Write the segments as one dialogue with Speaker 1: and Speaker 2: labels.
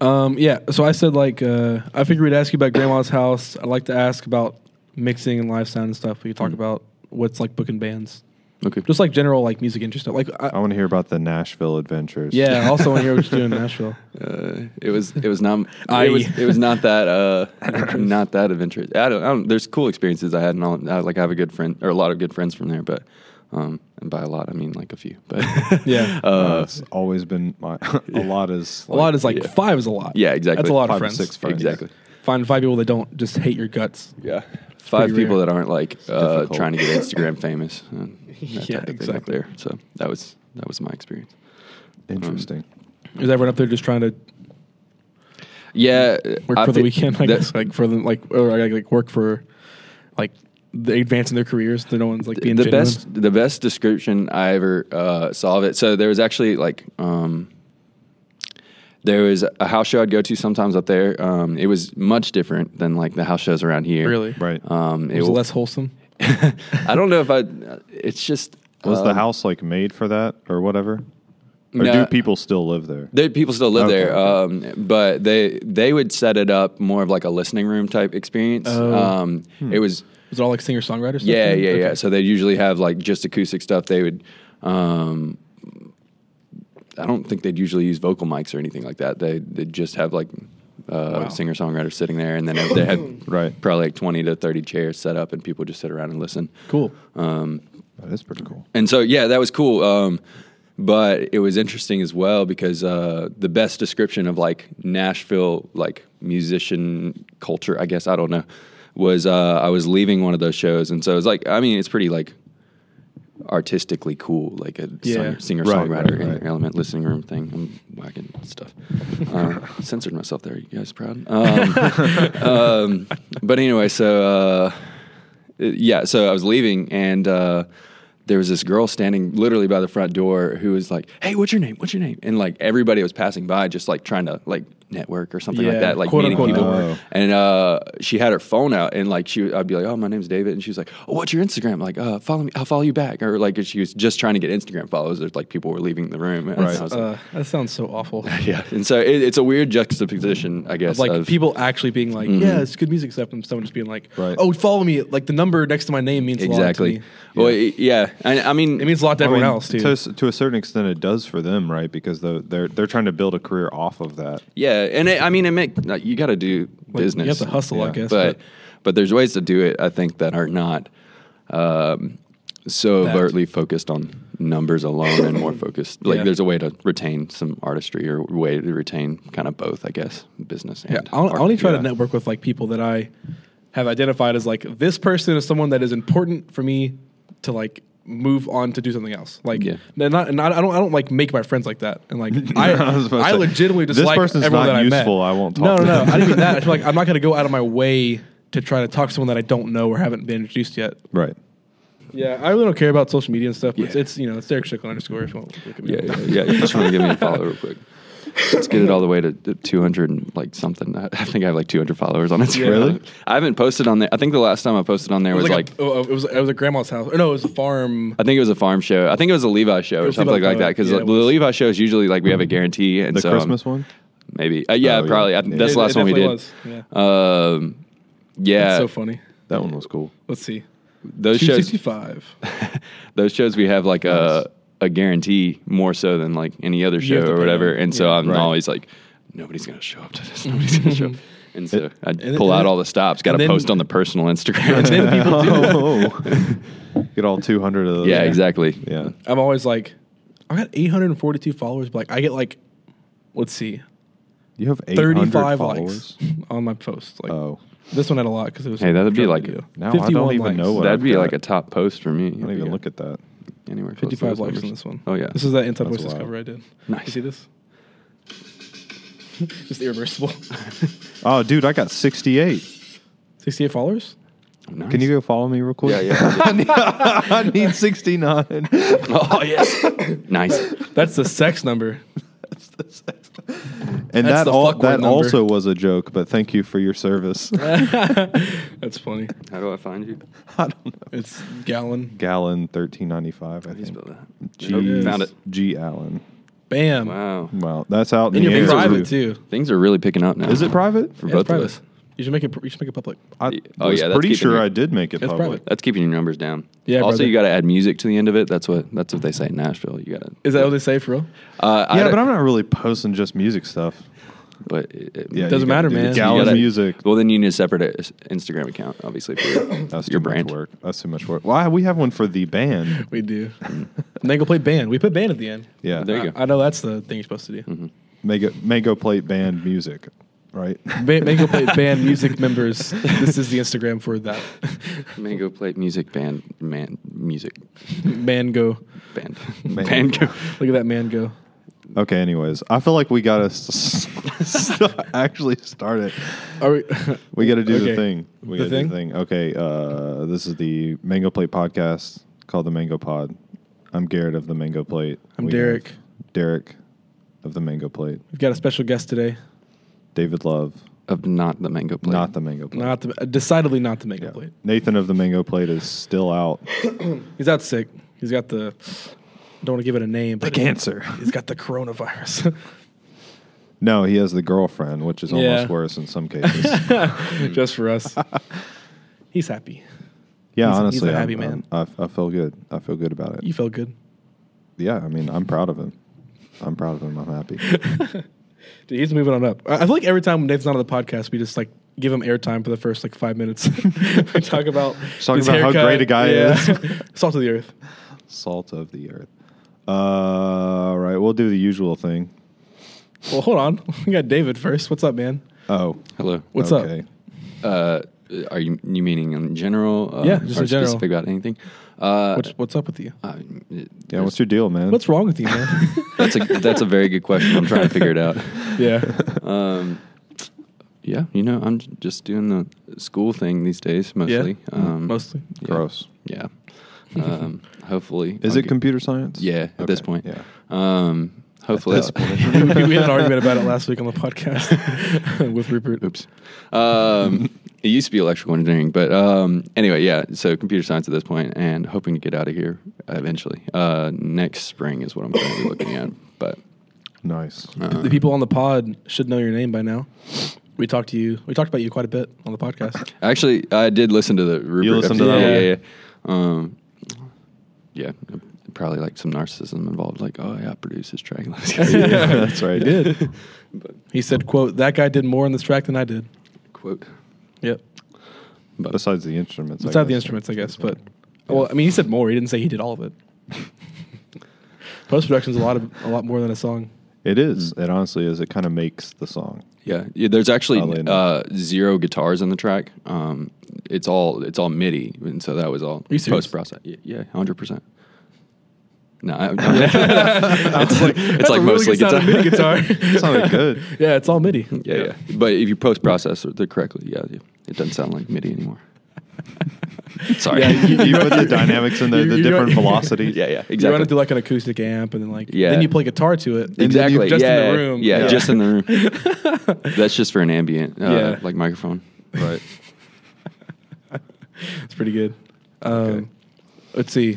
Speaker 1: Um, yeah. So I said like uh, I figured we'd ask you about grandma's house. I'd like to ask about mixing and live sound and stuff. We could
Speaker 2: Mm.
Speaker 1: talk about what's like booking bands,
Speaker 2: Okay.
Speaker 1: just like general like music interest stuff. Like
Speaker 3: I
Speaker 1: I,
Speaker 3: want to hear about the Nashville adventures.
Speaker 1: yeah. I also want to hear what you're doing in Nashville.
Speaker 2: Uh, it was it was not
Speaker 1: Aye.
Speaker 2: it was it was not that uh not that adventurous. I don't, I don't there's cool experiences I had and all I like I have a good friend or a lot of good friends from there, but um and by a lot I mean like a few. But
Speaker 1: Yeah.
Speaker 3: Uh,
Speaker 2: Uh,
Speaker 3: it's always been my, a lot is
Speaker 1: a lot is like
Speaker 2: yeah.
Speaker 1: five is a lot.
Speaker 2: Yeah, exactly.
Speaker 1: That's a lot of
Speaker 3: Five to
Speaker 1: friends.
Speaker 3: six friends.
Speaker 2: exactly.
Speaker 1: Find five people that don't just hate your guts.
Speaker 2: Yeah. Five
Speaker 1: pretty
Speaker 2: people
Speaker 1: rare.
Speaker 2: that aren't like uh,
Speaker 3: difficult.
Speaker 2: trying to get Instagram famous. And that
Speaker 1: Yeah,
Speaker 2: type of thing up
Speaker 1: exactly.
Speaker 2: There. So that was that was my experience.
Speaker 3: interesting.
Speaker 1: Is everyone up there just trying to
Speaker 2: Yeah,
Speaker 1: work
Speaker 2: I
Speaker 1: for the
Speaker 2: thi-
Speaker 1: weekend? I
Speaker 2: that-
Speaker 1: guess like for the like or like, like work for like the advancing their careers. They're no one's like being
Speaker 2: the
Speaker 1: genuine.
Speaker 2: best the best description I ever uh, saw of it. So there was actually like um, there was a house show I'd go to sometimes up there. Um, it was much different than like the house shows around here.
Speaker 1: Really?
Speaker 3: Right.
Speaker 2: Um,
Speaker 1: Was
Speaker 2: it
Speaker 1: it
Speaker 2: w-
Speaker 1: less wholesome?
Speaker 2: I don't know if I. uh, It's just
Speaker 3: was
Speaker 2: um,
Speaker 3: the house like made for that or whatever? Or
Speaker 2: No.
Speaker 3: do people still live there?
Speaker 2: They, people still live
Speaker 3: Okay,
Speaker 2: there,
Speaker 3: okay.
Speaker 2: Um, but they they would set it up more of like a listening room type experience.
Speaker 1: Oh.
Speaker 2: Um, It was
Speaker 1: Was it all like singer songwriters?
Speaker 2: yeah yeah yeah. So they usually have like just acoustic stuff. They would. Um, I don't think they'd usually use vocal mics or anything like that. They they just have like uh,
Speaker 1: Wow.
Speaker 2: singer songwriters sitting there, and then they had
Speaker 3: Right.
Speaker 2: probably like twenty to thirty chairs set up, and people just sit around and listen.
Speaker 1: Cool.
Speaker 2: Um,
Speaker 3: That is pretty cool.
Speaker 2: and so yeah, that was cool. Um, but it was interesting as well because uh, the best description of like Nashville like musician culture, I guess I don't know, was uh, I was leaving one of those shows, and so it was like I mean it's pretty like artistically cool, like a
Speaker 1: Yeah.
Speaker 2: singer
Speaker 3: Right,
Speaker 2: songwriter
Speaker 3: right,
Speaker 2: in
Speaker 3: right.
Speaker 2: their element listening room thing. I'm whacking stuff. Uh, censored myself there. You guys proud? Um, um, but anyway, so uh, yeah, so I was leaving and. Uh, there was this girl standing literally by the front door who was like, "Hey, what's your name? What's your name?" And like everybody was passing by, just like trying to like network or something
Speaker 1: Yeah,
Speaker 2: like that, like
Speaker 1: quote,
Speaker 2: meeting
Speaker 1: unquote,
Speaker 2: people.
Speaker 3: network.
Speaker 2: And uh, she had her phone out, and like she, I'd be like, "Oh, my name's David," and she was like, "Oh, what's your Instagram?" Like, uh, "Follow me. I'll follow you back." Or like she was just trying to get Instagram follows. There's like people were leaving the room, and
Speaker 3: Right.
Speaker 2: I was
Speaker 1: Uh,
Speaker 2: like,
Speaker 1: that sounds so awful.
Speaker 2: yeah. And so it, it's a weird juxtaposition, I guess.
Speaker 1: It's like
Speaker 2: of-
Speaker 1: people actually being like, "Yeah, it's good music," stuff, and someone just being like,
Speaker 3: Right.
Speaker 1: "Oh, follow me!" Like the number next to my name means a
Speaker 2: exactly.
Speaker 1: lot to me.
Speaker 2: Well, it- yeah. And I mean,
Speaker 1: It means a lot to
Speaker 3: I
Speaker 1: everyone
Speaker 3: mean,
Speaker 1: else too.
Speaker 3: To, s- to a certain extent, it does for them, right? Because the, they're they're trying to build a career off of that.
Speaker 2: yeah. And it, I mean, it make like, you got to do
Speaker 1: Like,
Speaker 2: business.
Speaker 1: You have to hustle, I
Speaker 3: Yeah.
Speaker 1: guess.
Speaker 2: but but there's ways to do it. I think that are not um, so
Speaker 1: That.
Speaker 2: overtly focused on numbers alone, and more focused. Like
Speaker 1: Yeah.
Speaker 2: there's a way to retain some artistry, or way to retain kind of both. I guess business.
Speaker 1: Yeah,
Speaker 2: and
Speaker 1: I'll,
Speaker 2: art.
Speaker 1: I'll only try
Speaker 3: yeah.
Speaker 1: to network with like people that I have identified as like this person is someone that is important for me to like move on to do something else. Like,
Speaker 2: Yeah.
Speaker 1: they're not and I I don't I don't like make my friends like that. And like I
Speaker 3: I was about to
Speaker 1: I,
Speaker 3: say,
Speaker 1: legitimately
Speaker 3: this
Speaker 1: dislike
Speaker 3: person's
Speaker 1: everyone
Speaker 3: not
Speaker 1: that I met.
Speaker 3: useful, I won't
Speaker 1: No, no,
Speaker 3: talk to
Speaker 1: no.
Speaker 3: them.
Speaker 1: I don't mean that. I feel like I'm not going to go out of my way to try to talk to someone that I don't know or haven't been introduced yet.
Speaker 3: Right.
Speaker 1: Yeah, I really don't care about social media and stuff. But
Speaker 2: Yeah.
Speaker 1: it's, it's you know it's Derek Strickland underscore if you want. to look at me.
Speaker 2: Yeah, yeah. yeah. Just want to give me a follow real quick. Let's get it all the way to two hundred and like something. I I think I have like two hundred followers on Instagram.
Speaker 3: Really?
Speaker 2: I haven't posted on there. I think the last time I posted on there
Speaker 1: It was
Speaker 2: was
Speaker 1: like,
Speaker 2: like,
Speaker 1: a- oh, oh, it was it was a grandma's house. Or no, it was a farm.
Speaker 2: I think it was a farm show. I think it was a Levi show or
Speaker 1: was
Speaker 2: something
Speaker 1: Levi
Speaker 2: like that.
Speaker 1: Levi.
Speaker 2: Because
Speaker 1: Yeah,
Speaker 2: the
Speaker 1: it was. Mm-hmm.
Speaker 2: Levi show is usually like we have a guarantee, and
Speaker 3: The
Speaker 2: so um,
Speaker 3: Christmas one.
Speaker 2: maybe. Uh, yeah,
Speaker 3: Oh, yeah.
Speaker 2: probably. I, that's
Speaker 3: It-
Speaker 2: the last
Speaker 1: it
Speaker 2: one we did.
Speaker 1: definitely was,
Speaker 2: Um, yeah,
Speaker 1: That's so funny.
Speaker 3: That one was cool.
Speaker 1: Let's see.
Speaker 2: those shows,
Speaker 1: 265.
Speaker 2: those shows we have like a a guarantee more so than like any other
Speaker 1: You
Speaker 2: show
Speaker 1: have to
Speaker 2: or
Speaker 1: pay
Speaker 2: whatever.
Speaker 1: them.
Speaker 2: And so
Speaker 1: Yeah.
Speaker 2: I'm
Speaker 3: Right.
Speaker 2: always like, nobody's gonna show up to this. Nobody's gonna show up. And so I
Speaker 1: and
Speaker 2: pull
Speaker 1: then-
Speaker 2: out all the stops. Got
Speaker 1: and
Speaker 2: to
Speaker 1: then-
Speaker 2: post on the personal
Speaker 1: And
Speaker 2: Instagram.
Speaker 1: then people do.
Speaker 3: Oh. Get all two hundred of those.
Speaker 2: yeah, exactly.
Speaker 3: Yeah.
Speaker 1: I'm always like, I got 842 followers, but like I get like, let's see,
Speaker 3: You have eight hundred
Speaker 1: 35
Speaker 3: followers.
Speaker 1: likes on my post. Like
Speaker 3: Oh,
Speaker 1: this one had a lot because it was.
Speaker 2: Hey, that'd be like-
Speaker 3: now I don't even
Speaker 1: likes.
Speaker 3: know what
Speaker 2: That'd
Speaker 3: I've
Speaker 2: be
Speaker 3: got.
Speaker 2: like a top post for me.
Speaker 3: I don't even look at that.
Speaker 2: anywhere. close to
Speaker 1: 55
Speaker 2: those
Speaker 1: likes on
Speaker 2: numbers.
Speaker 1: this one.
Speaker 2: Oh yeah,
Speaker 1: This is that Inside
Speaker 3: That's
Speaker 1: Voices
Speaker 3: wild.
Speaker 1: cover I did.
Speaker 2: Nice.
Speaker 1: You see this? Just irreversible.
Speaker 3: Oh, dude, I got sixty-eight.
Speaker 1: 68 followers?
Speaker 2: Nice.
Speaker 3: Can you go follow me real quick?
Speaker 2: Yeah, yeah.
Speaker 3: I need sixty-nine.
Speaker 2: oh yes. nice.
Speaker 1: That's the sex number.
Speaker 3: And
Speaker 1: That's
Speaker 3: that
Speaker 1: the
Speaker 3: all,
Speaker 1: fuck word
Speaker 3: that
Speaker 1: number.
Speaker 3: also was a joke, but thank you for your service. I
Speaker 1: That's funny.
Speaker 2: How do I find you?
Speaker 3: don't know.
Speaker 1: It's gallon.
Speaker 3: Gallon thirteen ninety five. I
Speaker 2: How do you
Speaker 3: think.
Speaker 2: spell that?
Speaker 3: G
Speaker 2: Oh, Found it.
Speaker 3: G Allen.
Speaker 1: Bam.
Speaker 2: Wow.
Speaker 3: Well, that's out in,
Speaker 1: And
Speaker 3: the
Speaker 1: you're
Speaker 2: Yeah.
Speaker 3: air.
Speaker 1: private too.
Speaker 2: Things are really picking up now.
Speaker 3: Is it private?
Speaker 2: For
Speaker 1: Yeah,
Speaker 2: both
Speaker 1: it's
Speaker 2: of
Speaker 1: private.
Speaker 2: us.
Speaker 1: You should make it. You should make it public.
Speaker 3: I
Speaker 2: Oh,
Speaker 3: was
Speaker 2: yeah, that's
Speaker 3: pretty
Speaker 2: keeping
Speaker 3: sure
Speaker 2: it-
Speaker 3: I did make it
Speaker 1: That's
Speaker 3: public.
Speaker 1: private.
Speaker 2: That's keeping your numbers down.
Speaker 1: Yeah,
Speaker 2: Also,
Speaker 1: brother.
Speaker 2: you got to add music to the end of it. That's what that's what they say in Nashville. You got to.
Speaker 1: Is that what they say for real?
Speaker 2: Uh, I
Speaker 3: Yeah,
Speaker 2: don't-
Speaker 3: but I'm not really posting just music stuff.
Speaker 2: But it, it-
Speaker 3: Yeah,
Speaker 2: you
Speaker 1: Doesn't
Speaker 3: you gotta
Speaker 1: matter,
Speaker 3: do the
Speaker 1: man.
Speaker 3: Gala
Speaker 2: gotta-
Speaker 3: music.
Speaker 2: Well, then you need a separate uh, s- Instagram account, obviously. For your,
Speaker 3: That's
Speaker 2: your
Speaker 3: too
Speaker 2: brand.
Speaker 3: much work. That's too much work. Why we have one for the band?
Speaker 1: We do. and then go play band. We put band at the end.
Speaker 3: Yeah,
Speaker 2: There you
Speaker 1: I-
Speaker 2: go. Hmm.
Speaker 1: I know that's the thing you're supposed to do.
Speaker 2: Mm-hmm.
Speaker 3: Mega Mega Plate Band music, right?
Speaker 1: Ba- Mango Plate Band music members. This is the Instagram for that.
Speaker 2: Mango plate music band man music
Speaker 1: Mango.
Speaker 2: band
Speaker 3: Man.
Speaker 2: Mango.
Speaker 1: Look at that mango.
Speaker 3: Okay. Anyways, I feel like we gotta s- s- actually start it.
Speaker 1: Are we?
Speaker 3: We gotta do
Speaker 1: Okay.
Speaker 3: the thing. We
Speaker 1: The
Speaker 3: gotta
Speaker 1: thing?
Speaker 3: do the thing. Okay. Uh, this is the Mango Plate podcast called the Mango Pod. I'm Garrett of the Mango Plate.
Speaker 1: I'm
Speaker 3: We
Speaker 1: Derek.
Speaker 3: have Derek of the Mango Plate.
Speaker 1: We've got a special guest today.
Speaker 3: David Love,
Speaker 2: of not the mango plate.
Speaker 3: not the Mango Plate.
Speaker 1: Not the, decidedly not the mango
Speaker 3: Yeah.
Speaker 1: plate.
Speaker 3: Nathan of the Mango Plate is still out.
Speaker 1: He's out sick. He's got the. Don't want to give it a name. But He's got the coronavirus.
Speaker 3: No, he has the girlfriend, which is
Speaker 1: Yeah.
Speaker 3: almost worse in some cases.
Speaker 1: Just for us. He's happy.
Speaker 3: Yeah,
Speaker 1: He's- he's
Speaker 3: honestly,
Speaker 1: a
Speaker 3: I'm-
Speaker 1: happy man.
Speaker 3: I'm- I, I feel good. I feel good about it.
Speaker 1: You felt good.
Speaker 3: yeah, I mean, I'm proud of him. I'm proud of him. I'm happy.
Speaker 1: Dude, he's moving on up. I I feel like every time Nathan's on the podcast, we just like give him airtime for the first like five minutes. we talk about
Speaker 3: Just talking about how great a guy is.
Speaker 1: Salt of the earth.
Speaker 3: Salt of the earth. Uh, all right, we'll do the usual thing.
Speaker 1: Well, hold on. We got David first. What's up, man?
Speaker 3: Oh,
Speaker 2: Hello.
Speaker 1: What's up?
Speaker 3: okay.
Speaker 2: Uh, are you you meaning in general? Uh,
Speaker 1: Yeah, just
Speaker 2: or
Speaker 1: in general.
Speaker 2: Specific about anything? Uh,
Speaker 1: What's what's up with you?
Speaker 2: uh,
Speaker 3: Yeah, what's your deal, man?
Speaker 1: What's wrong with you, man?
Speaker 2: that's a that's a very good question. I'm trying to figure it out.
Speaker 1: yeah.
Speaker 2: Um, yeah, you know, I'm j- just doing the school thing these days mostly.
Speaker 1: Yeah.
Speaker 2: Um,
Speaker 1: Mostly.
Speaker 2: yeah,
Speaker 3: gross?
Speaker 2: Yeah. Um, hopefully.
Speaker 3: Is
Speaker 2: I'll
Speaker 3: it
Speaker 2: get-
Speaker 3: computer science?
Speaker 2: Yeah, at this
Speaker 3: Okay,
Speaker 2: point.
Speaker 3: Yeah.
Speaker 2: Um, hopefully.
Speaker 3: this
Speaker 2: I'll-
Speaker 1: we, we had an argument about it last week on the podcast with Rupert.
Speaker 2: Oops. Um, it used to be electrical engineering, but um, anyway, yeah. So computer science at this point, and hoping to get out of here eventually. Uh, next spring is what I'm going to be looking at. But
Speaker 3: Nice.
Speaker 2: uh,
Speaker 1: The people on the pod should know your name by now. We talked to you. We talked about you quite a bit on the podcast.
Speaker 2: Actually, I did listen to the Rupert
Speaker 3: listened to
Speaker 2: episode.
Speaker 1: that
Speaker 2: yeah,
Speaker 1: one?
Speaker 2: yeah, yeah. Um, yeah, probably like some narcissism involved. Like, oh yeah, I produced this track.
Speaker 3: Yeah, that's right.
Speaker 1: He did. He said, "quote That guy did more on this track than I did."
Speaker 2: Quote.
Speaker 1: Yep.
Speaker 2: But
Speaker 3: Besides the instruments. I
Speaker 1: Besides the
Speaker 3: guess.
Speaker 1: instruments, I guess. But well, I mean, he said more. He didn't say he did all of it. Post production's a lot of a lot more than a song.
Speaker 3: It is.
Speaker 2: Mm.
Speaker 3: It honestly is. It kind of makes the song.
Speaker 2: yeah, yeah, there's
Speaker 3: Oddly
Speaker 2: actually
Speaker 3: enough.
Speaker 2: uh, zero guitars in the track. Um, it's all it's all MIDI, and so that was all
Speaker 1: you serious?
Speaker 2: post process. Yeah, hundred percent. No, I, it's like it's like mostly guitar.
Speaker 3: It sounded good.
Speaker 1: yeah, it's all MIDI.
Speaker 2: yeah, yeah, But if you post process it correctly, yeah, yeah, it doesn't sound like MIDI anymore. Sorry.
Speaker 1: Yeah,
Speaker 3: You, you put the dynamics in there,
Speaker 1: You-
Speaker 3: the
Speaker 1: you-
Speaker 3: different
Speaker 1: you-
Speaker 3: velocities.
Speaker 2: yeah, yeah,
Speaker 1: You run it
Speaker 2: exactly.
Speaker 1: through like an acoustic amp, and then like
Speaker 2: Yeah.
Speaker 1: then you play guitar to it. and then you-
Speaker 2: exactly.
Speaker 1: just
Speaker 2: yeah,
Speaker 1: in the room.
Speaker 2: Yeah,
Speaker 3: Yeah.
Speaker 2: just in the room. That's just for an ambient, uh,
Speaker 1: Yeah.
Speaker 2: like microphone.
Speaker 3: Right.
Speaker 1: It's pretty good. Um, Let's see.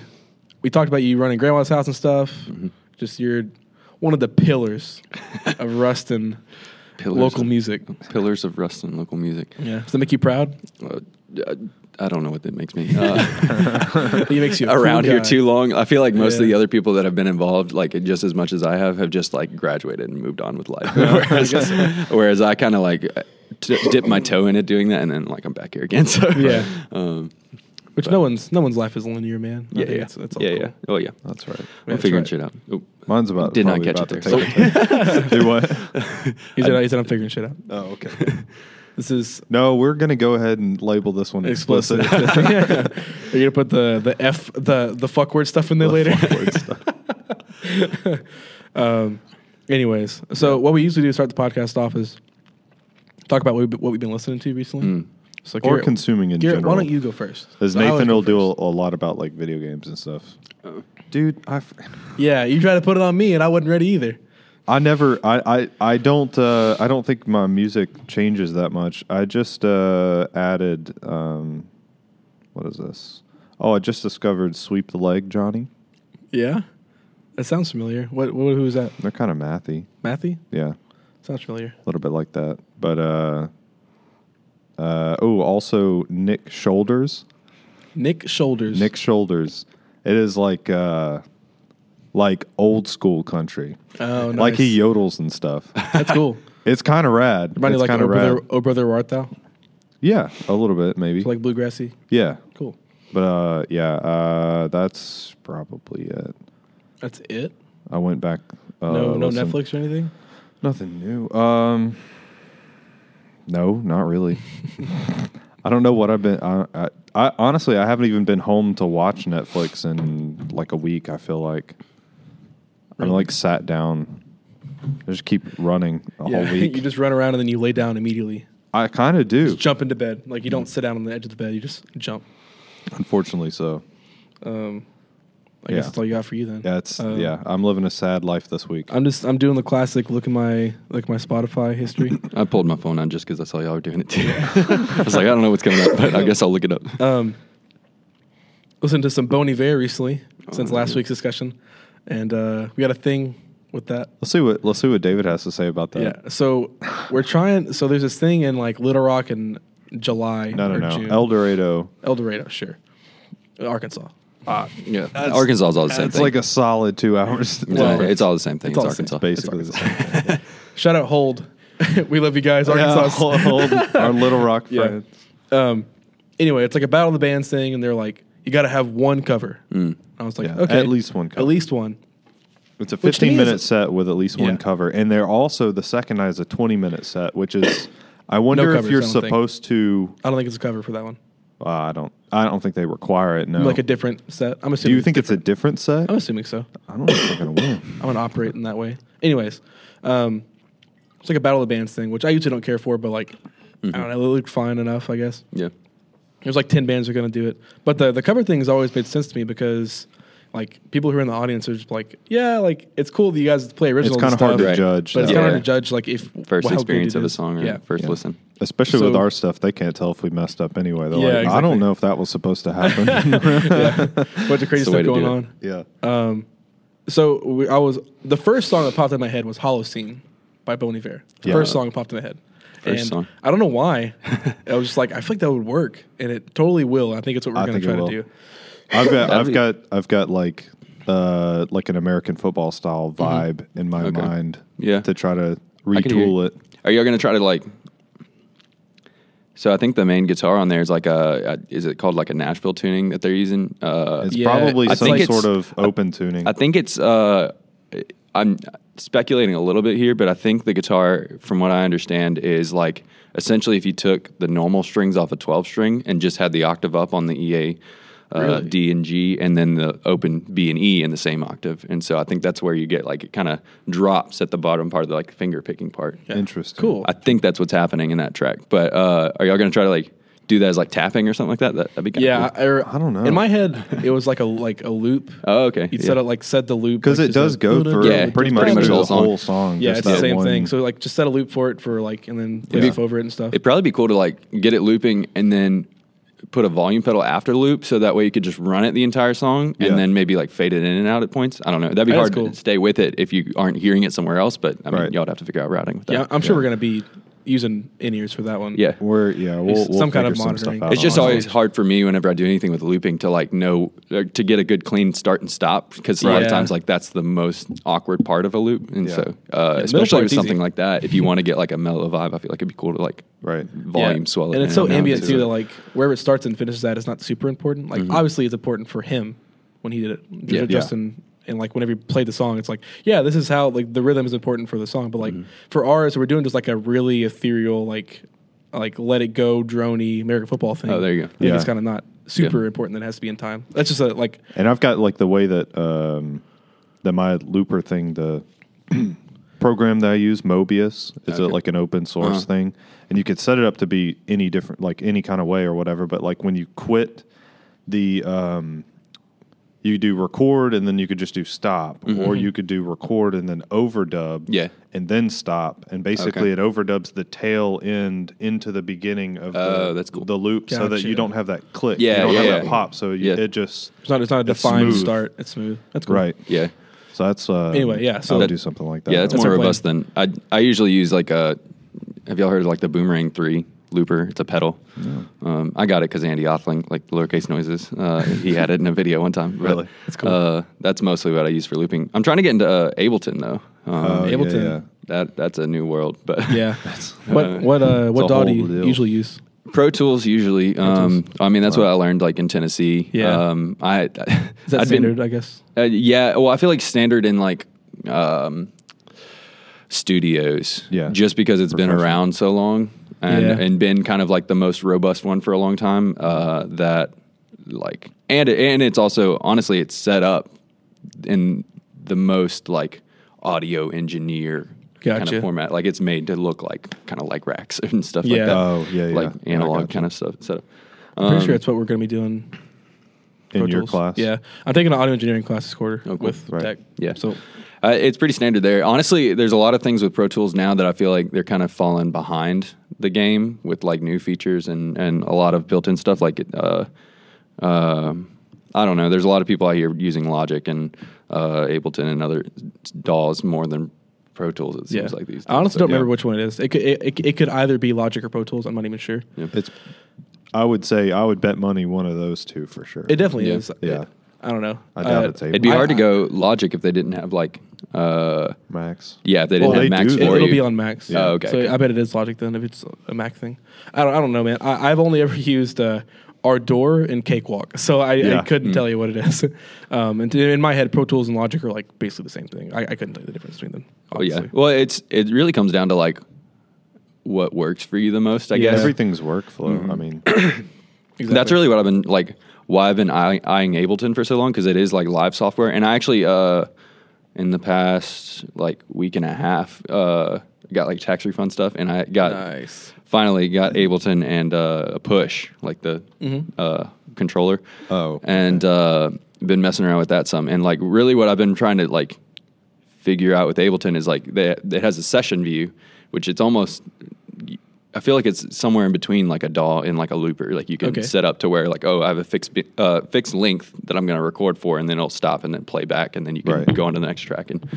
Speaker 1: We talked about you running grandma's house and stuff. Just you're one of the pillars of Ruston
Speaker 2: Pillars
Speaker 1: local
Speaker 2: of-
Speaker 1: music.
Speaker 2: Pillars of rust and local music.
Speaker 1: Yeah. Does that make you proud?
Speaker 2: Uh, I- I don't know what that makes me. Uh,
Speaker 1: He makes you a cool
Speaker 2: around here
Speaker 1: guy.
Speaker 2: too long. I feel like most of
Speaker 1: Yeah.
Speaker 2: the other people that have been involved, like just as much as I have, have just like graduated and moved on with life. whereas, whereas I kind of like t- dip my toe in it doing that, and then like I'm back here again. So
Speaker 1: Yeah.
Speaker 2: um,
Speaker 1: Which no one's no one's life is linear, man. I
Speaker 2: yeah,
Speaker 1: think
Speaker 2: yeah,
Speaker 1: It's, it's all
Speaker 2: yeah,
Speaker 1: cool.
Speaker 2: yeah. Oh yeah,
Speaker 3: That's right.
Speaker 2: I'm
Speaker 1: that's
Speaker 2: figuring
Speaker 1: right.
Speaker 2: shit out. Oop.
Speaker 3: Mine's about
Speaker 2: Did not
Speaker 3: probably
Speaker 2: catch it
Speaker 3: about to take a- Do what?
Speaker 1: He said, he said, I'm figuring shit out.
Speaker 3: Oh, okay.
Speaker 1: This is
Speaker 3: No, we're gonna go ahead and label this one
Speaker 1: explicit.
Speaker 3: explicit.
Speaker 1: Are you gonna put the the f the the fuck word stuff in there later? um, anyways, so what we usually do to start the podcast off is talk about what we've, been- what we've been listening to recently. So
Speaker 3: Or consuming in
Speaker 1: Garrett,
Speaker 3: general.
Speaker 1: why don't you go first?
Speaker 3: Because
Speaker 1: I always
Speaker 3: Nathan
Speaker 1: go
Speaker 3: will do a,
Speaker 1: first.
Speaker 3: a lot about like video games and stuff.
Speaker 2: Oh.
Speaker 3: Dude, I, f-
Speaker 1: Yeah, you tried to put it on me, and I wasn't ready either.
Speaker 3: I never, I, I, I don't, uh, I don't think my music changes that much. I just uh, added, um, what is this? Oh, I just discovered "Sweep the Leg," Johnny.
Speaker 1: Yeah, That sounds familiar. What? what who was that?
Speaker 3: They're kind of mathy.
Speaker 1: Matthew?
Speaker 3: Yeah,
Speaker 1: Sounds familiar.
Speaker 3: a little bit like that. But uh, uh, oh, also Nick Shoulders.
Speaker 1: Nick Shoulders.
Speaker 3: Nick Shoulders. It is like uh, like old school country.
Speaker 1: Oh, nice.
Speaker 3: Like he yodels and stuff.
Speaker 1: That's cool.
Speaker 3: It's kind of rad.
Speaker 1: Everybody
Speaker 3: it's
Speaker 1: like
Speaker 3: kind
Speaker 1: oh
Speaker 3: of
Speaker 1: brother,
Speaker 3: rad.
Speaker 1: oh brother, where art thou?
Speaker 3: Yeah, a little bit maybe.
Speaker 1: So like bluegrassy.
Speaker 3: yeah,
Speaker 1: Cool.
Speaker 3: but uh, yeah, uh, that's probably it.
Speaker 1: That's it.
Speaker 3: I went back. Uh,
Speaker 1: No, no
Speaker 3: listened.
Speaker 1: Netflix or anything.
Speaker 3: Nothing new. Um, no, not really. I don't know what I've been. I, I, I honestly, I haven't even been home to watch Netflix in like a week. I feel like I'm
Speaker 1: Really?
Speaker 3: like sat down. I just keep running a whole week.
Speaker 1: you just run around and then you lay down immediately.
Speaker 3: I kind of do,
Speaker 1: Just jump into bed. Like you don't sit down on the edge of the bed. You just jump.
Speaker 3: unfortunately. So
Speaker 1: Um, I
Speaker 3: Yeah.
Speaker 1: guess that's all you got for you then.
Speaker 3: yeah, it's
Speaker 1: Um,
Speaker 3: yeah. I'm living a sad life this week.
Speaker 1: I'm just I'm doing the classic. Look at my look at my Spotify history.
Speaker 2: I pulled my phone out just because I saw y'all were doing it too. I was like, I don't know what's coming up, but I guess I'll look it up.
Speaker 1: um, listened to some Bon Iver recently since
Speaker 2: Oh,
Speaker 1: last
Speaker 2: yeah.
Speaker 1: week's discussion, and uh, we got a thing with that.
Speaker 3: Let's see what let's see what David has to say about that.
Speaker 1: Yeah. So we're trying. So there's this thing in like Little Rock in July.
Speaker 3: No,
Speaker 1: or
Speaker 3: no, no.
Speaker 1: June.
Speaker 3: El Dorado.
Speaker 1: El Dorado, sure. Arkansas.
Speaker 2: yeah, Arkansas is all the same
Speaker 3: It's
Speaker 2: thing.
Speaker 3: like a solid two hours.
Speaker 2: it's, all, it's all the same thing.
Speaker 1: It's
Speaker 2: It's,
Speaker 1: all the same.
Speaker 2: Arkansas.
Speaker 3: basically the same.
Speaker 1: Shout out Hold. we love you guys, Arkansas.
Speaker 3: Yeah, old- old- our Little Rock
Speaker 1: Yeah.
Speaker 3: friends.
Speaker 1: um, anyway, it's like a battle of the bands thing, and they're like, you got to have one cover. I was like,
Speaker 3: Mm. Yeah,
Speaker 1: okay,
Speaker 3: at least one cover.
Speaker 1: At least one.
Speaker 3: It's a
Speaker 1: Which to me
Speaker 3: 15 minute
Speaker 1: is-
Speaker 3: set with at least one
Speaker 1: Yeah.
Speaker 3: cover, and they're also the second night is a 20 minute set, which is I wonder if
Speaker 1: covers,
Speaker 3: you're
Speaker 1: I don't think.
Speaker 3: supposed to.
Speaker 1: I don't think it's a cover for that one.
Speaker 3: Uh, I don't. I don't think they require it. No.
Speaker 1: Like a different Oh. set. I'm
Speaker 3: Do
Speaker 1: assuming.
Speaker 3: you think it's a different set?
Speaker 1: I'm assuming so.
Speaker 3: I don't know if they're gonna win.
Speaker 1: I'm gonna operate in that way. Anyways, um, it's like a battle of the bands thing, which I usually don't care for, but like,
Speaker 3: Mm-hmm.
Speaker 1: I don't know, it looked fine enough, I guess.
Speaker 2: Yeah.
Speaker 1: There's like ten bands who are gonna do it, but the the cover thing has always made sense to me because like people who are in the audience are just like, yeah, like it's cool that you guys play
Speaker 3: It's
Speaker 1: originals.
Speaker 3: kind of
Speaker 1: and stuff,
Speaker 3: hard to
Speaker 2: Right.
Speaker 3: judge,
Speaker 1: but it's
Speaker 3: though.
Speaker 1: kind of
Speaker 2: Yeah.
Speaker 1: hard to judge like if
Speaker 2: First
Speaker 1: how good
Speaker 2: experience
Speaker 1: it
Speaker 2: of a
Speaker 1: is.
Speaker 2: song or
Speaker 1: Yeah,
Speaker 2: first
Speaker 3: Yeah.
Speaker 2: listen.
Speaker 3: especially with
Speaker 1: So-
Speaker 3: our stuff. They can't tell if we messed up anyway. They're
Speaker 1: Yeah,
Speaker 3: like, I
Speaker 1: exactly.
Speaker 3: don't know if that was supposed to happen.
Speaker 1: bunch of crazy
Speaker 2: It's the
Speaker 1: stuff
Speaker 2: way to do
Speaker 1: going
Speaker 2: it.
Speaker 1: on.
Speaker 3: yeah.
Speaker 1: Um, so we, I was the first song that popped in my head was "Holocene" by Bon Iver. The
Speaker 3: Yeah.
Speaker 1: First song that popped in my head.
Speaker 2: First
Speaker 1: and
Speaker 2: song.
Speaker 1: I don't know why. I was just like, I feel like that would work, and it totally will. I think it's what we're
Speaker 3: I
Speaker 1: going
Speaker 3: think
Speaker 1: to
Speaker 3: it
Speaker 1: try
Speaker 3: will.
Speaker 1: to do.
Speaker 3: I've got,
Speaker 2: That'd
Speaker 3: I've
Speaker 2: be-
Speaker 3: got, I've got like, uh, like an American football style vibe in my
Speaker 2: Okay.
Speaker 3: mind.
Speaker 2: Yeah.
Speaker 3: To try to
Speaker 2: I can hear you.
Speaker 3: retool it.
Speaker 2: Are y'all gonna try to like? So I think the main guitar on there is like a, a is it called like a Nashville tuning that they're using? Uh,
Speaker 3: It's
Speaker 1: Yeah,
Speaker 3: probably
Speaker 1: I
Speaker 3: some
Speaker 2: think it's-
Speaker 3: sort of open tuning.
Speaker 2: I think it's uh, I'm speculating a little bit here, but I think the guitar, from what I understand, is like essentially if you took the normal strings off a 12 string and just had the octave up on the EA. Uh,
Speaker 1: Really?
Speaker 2: D and G, and then the open B and E in the same octave, and so I think that's where you get like it kind of drops at the bottom part of the like finger picking part.
Speaker 3: Interesting.
Speaker 1: Cool.
Speaker 2: I think that's what's happening in that track. But uh, are y'all gonna try to like do that as like tapping or something like that? that that'd be kind
Speaker 1: yeah,
Speaker 2: Cool.
Speaker 1: I, or-
Speaker 3: I don't know.
Speaker 1: In my head, it was like a like a loop.
Speaker 2: Oh, okay.
Speaker 1: You'd
Speaker 2: yeah.
Speaker 1: set it like set the loop
Speaker 3: Because
Speaker 1: like,
Speaker 3: it
Speaker 1: just
Speaker 3: does
Speaker 1: a-
Speaker 3: go through
Speaker 2: Yeah,
Speaker 3: pretty
Speaker 2: it's
Speaker 3: much
Speaker 2: pretty much
Speaker 3: through
Speaker 2: the
Speaker 3: the
Speaker 2: whole
Speaker 3: whole song.
Speaker 1: Yeah,
Speaker 3: just
Speaker 1: it's the
Speaker 3: that
Speaker 1: same
Speaker 3: one-
Speaker 1: thing. So like, just set a loop for it for like, and then play
Speaker 2: Yeah.
Speaker 1: stuff over it and stuff.
Speaker 2: It'd probably be cool to like get it looping and then put a volume pedal after loop so that way you could just run it the entire song
Speaker 3: Yeah.
Speaker 2: and then maybe like fade it in and out at points. I don't know. That'd be
Speaker 1: That's
Speaker 2: hard
Speaker 1: cool.
Speaker 2: to stay with it if you aren't hearing it somewhere else, but I mean,
Speaker 3: Right.
Speaker 2: y'all would have to figure out routing with that.
Speaker 1: yeah, I'm sure
Speaker 3: Yeah.
Speaker 1: we're going to be using in ears for that one.
Speaker 2: Yeah.
Speaker 3: we're yeah, we'll,
Speaker 1: It's
Speaker 3: we'll
Speaker 1: some kind
Speaker 3: figure
Speaker 1: of
Speaker 3: some stuff
Speaker 1: monitoring.
Speaker 3: out
Speaker 2: It's just
Speaker 3: on
Speaker 2: always
Speaker 3: it.
Speaker 2: hard for me whenever I do anything with looping to like know or to get a good clean start and stop because a lot
Speaker 1: Yeah.
Speaker 2: of times like that's the most awkward part of a loop, and
Speaker 3: Yeah.
Speaker 2: so uh,
Speaker 1: middle
Speaker 2: especially with
Speaker 1: part's
Speaker 2: something
Speaker 1: easy.
Speaker 2: like that, if you want to get like a mellow vibe, I feel like it'd be cool to like
Speaker 3: right.
Speaker 2: volume
Speaker 1: Yeah.
Speaker 2: swell it
Speaker 1: And it's
Speaker 2: in
Speaker 1: so
Speaker 2: out
Speaker 1: ambient
Speaker 2: to
Speaker 1: too
Speaker 2: it.
Speaker 1: that like wherever it starts and finishes at is not super important. Like obviously it's important for him when he did it.
Speaker 2: Mm-hmm. Yeah. Yeah.
Speaker 1: Justin and like whenever he played the song, it's like, yeah, this is how like the rhythm is important for the song. But like
Speaker 2: Mm-hmm.
Speaker 1: for ours, we're doing just like a really ethereal, like like let it go, droney American football thing.
Speaker 2: Oh, there you go.
Speaker 1: Yeah.
Speaker 3: Yeah.
Speaker 1: It's kinda not super important that it has to be in time. That's just a like
Speaker 3: And I've got like the way that um, that my looper thing, the program that I use, Mobius, is a,
Speaker 2: Okay.
Speaker 3: like an open source
Speaker 2: Uh-huh.
Speaker 3: thing, and you could set it up to be any different, like any kind of way or whatever. But like when you quit the, um, you do record and then you could just do stop, or you could do record and then overdub,
Speaker 2: Mm-hmm. Yeah.
Speaker 3: and then stop, and basically it overdubs the tail end into the beginning of
Speaker 2: Oh,
Speaker 3: the,
Speaker 2: that's cool.
Speaker 3: the loop, so that
Speaker 1: Gotcha.
Speaker 3: you don't have that click,
Speaker 2: Yeah,
Speaker 3: you don't
Speaker 2: yeah,
Speaker 3: have that
Speaker 2: yeah.
Speaker 3: pop, so you,
Speaker 2: Yeah.
Speaker 3: it just
Speaker 1: it's not it's not a
Speaker 3: It's
Speaker 1: defined
Speaker 3: smooth.
Speaker 1: start. It's smooth. That's cool.
Speaker 3: right.
Speaker 2: yeah.
Speaker 3: So that's uh,
Speaker 1: Anyway, yeah, so
Speaker 3: I would
Speaker 1: that-
Speaker 3: do something like that.
Speaker 2: Yeah, it's
Speaker 1: That's
Speaker 2: more
Speaker 1: our plan.
Speaker 2: robust than I. I usually use like a. Have y'all heard of like the Boomerang Three looper? It's a pedal. Um, I got it because Andy Othling, like lowercase noises, uh, he had it in a video one time. But,
Speaker 3: Really?
Speaker 2: that's cool. Uh, that's mostly what I use for looping. I'm trying to get into uh, Ableton though. Um,
Speaker 3: Oh, yeah,
Speaker 1: Ableton.
Speaker 3: yeah.
Speaker 2: that that's a new world, but
Speaker 1: Yeah. what what uh,
Speaker 3: a
Speaker 1: what DAW do
Speaker 3: whole
Speaker 1: you
Speaker 3: deal.
Speaker 1: usually use?
Speaker 2: Pro Tools usually. Um, I mean, that's what I learned like in Tennessee.
Speaker 1: Yeah.
Speaker 2: Um, I is
Speaker 1: Is that standard? I guess.
Speaker 2: Uh, yeah, well, I feel like standard in like um, studios,
Speaker 3: Yeah.
Speaker 2: just because it's been
Speaker 3: Professional.
Speaker 2: around so long and
Speaker 1: Yeah.
Speaker 2: and been kind of like the most robust one for a long time. Uh, that like and and it's also honestly it's set up in the most like audio engineer kind
Speaker 1: Gotcha.
Speaker 2: of format. Like it's made to look like kind of like racks and stuff
Speaker 1: Yeah.
Speaker 2: like that.
Speaker 3: Oh, yeah, yeah.
Speaker 2: like
Speaker 3: I
Speaker 2: analog
Speaker 3: gotcha.
Speaker 2: kind of stuff setup.
Speaker 1: I'm pretty sure that's what we're going to be doing
Speaker 3: um, in
Speaker 1: Pro
Speaker 3: your
Speaker 1: Tools.
Speaker 3: class.
Speaker 1: Yeah, I'm taking an audio engineering class this quarter
Speaker 2: Oh, cool.
Speaker 1: with
Speaker 3: Right.
Speaker 1: tech.
Speaker 2: Yeah.
Speaker 1: so
Speaker 2: Uh, it's pretty standard there. Honestly, there's a lot of things with Pro Tools now that I feel like they're kind of falling behind the game with like new features and, and a lot of built in stuff. Like, it, uh, um I don't know. There's a lot of people out here using Logic and uh, Ableton and other DAWs more than Pro Tools. It
Speaker 1: yeah,
Speaker 2: seems like these. Days.
Speaker 1: I honestly don't
Speaker 3: yeah.
Speaker 1: remember which one it is. It could it, it, it could either be Logic or Pro Tools. I'm not even sure.
Speaker 3: It's. I would say I would bet money one of those two for sure.
Speaker 1: It definitely
Speaker 2: Yeah.
Speaker 1: is.
Speaker 3: Yeah.
Speaker 1: I don't know. Uh,
Speaker 3: I doubt it's
Speaker 2: It'd be
Speaker 1: I-
Speaker 2: hard to
Speaker 1: I-
Speaker 2: go Logic if they didn't have like, uh,
Speaker 3: Max.
Speaker 2: yeah, if they
Speaker 3: Well,
Speaker 2: didn't
Speaker 3: they
Speaker 2: have Max for
Speaker 3: do that.
Speaker 1: It,
Speaker 2: you.
Speaker 1: it'll be on Macs.
Speaker 2: Yeah. Oh, okay,
Speaker 1: So
Speaker 2: okay.
Speaker 1: I bet it is Logic then if it's a Mac thing. I don't, I don't know, man. I, I've only ever used uh, Ardor and Cakewalk, so I, I
Speaker 3: Yeah.
Speaker 2: Hmm.
Speaker 1: couldn't tell you what it is. um, and to- in my head, Pro Tools and Logic are like basically the same thing. I, I couldn't tell you the difference between them.
Speaker 2: Oh yeah.
Speaker 1: honestly.
Speaker 2: Well, it's it really comes down to like what works for you the most, I
Speaker 1: Yeah.
Speaker 2: guess.
Speaker 3: Everything's workflow.
Speaker 2: Mm-hmm.
Speaker 3: I mean,
Speaker 1: Exactly.
Speaker 2: That's really what I've been like. Why I've been eyeing, eyeing Ableton for so long because it is like live software, and I actually uh, in the past like week and a half uh, got like tax refund stuff, and I got
Speaker 1: nice.
Speaker 2: finally got Ableton and uh, a push like the
Speaker 1: Mm-hmm.
Speaker 2: uh, controller.
Speaker 3: Oh,
Speaker 2: and uh, been messing around with that some, and like really what I've been trying to like figure out with Ableton is like they, it has a session view, which it's almost. I feel like it's somewhere in between like a DAW and like a looper. Like you can
Speaker 1: Okay.
Speaker 2: set up to where like oh I have a fixed bi- uh, fixed length that I'm going to record for, and then it'll stop and then play back, and then you can
Speaker 3: Right.
Speaker 2: go on to the next track and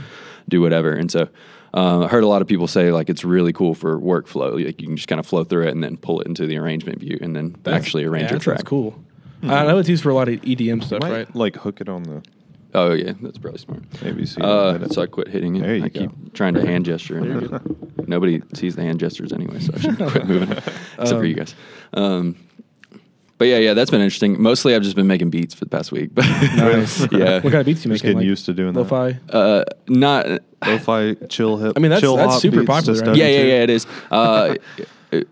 Speaker 2: do whatever. And so uh, I heard a lot of people say like it's really cool for workflow. Like you can just kind of flow through it and then pull it into the arrangement view and then actually arrange
Speaker 1: yeah,
Speaker 2: your
Speaker 1: that sounds
Speaker 2: track.
Speaker 1: cool. I know it's used for a lot of EDM stuff,
Speaker 3: Hmm. might,
Speaker 1: right?
Speaker 3: like hook it on the
Speaker 2: Oh yeah, that's probably smart.
Speaker 3: maybe see.
Speaker 2: Uh, so I quit hitting it.
Speaker 3: There you
Speaker 2: I
Speaker 3: go.
Speaker 2: keep trying to hand gesture. And nobody sees the hand gestures anyway, so I should quit moving. it, Except for you guys. Um, but yeah, yeah, that's been interesting. Mostly, I've just been making beats for the past week. But
Speaker 1: Nice.
Speaker 2: yeah,
Speaker 1: What kind of beats you
Speaker 3: Just
Speaker 1: making?
Speaker 3: getting used to doing that.
Speaker 1: lo-fi.
Speaker 2: uh, not
Speaker 3: lo-fi chill hip.
Speaker 1: I mean, that's-
Speaker 3: chill
Speaker 1: that's
Speaker 3: hop
Speaker 1: super
Speaker 3: beats to
Speaker 1: popular, right?
Speaker 3: study
Speaker 2: yeah, yeah,
Speaker 3: to.
Speaker 2: yeah. It is. Uh, it-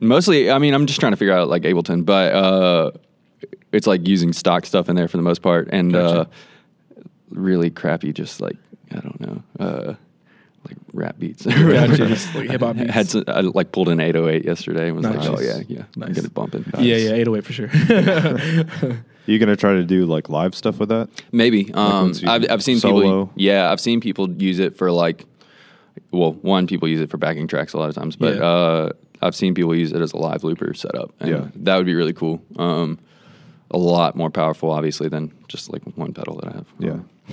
Speaker 2: mostly, I mean, I'm just trying to figure out like Ableton, but uh, it's like using stock stuff in there for the most part, and uh,
Speaker 1: Gotcha.
Speaker 2: really crappy, just like I don't know, uh, like rap beats.
Speaker 1: Gotcha, just, like, hip-hop beats.
Speaker 2: Had some, I like pulled an 808 yesterday. and Was
Speaker 1: Nice.
Speaker 2: like, oh yeah, yeah, I'm
Speaker 1: Nice.
Speaker 2: gonna bump it.
Speaker 1: Yeah, yeah, 808 for sure.
Speaker 3: You gonna try to do like live stuff with that?
Speaker 2: Maybe. Um,
Speaker 3: once you
Speaker 2: I've, I've seen
Speaker 3: solo?
Speaker 2: people. Yeah, I've seen people use it for like, well, one people use it for backing tracks a lot of times, but
Speaker 1: Yeah.
Speaker 2: uh, I've seen people use it as a live looper setup. And
Speaker 3: Yeah.
Speaker 2: that would be really cool. Um, a lot more powerful, obviously, than just like one pedal that I have.
Speaker 3: Yeah.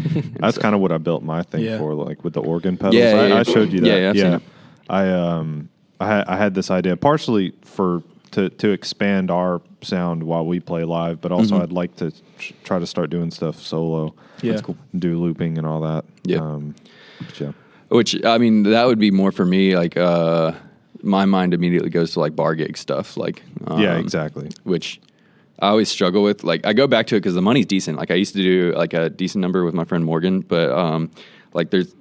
Speaker 2: Um,
Speaker 3: That's kind of what I built my thing
Speaker 1: Yeah.
Speaker 3: for, like with the organ pedals.
Speaker 2: Yeah,
Speaker 3: I,
Speaker 2: yeah, yeah.
Speaker 3: I showed you that.
Speaker 2: Yeah, yeah, I've seen it.
Speaker 3: I um, I, ha- I had this idea partially for to to expand our sound while we play live, but also I'd like to tr- try to start doing stuff solo.
Speaker 1: Mm-hmm. Yeah. That's cool.
Speaker 3: Do looping and all that.
Speaker 2: Yeah.
Speaker 3: Um, but yeah.
Speaker 2: Which I mean, that would be more for me. Like, uh, my mind immediately goes to like bar gig stuff. Like, um,
Speaker 3: yeah. Exactly.
Speaker 2: which I always struggle with. Like I go back to it because the money's decent. Like I used to do like a decent number with my friend Morgan, but um, like there's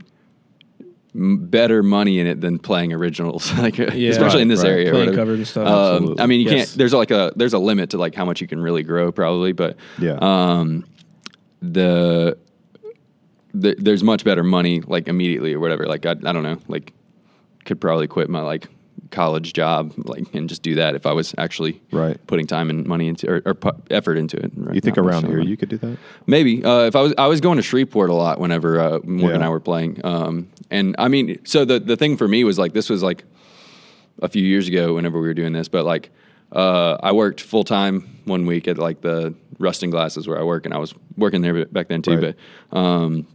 Speaker 2: m- better money in it than playing originals. like especially in this
Speaker 3: Right, right.
Speaker 2: area, or
Speaker 1: Playing
Speaker 2: whatever.
Speaker 1: covers and stuff.
Speaker 2: Um,
Speaker 3: Absolutely.
Speaker 2: I mean, you
Speaker 1: Yes.
Speaker 2: can't. There's like a there's a limit to like how much you can really grow, probably. But
Speaker 3: Yeah.
Speaker 1: uh,
Speaker 2: um, the th- there's much better money like immediately or whatever. Like I, I don't know, like could probably quit my like college job like and just do that if I was actually
Speaker 3: Right.
Speaker 2: putting time and money into or, or pu- effort into it. Right
Speaker 3: You think
Speaker 2: now,
Speaker 3: around
Speaker 2: so-
Speaker 3: here you could do that?
Speaker 2: Maybe uh, if I was I was going to Shreveport a lot whenever uh, Morgan and
Speaker 3: Yeah.
Speaker 2: I were playing, um, and I mean, so the the thing for me was like this was like a few years ago whenever we were doing this, but like uh, I worked full time one week at like the Rusting Glasses where I work, and I was working there back then too.
Speaker 3: Right.
Speaker 2: But um,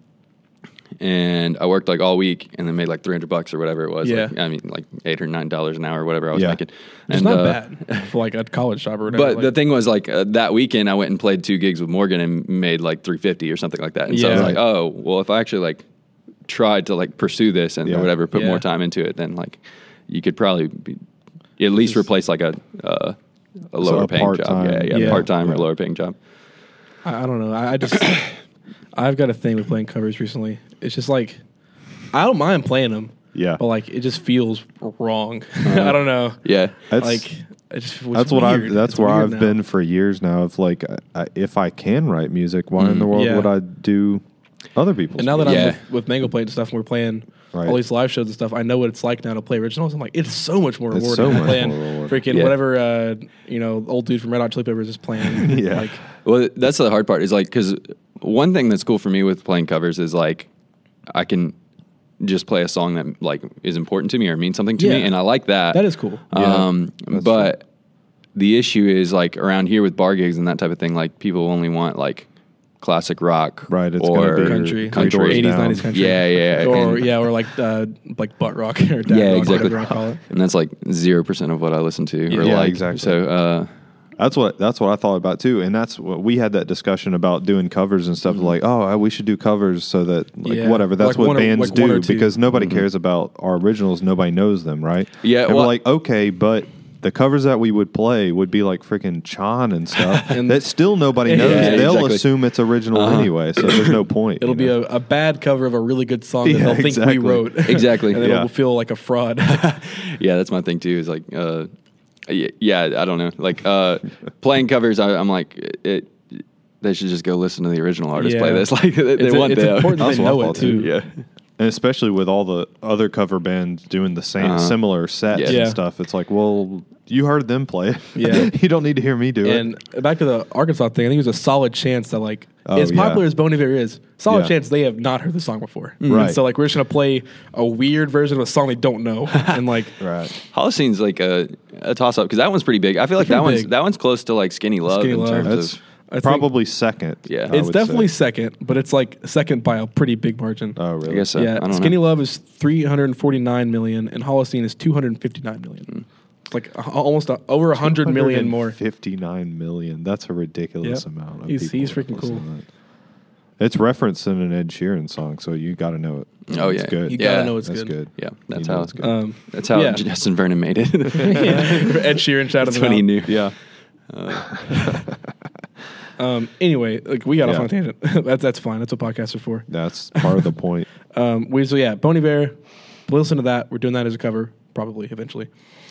Speaker 2: and I worked like all week and then made like 300 bucks or whatever it was.
Speaker 1: Yeah.
Speaker 2: Like, I mean, like eight or nine dollars an hour or whatever I was
Speaker 3: Yeah.
Speaker 2: making.
Speaker 1: It's
Speaker 2: And,
Speaker 1: not
Speaker 2: uh,
Speaker 1: bad for like a college job or whatever.
Speaker 2: But
Speaker 1: like,
Speaker 2: the thing was, like uh, that weekend, I went and played two gigs with Morgan and made like three fifty or something like that. And so I was
Speaker 1: Yeah.
Speaker 2: like, oh, well, if I actually like tried to like pursue this and
Speaker 3: Yeah.
Speaker 2: whatever, put
Speaker 1: Yeah.
Speaker 2: more time into it, then like you could probably be, at least replace like a uh, a lower paying job.
Speaker 3: part-time.
Speaker 2: Yeah, yeah,
Speaker 1: Yeah.
Speaker 2: part time or
Speaker 3: Yeah.
Speaker 2: lower paying job.
Speaker 1: I, I don't know. I, I just I've got a thing with playing covers recently. It's just like I don't mind playing them.
Speaker 3: Yeah.
Speaker 1: But like it just feels wrong.
Speaker 2: Uh-huh.
Speaker 1: I don't know.
Speaker 2: Yeah,
Speaker 3: That's-
Speaker 1: like it just, it's
Speaker 3: that's what I've
Speaker 1: weird.
Speaker 3: that's
Speaker 1: It's
Speaker 3: where
Speaker 1: weird
Speaker 3: I've
Speaker 1: now.
Speaker 3: been for years now. Of like, I, I, if I can write music, why in the world
Speaker 1: Mm, Yeah.
Speaker 3: would I do other people's?
Speaker 1: And now that
Speaker 3: music?
Speaker 2: Yeah.
Speaker 1: I'm with, with Mango Plate and stuff, and we're playing
Speaker 3: Right.
Speaker 1: all these live shows and stuff, I know what it's like now to play originals. I'm like, it's so much more
Speaker 3: It's
Speaker 1: rewarding
Speaker 3: so
Speaker 1: than
Speaker 3: much
Speaker 1: playing
Speaker 3: more rewarding.
Speaker 1: freaking
Speaker 2: Yeah.
Speaker 1: whatever uh, you know old dude from Red Hot Chili Peppers is playing.
Speaker 3: Yeah.
Speaker 1: like,
Speaker 2: Well, that's the hard part is like because one thing that's cool for me with playing covers is like I can just play a song that like is important to me or means something to me,
Speaker 1: Yeah.
Speaker 2: and I like that.
Speaker 1: That is cool.
Speaker 2: Um,
Speaker 3: Yeah, that's
Speaker 2: but the issue is like around here with bar gigs and that type of thing, like people only want like classic rock,
Speaker 3: Right, it's
Speaker 2: or
Speaker 3: gonna be
Speaker 1: country,
Speaker 2: country.
Speaker 3: Doors
Speaker 1: eighties,
Speaker 3: Down.
Speaker 1: nineties country.
Speaker 2: Yeah, yeah,
Speaker 1: or
Speaker 2: and-
Speaker 1: yeah, or like uh, like butt rock or dad
Speaker 2: yeah,
Speaker 1: rock, whatever
Speaker 2: exactly.
Speaker 1: you want to call it.
Speaker 2: And that's like zero percent of what I listen to. or
Speaker 3: Yeah,
Speaker 2: like,
Speaker 3: exactly.
Speaker 2: So uh,
Speaker 3: That's what that's what I thought about too, and that's what we had that discussion about doing covers and stuff. Like, oh, I- we should do covers so that like
Speaker 1: Mm-hmm. Yeah.
Speaker 3: whatever. That's
Speaker 1: Like
Speaker 3: what
Speaker 1: one or-
Speaker 3: bands
Speaker 1: like one
Speaker 3: do
Speaker 1: or two.
Speaker 3: because nobody cares about our originals. Nobody knows them, right?
Speaker 2: Yeah,
Speaker 3: and
Speaker 2: well-
Speaker 3: we're like, okay, but the covers that we would play would be like freaking Chan and stuff
Speaker 1: And-
Speaker 3: that still nobody knows.
Speaker 1: Yeah, Uh-huh.
Speaker 3: They'll
Speaker 2: exactly.
Speaker 3: assume it's original anyway, so there's no point.
Speaker 1: It'll be a, a bad cover of a really good song that
Speaker 3: Yeah,
Speaker 1: they'll think
Speaker 3: exactly.
Speaker 1: we wrote.
Speaker 2: Exactly.
Speaker 1: and then
Speaker 3: Yeah.
Speaker 1: it'll feel like a fraud.
Speaker 2: yeah, that's my thing too. Is like, uh, y- yeah, I don't know. Like uh, playing covers, I, I'm like, it, They should just go listen to the original artist play
Speaker 1: Yeah.
Speaker 2: this. Like they, they
Speaker 1: it's
Speaker 2: want
Speaker 1: it's
Speaker 2: that.
Speaker 1: important
Speaker 3: That's
Speaker 1: they
Speaker 3: what I
Speaker 1: know
Speaker 3: thought,
Speaker 1: it
Speaker 3: too.
Speaker 1: too.
Speaker 2: yeah,
Speaker 3: and especially with all the other cover bands doing the same
Speaker 2: Uh-huh.
Speaker 3: similar sets
Speaker 2: Yeah.
Speaker 3: and
Speaker 1: Yeah.
Speaker 3: stuff. It's like, well, you heard them play it.
Speaker 1: Yeah.
Speaker 3: you don't need to hear me do it.
Speaker 1: And back to the Arkansas thing, I think it was a solid chance that like
Speaker 3: Oh,
Speaker 1: as
Speaker 3: yeah.
Speaker 1: popular as Bon Iver is, solid
Speaker 3: Yeah. Mm.
Speaker 1: chance they have not heard the song before. And
Speaker 3: Right.
Speaker 1: so like we're just gonna play a weird version of a song they don't know, and like
Speaker 3: Right.
Speaker 2: Holocine's like a, a toss up because that one's pretty big. I feel like
Speaker 1: Pretty
Speaker 2: that one's
Speaker 1: big.
Speaker 2: that one's close to like Skinny Love
Speaker 1: Skinny
Speaker 2: in
Speaker 1: Love.
Speaker 2: terms
Speaker 3: That's
Speaker 2: of
Speaker 1: I think-
Speaker 3: probably second.
Speaker 2: Yeah.
Speaker 3: I
Speaker 1: it's
Speaker 3: would say.
Speaker 1: definitely second, but it's like second by a pretty big margin.
Speaker 3: Oh, really?
Speaker 2: I guess so. I
Speaker 1: yeah,
Speaker 2: don't
Speaker 1: Skinny
Speaker 2: know.
Speaker 1: Love is three hundred forty nine million, and Holocene is two hundred fifty nine million.
Speaker 2: Hmm.
Speaker 1: It's like a- almost a, over hundred million more.
Speaker 3: 59 million. That's a ridiculous
Speaker 1: Yep.
Speaker 3: amount. Of
Speaker 1: He's-
Speaker 3: people
Speaker 1: he's
Speaker 3: that
Speaker 1: freaking
Speaker 3: listen
Speaker 1: cool.
Speaker 3: to that. It's referenced in an Ed Sheeran song, so you got to know it.
Speaker 2: Oh,
Speaker 3: It's
Speaker 2: yeah.
Speaker 3: good.
Speaker 1: You
Speaker 2: Yeah.
Speaker 1: gotta know it's
Speaker 3: that's
Speaker 1: good.
Speaker 3: good.
Speaker 2: Yeah, that's
Speaker 3: you know
Speaker 2: how-
Speaker 3: it's good.
Speaker 1: Um,
Speaker 2: That's how
Speaker 1: Yeah.
Speaker 2: Justin Vernon made it.
Speaker 1: Ed Sheeran shouted
Speaker 2: that's
Speaker 1: them
Speaker 2: when he
Speaker 1: out.
Speaker 2: knew. Uh,
Speaker 3: yeah,
Speaker 1: Um, anyway, like we got off
Speaker 3: Yeah.
Speaker 1: on a tangent. that's that's fine. That's what podcasts are for.
Speaker 3: that's part of the point.
Speaker 1: Um, we so yeah, Bon Bear. Listen to that. We're doing that as a cover, probably eventually.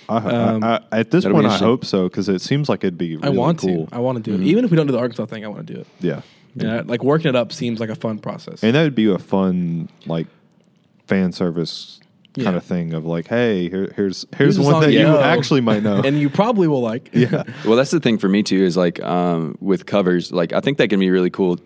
Speaker 3: I,
Speaker 1: Um,
Speaker 3: I, I, at this
Speaker 2: that'll be
Speaker 3: point, I
Speaker 2: interesting.
Speaker 3: hope so because it seems like it'd be. Really
Speaker 1: I want
Speaker 3: cool.
Speaker 1: to. I want to do
Speaker 2: Mm-hmm.
Speaker 1: it. Even if we don't do the Arkansas thing, I want to do it.
Speaker 3: yeah,
Speaker 1: Yeah, like working it up seems like a fun process.
Speaker 3: and that would be a fun like fan service kind
Speaker 1: Yeah.
Speaker 3: of thing of like, hey, here, here's here's
Speaker 1: a
Speaker 3: one
Speaker 1: song
Speaker 3: that
Speaker 1: you
Speaker 3: you
Speaker 1: know.
Speaker 3: actually might know.
Speaker 1: and you probably will like.
Speaker 3: yeah,
Speaker 2: Well, that's the thing for me too is like um, with covers, like I think that can be really cool.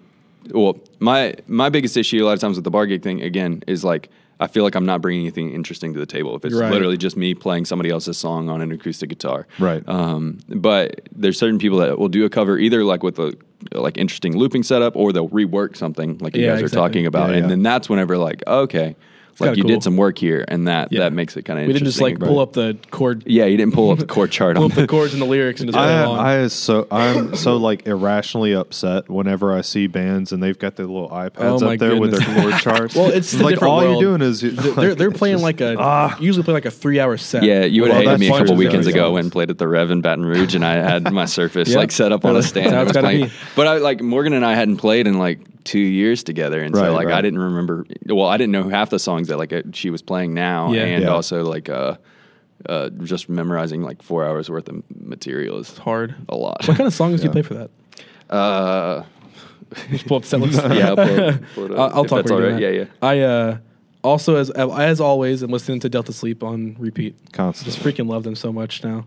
Speaker 2: Well, my my biggest issue a lot of times with the bar gig thing again is like I feel like I'm not bringing anything interesting to the table if it's
Speaker 1: Right.
Speaker 2: literally just me playing somebody else's song on an acoustic guitar.
Speaker 3: Right.
Speaker 2: Um, but there's certain people that will do a cover either like with a like interesting looping setup or they'll rework something like you
Speaker 1: Yeah,
Speaker 2: guys
Speaker 1: exactly.
Speaker 2: are talking about,
Speaker 3: Yeah, yeah.
Speaker 2: and then that's whenever like okay, like
Speaker 1: kinda
Speaker 2: you
Speaker 1: cool.
Speaker 2: did some work here, and that
Speaker 1: Yeah.
Speaker 2: that makes it kind of
Speaker 1: we didn't just like pull up the chord,
Speaker 2: Yeah, you didn't pull up the chord chart
Speaker 1: pull
Speaker 2: on
Speaker 1: up the chords and the lyrics and just play along.
Speaker 3: I, I is so I'm so like irrationally upset whenever I see bands and they've got their little iPads
Speaker 1: Oh,
Speaker 3: up
Speaker 1: my
Speaker 3: there with their
Speaker 1: goodness.
Speaker 3: chord charts.
Speaker 1: well, it's a
Speaker 3: like
Speaker 1: different
Speaker 3: all
Speaker 1: world.
Speaker 3: you're doing is you-
Speaker 1: They're- they're they're playing like a
Speaker 3: ah.
Speaker 1: usually play like a three hour set.
Speaker 2: Yeah, you would
Speaker 3: Well,
Speaker 2: have hated
Speaker 3: that's
Speaker 2: me a couple
Speaker 3: fine.
Speaker 2: weekends
Speaker 3: Yeah.
Speaker 2: ago and played at the Rev in Baton Rouge, and I had my Surface
Speaker 1: Yeah.
Speaker 2: like set up on a stand.
Speaker 1: That's how
Speaker 2: and
Speaker 1: it's
Speaker 2: was
Speaker 1: gotta
Speaker 2: playing.
Speaker 1: be.
Speaker 2: But I like Morgan and I hadn't played in like two years together, and
Speaker 3: Right,
Speaker 2: so like
Speaker 3: right.
Speaker 2: I didn't remember. Well, I didn't know half the songs that like uh, she was playing now,
Speaker 1: Yeah.
Speaker 2: and
Speaker 3: Yeah.
Speaker 2: also like uh, uh, just memorizing like four hours worth of material is
Speaker 1: hard.
Speaker 2: a lot.
Speaker 1: What kind of songs do
Speaker 3: Yeah.
Speaker 1: you play for that?
Speaker 2: uh,
Speaker 1: Just pull up set list.
Speaker 2: yeah, I'll, pull it- pull it
Speaker 1: I'll,
Speaker 2: up,
Speaker 1: I'll
Speaker 2: if
Speaker 1: talk
Speaker 2: That's
Speaker 1: about
Speaker 2: Yeah, yeah.
Speaker 1: I uh, also as as always am listening to Delta Sleep on repeat.
Speaker 3: Constantly.
Speaker 1: Just freaking love them so much now.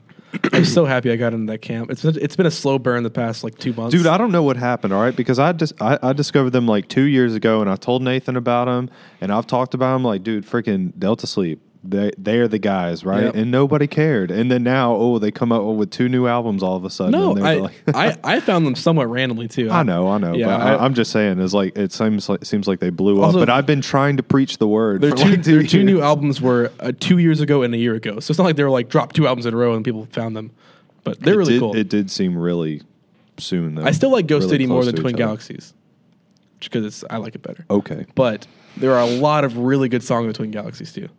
Speaker 1: I'm so happy I got into that camp. It's been, it's been a slow burn the past like two months.
Speaker 3: Dude, I don't know what happened. All right, because I just I, I discovered them like two years ago, and I told Nathan about them, and I've talked about them. Like, dude, freaking Delta Sleep, they they're the guys, right?
Speaker 1: Yep.
Speaker 3: And nobody cared. And then now, oh, they come out with two new albums all of a sudden.
Speaker 1: No,
Speaker 3: and they're
Speaker 1: I,
Speaker 3: like,
Speaker 1: I I found them somewhat randomly too.
Speaker 3: I know, I know,
Speaker 1: Yeah,
Speaker 3: but
Speaker 1: I-
Speaker 3: I, I'm just saying, it's like it seems like seems like they blew
Speaker 1: Also-
Speaker 3: up. But I've been trying to preach the word.
Speaker 1: Their
Speaker 3: for
Speaker 1: two,
Speaker 3: like two
Speaker 1: their two new
Speaker 3: years.
Speaker 1: albums were uh, two years ago and a year ago, so it's not like they were like dropped two albums in a row and people found them. But they're
Speaker 3: it
Speaker 1: really
Speaker 3: did,
Speaker 1: cool.
Speaker 3: It did seem really soon though.
Speaker 1: I still like Ghost
Speaker 3: Really
Speaker 1: City more
Speaker 3: close
Speaker 1: than
Speaker 3: to
Speaker 1: Twin
Speaker 3: each other.
Speaker 1: Galaxies, because it's I like it better.
Speaker 3: Okay,
Speaker 1: But there are a lot of really good songs in Twin Galaxies too.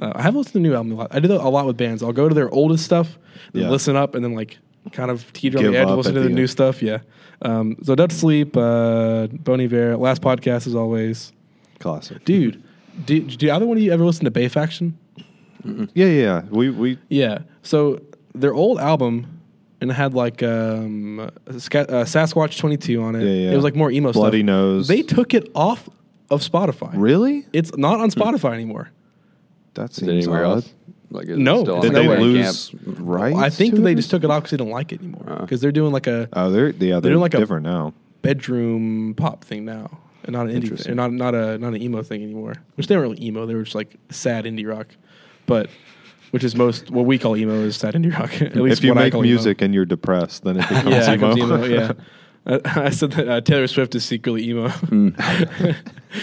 Speaker 1: Uh, I haven't listened to the new album a lot. I do that a lot with bands. I'll go to their oldest stuff, then
Speaker 3: Yeah.
Speaker 1: listen up, and then like kind of teeter on
Speaker 3: Give
Speaker 1: the edge,
Speaker 3: up
Speaker 1: listen
Speaker 3: at
Speaker 1: to the
Speaker 3: the
Speaker 1: new
Speaker 3: end.
Speaker 1: stuff. Yeah. Um, so Dub Sleep, uh, Bon Iver, last podcast as always.
Speaker 3: classic.
Speaker 1: Dude, do, do either one of you ever listen to Bay Faction?
Speaker 3: Yeah, yeah. We we
Speaker 1: Yeah. So their old album and it had like um, Ska- uh, Sasquatch 22 on it.
Speaker 3: Yeah, yeah.
Speaker 1: It was like more emo
Speaker 3: Bloody
Speaker 1: stuff.
Speaker 3: Nose.
Speaker 1: They took it off of Spotify.
Speaker 3: really
Speaker 1: It's not
Speaker 3: Hmm.
Speaker 1: on Spotify anymore.
Speaker 3: that
Speaker 2: Is
Speaker 3: seems
Speaker 2: it anywhere
Speaker 3: odd.
Speaker 2: else? Like, is it
Speaker 1: No,
Speaker 2: still on
Speaker 1: Did
Speaker 3: Did they
Speaker 1: Nowhere.
Speaker 3: lose
Speaker 2: Bandcamp?
Speaker 3: rights?
Speaker 1: I think that
Speaker 3: to
Speaker 1: they
Speaker 3: it?
Speaker 1: just took it off because they didn't like it anymore.
Speaker 2: Uh.
Speaker 1: Because they're doing like a
Speaker 3: Oh, they're yeah, they're,
Speaker 1: doing like a-
Speaker 3: different now.
Speaker 1: bedroom pop thing now, and not an indie, thing,
Speaker 3: Interesting.
Speaker 1: not not a not an emo thing anymore. Which they weren't really emo; they were just like sad indie rock. But which is most what we call emo is sad indie rock. At least
Speaker 3: If you
Speaker 1: what I
Speaker 3: make
Speaker 1: call
Speaker 3: music and you're depressed, then it
Speaker 1: emo.
Speaker 3: becomes
Speaker 1: yeah, it
Speaker 3: emo.
Speaker 1: becomes emo. Yeah, I, I said that uh, Taylor Swift is secretly emo
Speaker 3: Hmm.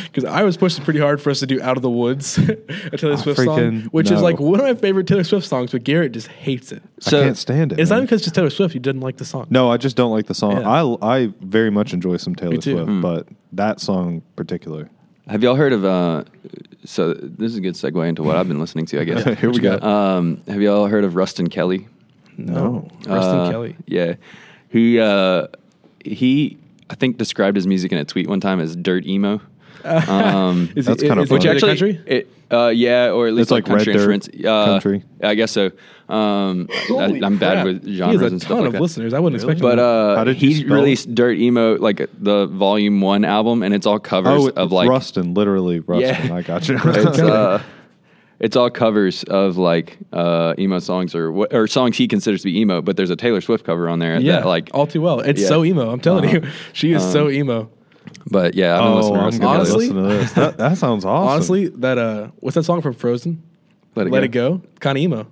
Speaker 1: because I was pushing pretty hard for us to do "Out of the Woods," a Taylor
Speaker 3: I
Speaker 1: Swift song,
Speaker 3: Ah, freaking
Speaker 1: which is
Speaker 3: know.
Speaker 1: like one of my favorite Taylor Swift songs. But Garrett just hates it.
Speaker 2: So-
Speaker 3: I can't stand it.
Speaker 1: It's not
Speaker 3: man.
Speaker 1: because it's Taylor Swift; he didn't like the song.
Speaker 3: No, I just don't like the song.
Speaker 1: Yeah.
Speaker 3: I I very much enjoy some Taylor
Speaker 1: too.
Speaker 2: Hmm.
Speaker 3: Swift, but that song particular.
Speaker 2: Have y'all heard of? Uh, so this is a good segue into what I've been listening to. I guess.
Speaker 3: Here we go.
Speaker 2: Um, have y'all heard of Rustin Kelly?
Speaker 1: no, Rustin
Speaker 2: Uh,
Speaker 1: Kelly.
Speaker 2: Yeah, who uh, he I think described his music in a tweet one time as dirt emo. Um,
Speaker 1: Is
Speaker 3: That's
Speaker 1: it,
Speaker 3: kinda
Speaker 1: is it
Speaker 3: funny.
Speaker 1: Jack
Speaker 2: Actually,
Speaker 1: Country?
Speaker 2: It, uh, yeah, or at least
Speaker 3: It's like
Speaker 2: country
Speaker 3: red dirt
Speaker 2: instruments. Uh,
Speaker 3: country.
Speaker 2: I guess so. Um, I,
Speaker 1: Holy
Speaker 2: I'm bad
Speaker 1: crap.
Speaker 2: with
Speaker 1: He has
Speaker 2: genres
Speaker 1: a
Speaker 2: and
Speaker 1: ton
Speaker 2: stuff like
Speaker 1: of
Speaker 2: that.
Speaker 1: listeners. I wouldn't expect
Speaker 2: But
Speaker 1: him to-
Speaker 2: uh,
Speaker 3: How did you
Speaker 2: he's
Speaker 3: spell it?
Speaker 2: released Dirt Emo, like the Volume One album, and it's all covers
Speaker 3: Oh,
Speaker 2: of like
Speaker 3: Rustin, literally Rustin.
Speaker 2: Yeah.
Speaker 3: I got you.
Speaker 2: it's, uh, it's all covers of like uh, emo songs or wh- or songs he considers to be emo. But there's a Taylor Swift cover on there.
Speaker 1: yeah,
Speaker 2: that, like.
Speaker 1: all too well. It's
Speaker 2: yeah. Uh-huh. Um,
Speaker 1: so emo. I'm telling you, she is so emo.
Speaker 2: But yeah, I've been
Speaker 3: oh,
Speaker 2: listening to
Speaker 3: I'm
Speaker 2: Rustin
Speaker 3: gonna
Speaker 2: Kelly.
Speaker 1: Honestly-
Speaker 3: listen to this. That, that sounds awesome.
Speaker 1: Honestly, that uh, what's that song from Frozen?
Speaker 2: Let It
Speaker 1: go. Kind of emo.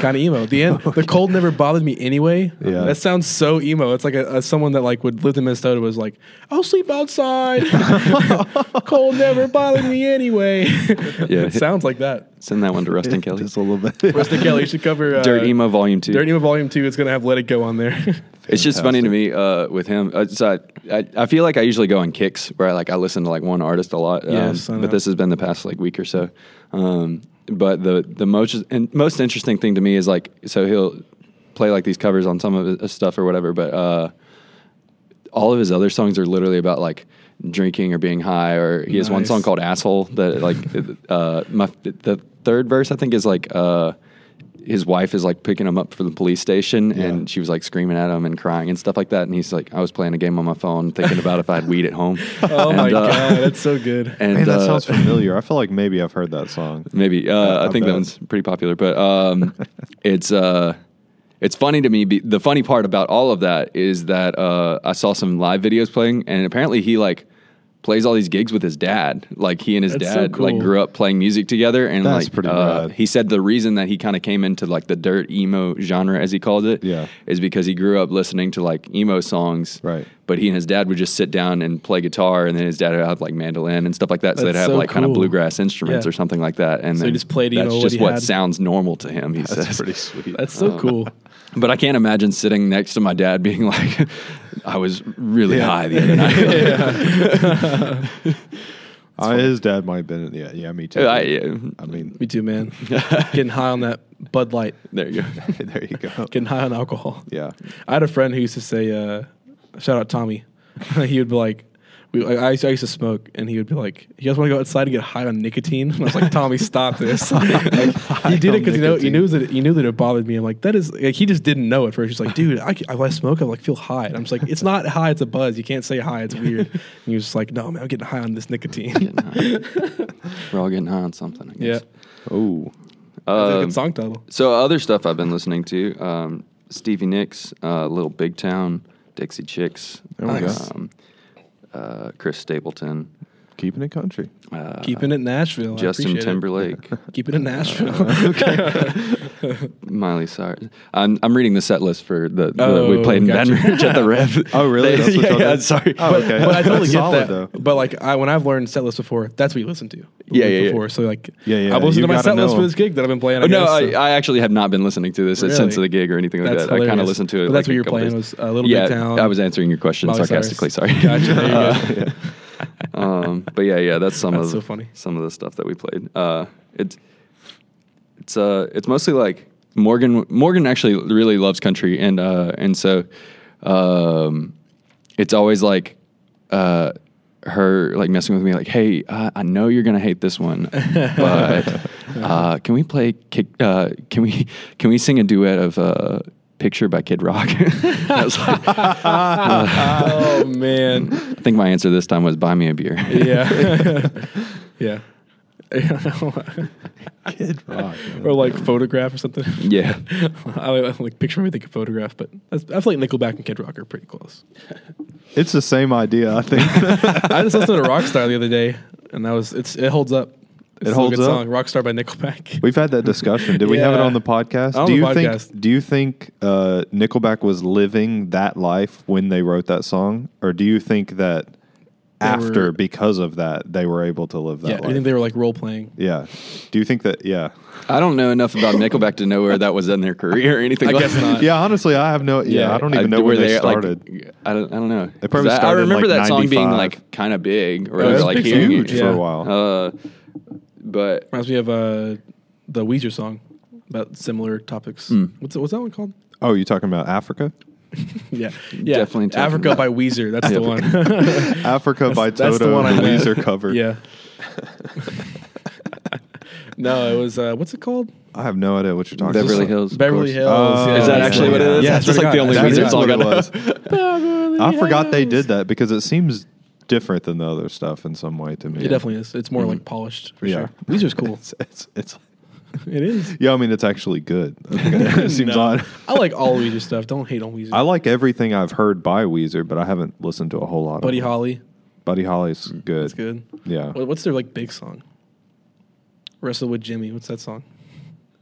Speaker 1: kind of emo. The end. The cold never bothered me anyway.
Speaker 3: Yeah.
Speaker 1: That sounds so emo. It's like a, a someone that like would live in Minnesota was like, I'll sleep outside. cold never bothered me anyway.
Speaker 2: Yeah.
Speaker 1: it sounds like that.
Speaker 2: Send that one to Rustin Kelly.
Speaker 3: just a little bit.
Speaker 1: Mr. Kelly should cover uh,
Speaker 2: Dirt Emo Volume Two.
Speaker 1: Dirt Emo Volume Two. It's gonna have Let It Go on there.
Speaker 2: It's just funny to me uh, with him. Uh, so I, I, I feel like I usually go on kicks where I like I listen to like one artist a lot. um,
Speaker 1: Yes, I know.
Speaker 2: but this has been the past like week or so. Um, but the the most and most interesting thing to me is like so he'll play like these covers on some of his stuff or whatever. But uh, all of his other songs are literally about like drinking or being high. Or he has one
Speaker 1: Nice.
Speaker 2: song called "Asshole" that like uh, my the third verse I think is like. Uh, his wife is like picking him up from the police station and she was like screaming at him and crying and stuff like that. And he's like, I was playing a game on my phone thinking about if I had weed at home.
Speaker 1: Oh
Speaker 2: And,
Speaker 1: my
Speaker 2: uh,
Speaker 1: god, that's so good.
Speaker 2: And
Speaker 3: Man, that
Speaker 2: uh,
Speaker 3: sounds familiar. I feel like maybe I've heard that song.
Speaker 2: maybe, uh,
Speaker 3: I-
Speaker 2: I,
Speaker 3: I
Speaker 2: think that
Speaker 3: bet.
Speaker 2: one's pretty popular, but, um, it's, uh, it's funny to me. be- The funny part about all of that is that, uh, I saw some live videos playing and apparently he like plays all these gigs with his dad. Like he and his
Speaker 1: That's so
Speaker 2: dad like
Speaker 1: cool.
Speaker 2: grew up playing music together. And
Speaker 3: That's
Speaker 2: like,
Speaker 3: pretty
Speaker 2: uh,
Speaker 3: rad.
Speaker 2: he said the reason that he kind of came into like the dirt emo genre as he called it
Speaker 3: Yeah.
Speaker 2: is because he grew up listening to like emo songs.
Speaker 3: Right.
Speaker 2: But he and his dad would just sit down and play guitar, and then his dad would have like mandolin and stuff like that. So
Speaker 1: That's
Speaker 2: they'd have
Speaker 1: so
Speaker 2: like kind of
Speaker 1: cool.
Speaker 2: bluegrass instruments
Speaker 1: Yeah.
Speaker 2: or something like that. And
Speaker 1: So he
Speaker 2: then
Speaker 1: just played, you
Speaker 2: That's
Speaker 1: know, what
Speaker 2: just
Speaker 1: he
Speaker 2: what
Speaker 1: had.
Speaker 2: sounds normal to him. He
Speaker 3: That's
Speaker 2: says.
Speaker 3: pretty sweet.
Speaker 1: That's
Speaker 2: uh,
Speaker 1: so cool.
Speaker 2: But I can't imagine sitting next to my dad being like, "I was really
Speaker 3: Yeah.
Speaker 2: high the other night."
Speaker 3: Uh, his dad might have been. Yeah, yeah, me too.
Speaker 2: I, uh,
Speaker 3: I mean,
Speaker 1: Me too, man. Getting high on that Bud Light.
Speaker 2: there you go.
Speaker 3: there you go.
Speaker 1: Getting high on alcohol.
Speaker 3: Yeah.
Speaker 1: I had a friend who used to say, uh, "Shout out Tommy." he would be like, "We." I, I used to- I used to smoke, and he would be like, "You guys want to go outside and get high on nicotine?" And I was like, "Tommy, stop this." Like, he did it because you know you
Speaker 3: nicotine.
Speaker 1: knew that you knew that it bothered me. I'm like, that is like he just didn't know at first. He's like, "Dude, I, c- if I smoke, I like feel high." And I'm just like, "It's not high. It's a buzz. You can't say high. It's weird." and he was just like, "No, man, I'm getting high on this nicotine."
Speaker 2: Getting high. We're all getting high on something. I
Speaker 1: yeah,
Speaker 2: guess.
Speaker 3: Oh,
Speaker 1: that's a
Speaker 2: Um,
Speaker 1: good song title.
Speaker 2: So other stuff I've been listening to: um, Stevie Nicks, uh, Little Big Town, Dixie Chicks,
Speaker 1: There we go.
Speaker 2: um, uh, Chris Stapleton,
Speaker 3: keeping it country.
Speaker 2: Uh,
Speaker 1: Keeping it Nashville. I
Speaker 2: Justin
Speaker 1: appreciate it.
Speaker 2: Timberlake, Uh,
Speaker 1: Keeping it Nashville.
Speaker 2: Miley Cyrus. I'm, I'm reading the set list for the, the we
Speaker 1: Oh,
Speaker 2: played in
Speaker 1: gotcha.
Speaker 2: Baton Rouge at the Rev.
Speaker 3: Oh, really?
Speaker 2: They-
Speaker 3: That's what
Speaker 2: yeah,
Speaker 3: y'all
Speaker 2: yeah,
Speaker 3: did?
Speaker 2: sorry.
Speaker 3: Oh, okay.
Speaker 1: but I totally
Speaker 3: That's
Speaker 1: get
Speaker 3: solid,
Speaker 1: that.
Speaker 3: though.
Speaker 1: But like I, when I've learned set lists before, that's what you listen to.
Speaker 2: Yeah, yeah, yeah.
Speaker 1: before. So like,
Speaker 3: Yeah, yeah,
Speaker 1: I've listened
Speaker 3: you
Speaker 1: to my
Speaker 3: gotta
Speaker 1: set
Speaker 3: know
Speaker 1: list for
Speaker 3: 'em.
Speaker 1: this gig that I've been playing. I
Speaker 2: Oh, no,
Speaker 1: guess,
Speaker 2: I,
Speaker 1: so.
Speaker 2: I actually have not been listening to this
Speaker 1: Really?
Speaker 2: since the gig or anything like
Speaker 1: That's
Speaker 2: that. I kind of
Speaker 1: hilarious.
Speaker 2: listened to it.
Speaker 1: But that's what
Speaker 2: like a
Speaker 1: you're
Speaker 2: couple
Speaker 1: playing was,
Speaker 2: days-
Speaker 1: uh, Little Big
Speaker 2: yeah,
Speaker 1: Town,
Speaker 2: I was answering your question
Speaker 1: Miley Cyrus.
Speaker 2: sarcastically. Sorry. Uh,
Speaker 1: Gotcha, there you go.
Speaker 2: um, but yeah, yeah, that's some
Speaker 1: That's
Speaker 2: of
Speaker 1: so funny.
Speaker 2: some of the stuff that we played. Uh, it's it's uh it's mostly like Morgan Morgan actually really loves country and uh and so um it's always like uh her like messing with me like hey uh, I know you're gonna hate this one but uh can we play kick uh can we can we sing a duet of uh picture by Kid Rock I was like
Speaker 1: oh man,
Speaker 2: I think my answer this time was buy me a beer.
Speaker 1: yeah, yeah.
Speaker 3: Kid Rock. man.
Speaker 1: or like photograph or something.
Speaker 2: yeah.
Speaker 1: I, I like picture me think of photograph, but that's, I feel like Nickelback and Kid Rock are pretty close.
Speaker 3: It's the same idea, I think.
Speaker 1: I just listened to Rockstar the other day, and that was it's it holds up. It's
Speaker 3: It
Speaker 1: still
Speaker 3: holds
Speaker 1: a good
Speaker 3: up?
Speaker 1: song. Rockstar by Nickelback.
Speaker 3: We've had that discussion. Did we have it
Speaker 1: Yeah.
Speaker 3: on the podcast?
Speaker 1: On
Speaker 3: do
Speaker 1: the
Speaker 3: you
Speaker 1: podcast.
Speaker 3: think do you think uh, Nickelback was living that life when they wrote that song, or do you think that after
Speaker 1: were-
Speaker 3: because of that they were able to live
Speaker 1: yeah,
Speaker 3: that
Speaker 1: I
Speaker 3: life?
Speaker 1: think they were like role playing.
Speaker 3: yeah. Do you think that? Yeah.
Speaker 2: I don't know enough about Nickelback to know where that was in their career or anything.
Speaker 1: I
Speaker 2: like
Speaker 1: guess
Speaker 2: that.
Speaker 1: not.
Speaker 3: Yeah. Honestly, I have no. Yeah. I don't
Speaker 1: uh,
Speaker 3: even know where they,
Speaker 2: like,
Speaker 3: started.
Speaker 2: I don't. I don't know.
Speaker 3: They probably
Speaker 2: 'Cause I- I,
Speaker 3: started in,
Speaker 2: remember
Speaker 3: like,
Speaker 2: that song being
Speaker 3: 95.
Speaker 2: like kind of big, or
Speaker 1: Yeah,
Speaker 2: I remember,
Speaker 1: it's
Speaker 2: like
Speaker 1: big-
Speaker 2: hearing
Speaker 3: huge
Speaker 2: it.
Speaker 1: yeah.
Speaker 3: for a while.
Speaker 2: Uh, but
Speaker 1: Reminds me of uh, the Weezer song about similar topics.
Speaker 3: Hmm.
Speaker 1: What's what's that one called?
Speaker 3: oh, you talking about Africa?
Speaker 1: Yeah, yeah.
Speaker 2: Definitely talking
Speaker 1: Africa
Speaker 2: about-
Speaker 1: by Weezer. That's the one.
Speaker 3: Africa by Toto.
Speaker 1: that's the one I had.
Speaker 3: Weezer cover.
Speaker 1: yeah. no, it was uh, what's it called?
Speaker 3: I have no idea what you're talking
Speaker 2: Beverly
Speaker 3: about.
Speaker 2: Hills. of
Speaker 1: Beverly
Speaker 2: course.
Speaker 1: Hills.
Speaker 3: Oh,
Speaker 2: Is that
Speaker 3: yeah.
Speaker 2: actually what it is?
Speaker 1: Yeah,
Speaker 2: That's just like the only
Speaker 3: That
Speaker 2: Weezer
Speaker 3: is
Speaker 2: song
Speaker 3: what
Speaker 2: I
Speaker 3: it
Speaker 2: know.
Speaker 3: was. I forgot they did that because it seems different than the other stuff in some way to me.
Speaker 1: It definitely is. It's more like polished for
Speaker 3: Mm-hmm. Yeah.
Speaker 1: sure. Weezer's cool.
Speaker 3: It's, it's, it's,
Speaker 1: it is.
Speaker 3: yeah, I mean, it's actually good. it seems
Speaker 1: No.
Speaker 3: odd.
Speaker 1: I like all Weezer stuff. Don't hate on Weezer.
Speaker 3: I like everything I've heard by Weezer, but I haven't listened to a whole lot
Speaker 1: Buddy
Speaker 3: of them.
Speaker 1: Holly. Mm,
Speaker 3: Buddy Holly's good.
Speaker 1: That's good.
Speaker 3: Yeah.
Speaker 1: What- What's their like big song? Wrestle with Jimmy. What's that song?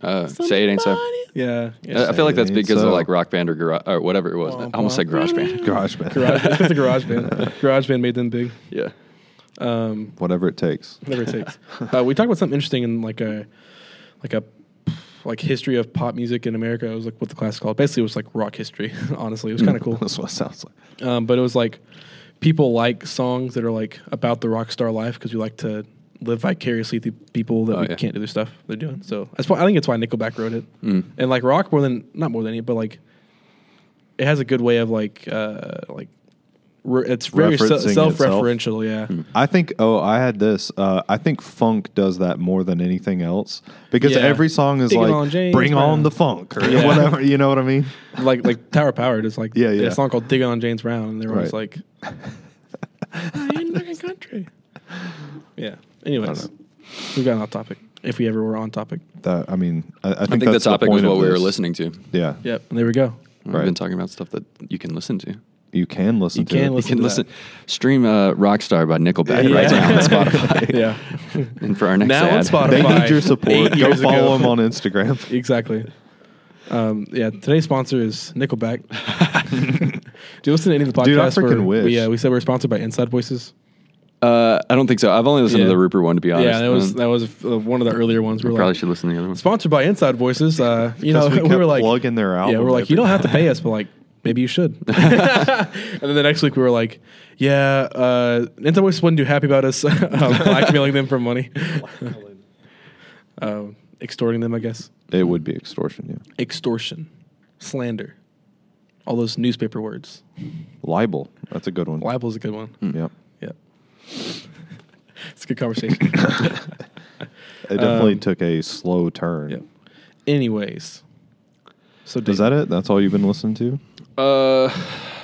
Speaker 2: Uh, say it ain't so.
Speaker 1: Yeah. yeah.
Speaker 2: I I feel like that's
Speaker 3: Say It Ain't
Speaker 2: because
Speaker 3: So.
Speaker 2: of like rock band or garage or whatever it was. I almost said garage band.
Speaker 3: Garage band.
Speaker 1: garage. That's a garage band. Garage band made them big.
Speaker 2: Yeah.
Speaker 1: Um,
Speaker 3: Whatever it takes.
Speaker 1: whatever it takes. Uh, we talked about something interesting in like a, like a, like history of pop music in America. It was like what the class is called. Basically, it was like rock history. Honestly, it was kind of cool.
Speaker 3: That's what it sounds like.
Speaker 1: um, but it was like people like songs that are like about the rock star life because we like to live vicariously through people that
Speaker 2: Oh,
Speaker 1: we
Speaker 2: yeah.
Speaker 1: can't do their stuff they're doing. So that's why I think it's why Nickelback wrote it,
Speaker 3: Mm.
Speaker 1: and like rock more than not more than any, but like it has a good way of like uh like re- it's very se-
Speaker 3: Referencing itself.
Speaker 1: self-referential. Yeah,
Speaker 3: I think. Oh, I had this. Uh, I think funk does that more than anything else because
Speaker 1: Yeah.
Speaker 3: every song is
Speaker 1: Bring it
Speaker 3: like
Speaker 1: on, James
Speaker 3: "Bring
Speaker 1: Brown."
Speaker 3: on the funk" or
Speaker 1: Yeah.
Speaker 3: whatever. You know what I mean?
Speaker 1: like like Tower of Power is like
Speaker 3: Yeah, yeah.
Speaker 1: a song called "Digging on James Brown," and they're always
Speaker 3: Right.
Speaker 1: like, "I ain't fucking country." Yeah. Anyways, we've gotten off topic. If we ever were on topic.
Speaker 3: That I mean, I, I think,
Speaker 2: I think the
Speaker 3: that's
Speaker 2: topic
Speaker 3: the
Speaker 2: was
Speaker 3: point
Speaker 2: what
Speaker 3: of
Speaker 2: we were
Speaker 3: this.
Speaker 2: listening to.
Speaker 3: Yeah,
Speaker 1: Yep. And there we go.
Speaker 2: We've
Speaker 3: Right.
Speaker 2: been talking about stuff that you can listen to.
Speaker 3: you can listen.
Speaker 1: You
Speaker 3: to
Speaker 1: can
Speaker 3: it.
Speaker 1: listen
Speaker 2: can
Speaker 1: to
Speaker 2: listen stream uh, Rockstar by Nickelback
Speaker 1: Yeah.
Speaker 2: right now on Spotify.
Speaker 1: Yeah.
Speaker 2: and for our next
Speaker 1: Now on
Speaker 2: ad,
Speaker 1: Spotify.
Speaker 3: They
Speaker 1: Spotify
Speaker 3: need your support.
Speaker 1: eight
Speaker 3: Go
Speaker 1: years ago.
Speaker 3: follow them on Instagram.
Speaker 1: Exactly. Um, yeah. Today's sponsor is Nickelback. Do you listen to any of the podcasts?
Speaker 3: Dude, I
Speaker 1: where
Speaker 3: freaking wish.
Speaker 1: We, uh, we said we were sponsored by Inside Voices.
Speaker 2: uh, I don't think so. I've only listened
Speaker 1: Yeah.
Speaker 2: to the Rupert one to be honest.
Speaker 1: yeah, that was
Speaker 3: Mm.
Speaker 2: Um,
Speaker 1: that was uh, one of the earlier ones. We were
Speaker 2: probably
Speaker 1: like,
Speaker 2: should listen to the other one.
Speaker 1: sponsored by Inside Voices. Uh, you know,
Speaker 3: Because
Speaker 1: we,
Speaker 3: we kept
Speaker 1: were like
Speaker 3: plugging their album.
Speaker 1: Yeah, we were like,
Speaker 3: every-
Speaker 1: you don't have to pay us, but like maybe you should. and then the next week we were like, yeah, uh, Inside Voices wouldn't do happy about us um, blackmailing them for money, um, extorting them, I guess.
Speaker 3: It would be extortion. Yeah,
Speaker 1: extortion, slander, all those newspaper words.
Speaker 3: libel. That's a good one.
Speaker 1: Libel's a good one.
Speaker 3: Yep.
Speaker 1: Yeah. it's a good conversation.
Speaker 3: It definitely
Speaker 1: Um,
Speaker 3: took a slow turn.
Speaker 1: yeah. Anyways, so
Speaker 3: Is that it? That's all you've been listening to?
Speaker 2: Uh,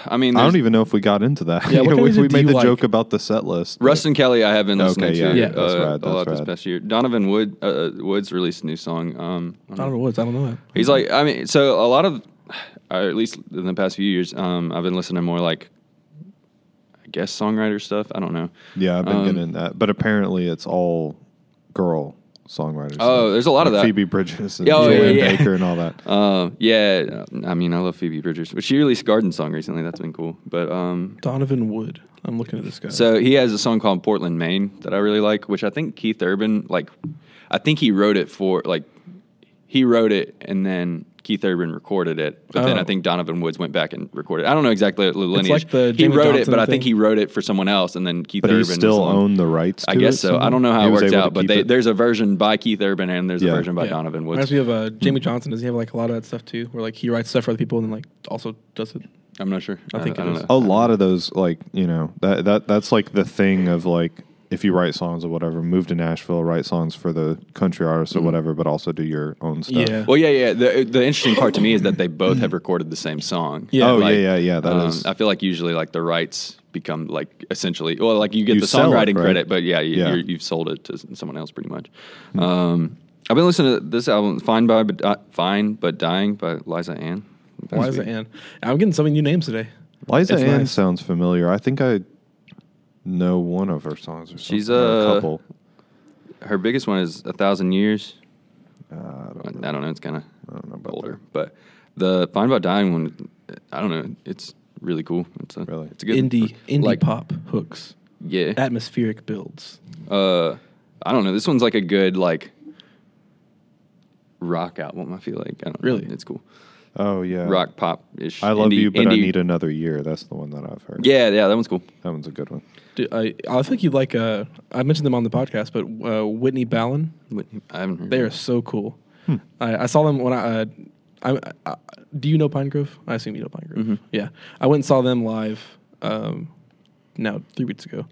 Speaker 2: I mean,
Speaker 3: I
Speaker 2: there's-
Speaker 3: don't even know if we got into that.
Speaker 1: Yeah, what kind of
Speaker 3: we,
Speaker 1: music
Speaker 3: we
Speaker 1: do
Speaker 3: made
Speaker 1: you
Speaker 3: the
Speaker 1: like?
Speaker 3: joke about the set list. but-
Speaker 2: Rustin Kelly, I have been
Speaker 3: Okay,
Speaker 2: listening
Speaker 3: yeah,
Speaker 2: to
Speaker 1: yeah,
Speaker 2: uh,
Speaker 1: that's
Speaker 3: rad,
Speaker 2: a lot
Speaker 3: that's
Speaker 2: this
Speaker 3: rad.
Speaker 2: past year. Donovan Wood uh, Woods released a new song. Um, I don't know.
Speaker 1: Donovan Woods? I don't know that.
Speaker 2: He's like, I mean, so a lot of, or at least in the past few years, um, I've been listening to more like, I guest songwriter stuff. I don't know.
Speaker 3: Yeah, I've been
Speaker 2: Um,
Speaker 3: getting that, but apparently it's all girl songwriters.
Speaker 2: Oh, there's a lot of that.
Speaker 3: Phoebe Bridges and
Speaker 2: Oh, yeah,
Speaker 3: Joanne
Speaker 2: yeah.
Speaker 3: Baker and all that.
Speaker 2: Um, yeah, I mean, I love Phoebe Bridgers, but she released a Garden Song recently. That's been cool. But um,
Speaker 1: Donovan Wood. I'm looking at this guy.
Speaker 2: so he has a song called Portland, Maine that I really like, which I think Keith Urban, like, I think he wrote it for, like, he wrote it and then Keith Urban recorded it. But then
Speaker 1: Oh.
Speaker 2: I think Donovan Woods went back and recorded it. I don't know exactly the lineage.
Speaker 1: like the
Speaker 2: he
Speaker 1: Jimmy
Speaker 2: wrote it,
Speaker 1: Johnson
Speaker 2: but I think
Speaker 1: thing.
Speaker 2: he wrote it for someone else and then Keith
Speaker 3: But
Speaker 2: Urban
Speaker 3: he
Speaker 2: was the
Speaker 3: still
Speaker 2: one-
Speaker 3: owned the rights.
Speaker 2: I
Speaker 3: to
Speaker 2: guess
Speaker 3: it
Speaker 2: so. I
Speaker 3: somehow?
Speaker 2: don't know how
Speaker 3: He
Speaker 2: it
Speaker 3: was
Speaker 2: worked
Speaker 3: able to
Speaker 2: out, but
Speaker 3: keep
Speaker 2: they,
Speaker 3: it.
Speaker 2: there's a version by Keith Urban and there's a
Speaker 3: Yeah.
Speaker 2: version by
Speaker 1: Yeah.
Speaker 2: Donovan Woods.
Speaker 1: Reminds me of uh,
Speaker 3: Hmm.
Speaker 1: Jamie Johnson. Does he have like a lot of that stuff too? Where like he writes stuff for other people and then like also does it.
Speaker 2: I'm not sure.
Speaker 1: I think it
Speaker 2: don't
Speaker 1: is.
Speaker 2: know.
Speaker 3: a lot of those like you know that that that's like the thing of like if you write songs or whatever move to nashville write songs for the country artists
Speaker 2: Mm.
Speaker 3: or whatever but also do your own stuff
Speaker 1: Yeah.
Speaker 2: Well, yeah, yeah. The the interesting part to me is that they both have recorded the same song. um,
Speaker 1: Yeah.
Speaker 3: Oh, yeah, yeah, yeah, that is-
Speaker 2: I feel like usually like the rights become like essentially well, like you get
Speaker 3: You
Speaker 2: the
Speaker 3: sell it,
Speaker 2: songwriting
Speaker 3: right?
Speaker 2: credit, but yeah, you,
Speaker 3: Yeah.
Speaker 2: You're, you've sold it to s- someone else pretty much. Um, I've been listening to this album, "Fine by but Di- Fine but Dying" by Liza Ann.
Speaker 1: Why is it Ann? I'm getting so many new names today.
Speaker 3: liza
Speaker 1: It's
Speaker 3: ann
Speaker 1: nice.
Speaker 3: sounds familiar i think i know one of her songs or
Speaker 2: She's,
Speaker 3: something, or
Speaker 2: uh,
Speaker 3: a couple
Speaker 2: Her biggest one is "A Thousand Years."
Speaker 3: uh, I
Speaker 2: I
Speaker 3: don't know.
Speaker 2: I don't know. It's kind of
Speaker 3: I don't know about
Speaker 2: older, but the "Fine by Dying" one, I don't know. It's really cool. It's a,
Speaker 3: Really?
Speaker 2: it's a good
Speaker 1: indie indie
Speaker 2: like-
Speaker 1: pop hooks,
Speaker 2: Yeah,
Speaker 1: atmospheric builds.
Speaker 2: uh I don't know. This one's like a good like rock album. I feel like I don't
Speaker 1: Really?
Speaker 2: It's cool.
Speaker 3: oh yeah
Speaker 2: Rock pop ish.
Speaker 3: i love you but i need another year that's the one that i've heard
Speaker 2: Yeah, yeah, that one's cool.
Speaker 3: that one's a good one
Speaker 1: Dude, I I think you'd like. Uh, I mentioned them on the podcast, but uh, Whitney Ballon.
Speaker 2: Whitney- I haven't heard.
Speaker 1: They
Speaker 2: of
Speaker 1: are
Speaker 2: it.
Speaker 1: so cool.
Speaker 2: Hmm.
Speaker 1: I, I saw them when I, uh, I, I. Do you know Pine Grove? I assume you know Pine Grove.
Speaker 2: Mhm.
Speaker 1: Yeah, I went and saw them live. Um, now three weeks ago,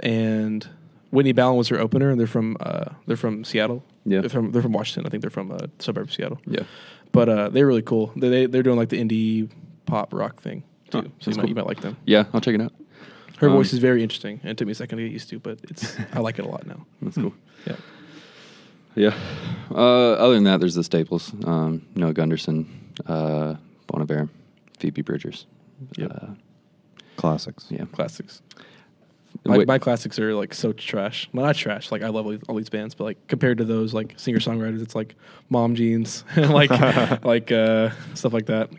Speaker 1: and Whitney Ballon was her opener, and they're from uh, they're from Seattle.
Speaker 2: Yeah.
Speaker 1: they're from, they're from Washington. I think they're from uh, suburb of Seattle.
Speaker 2: Yeah.
Speaker 1: but uh, they're really cool. They, they they're doing like the indie pop rock thing too.
Speaker 2: Huh,
Speaker 1: so you
Speaker 2: that's
Speaker 1: might,
Speaker 2: cool.
Speaker 1: you might like them.
Speaker 2: Yeah, I'll check it out.
Speaker 1: Her
Speaker 2: Um,
Speaker 1: voice is very interesting, and it took me a second to get used to, but it's I like it a lot now.
Speaker 2: That's cool.
Speaker 1: Yeah.
Speaker 2: Yeah. Uh, other than that, there's the staples. Um, Noah Gunderson, uh, Bon Iver, Phoebe Bridgers.
Speaker 1: Yep.
Speaker 2: Uh,
Speaker 3: classics
Speaker 2: yeah.
Speaker 1: classics. My,
Speaker 2: Wait,
Speaker 1: my classics are like so trash. Well, not trash. Like I love all these, all these bands, but like compared to those like singer songwriters, it's like mom jeans and like like uh, stuff like that.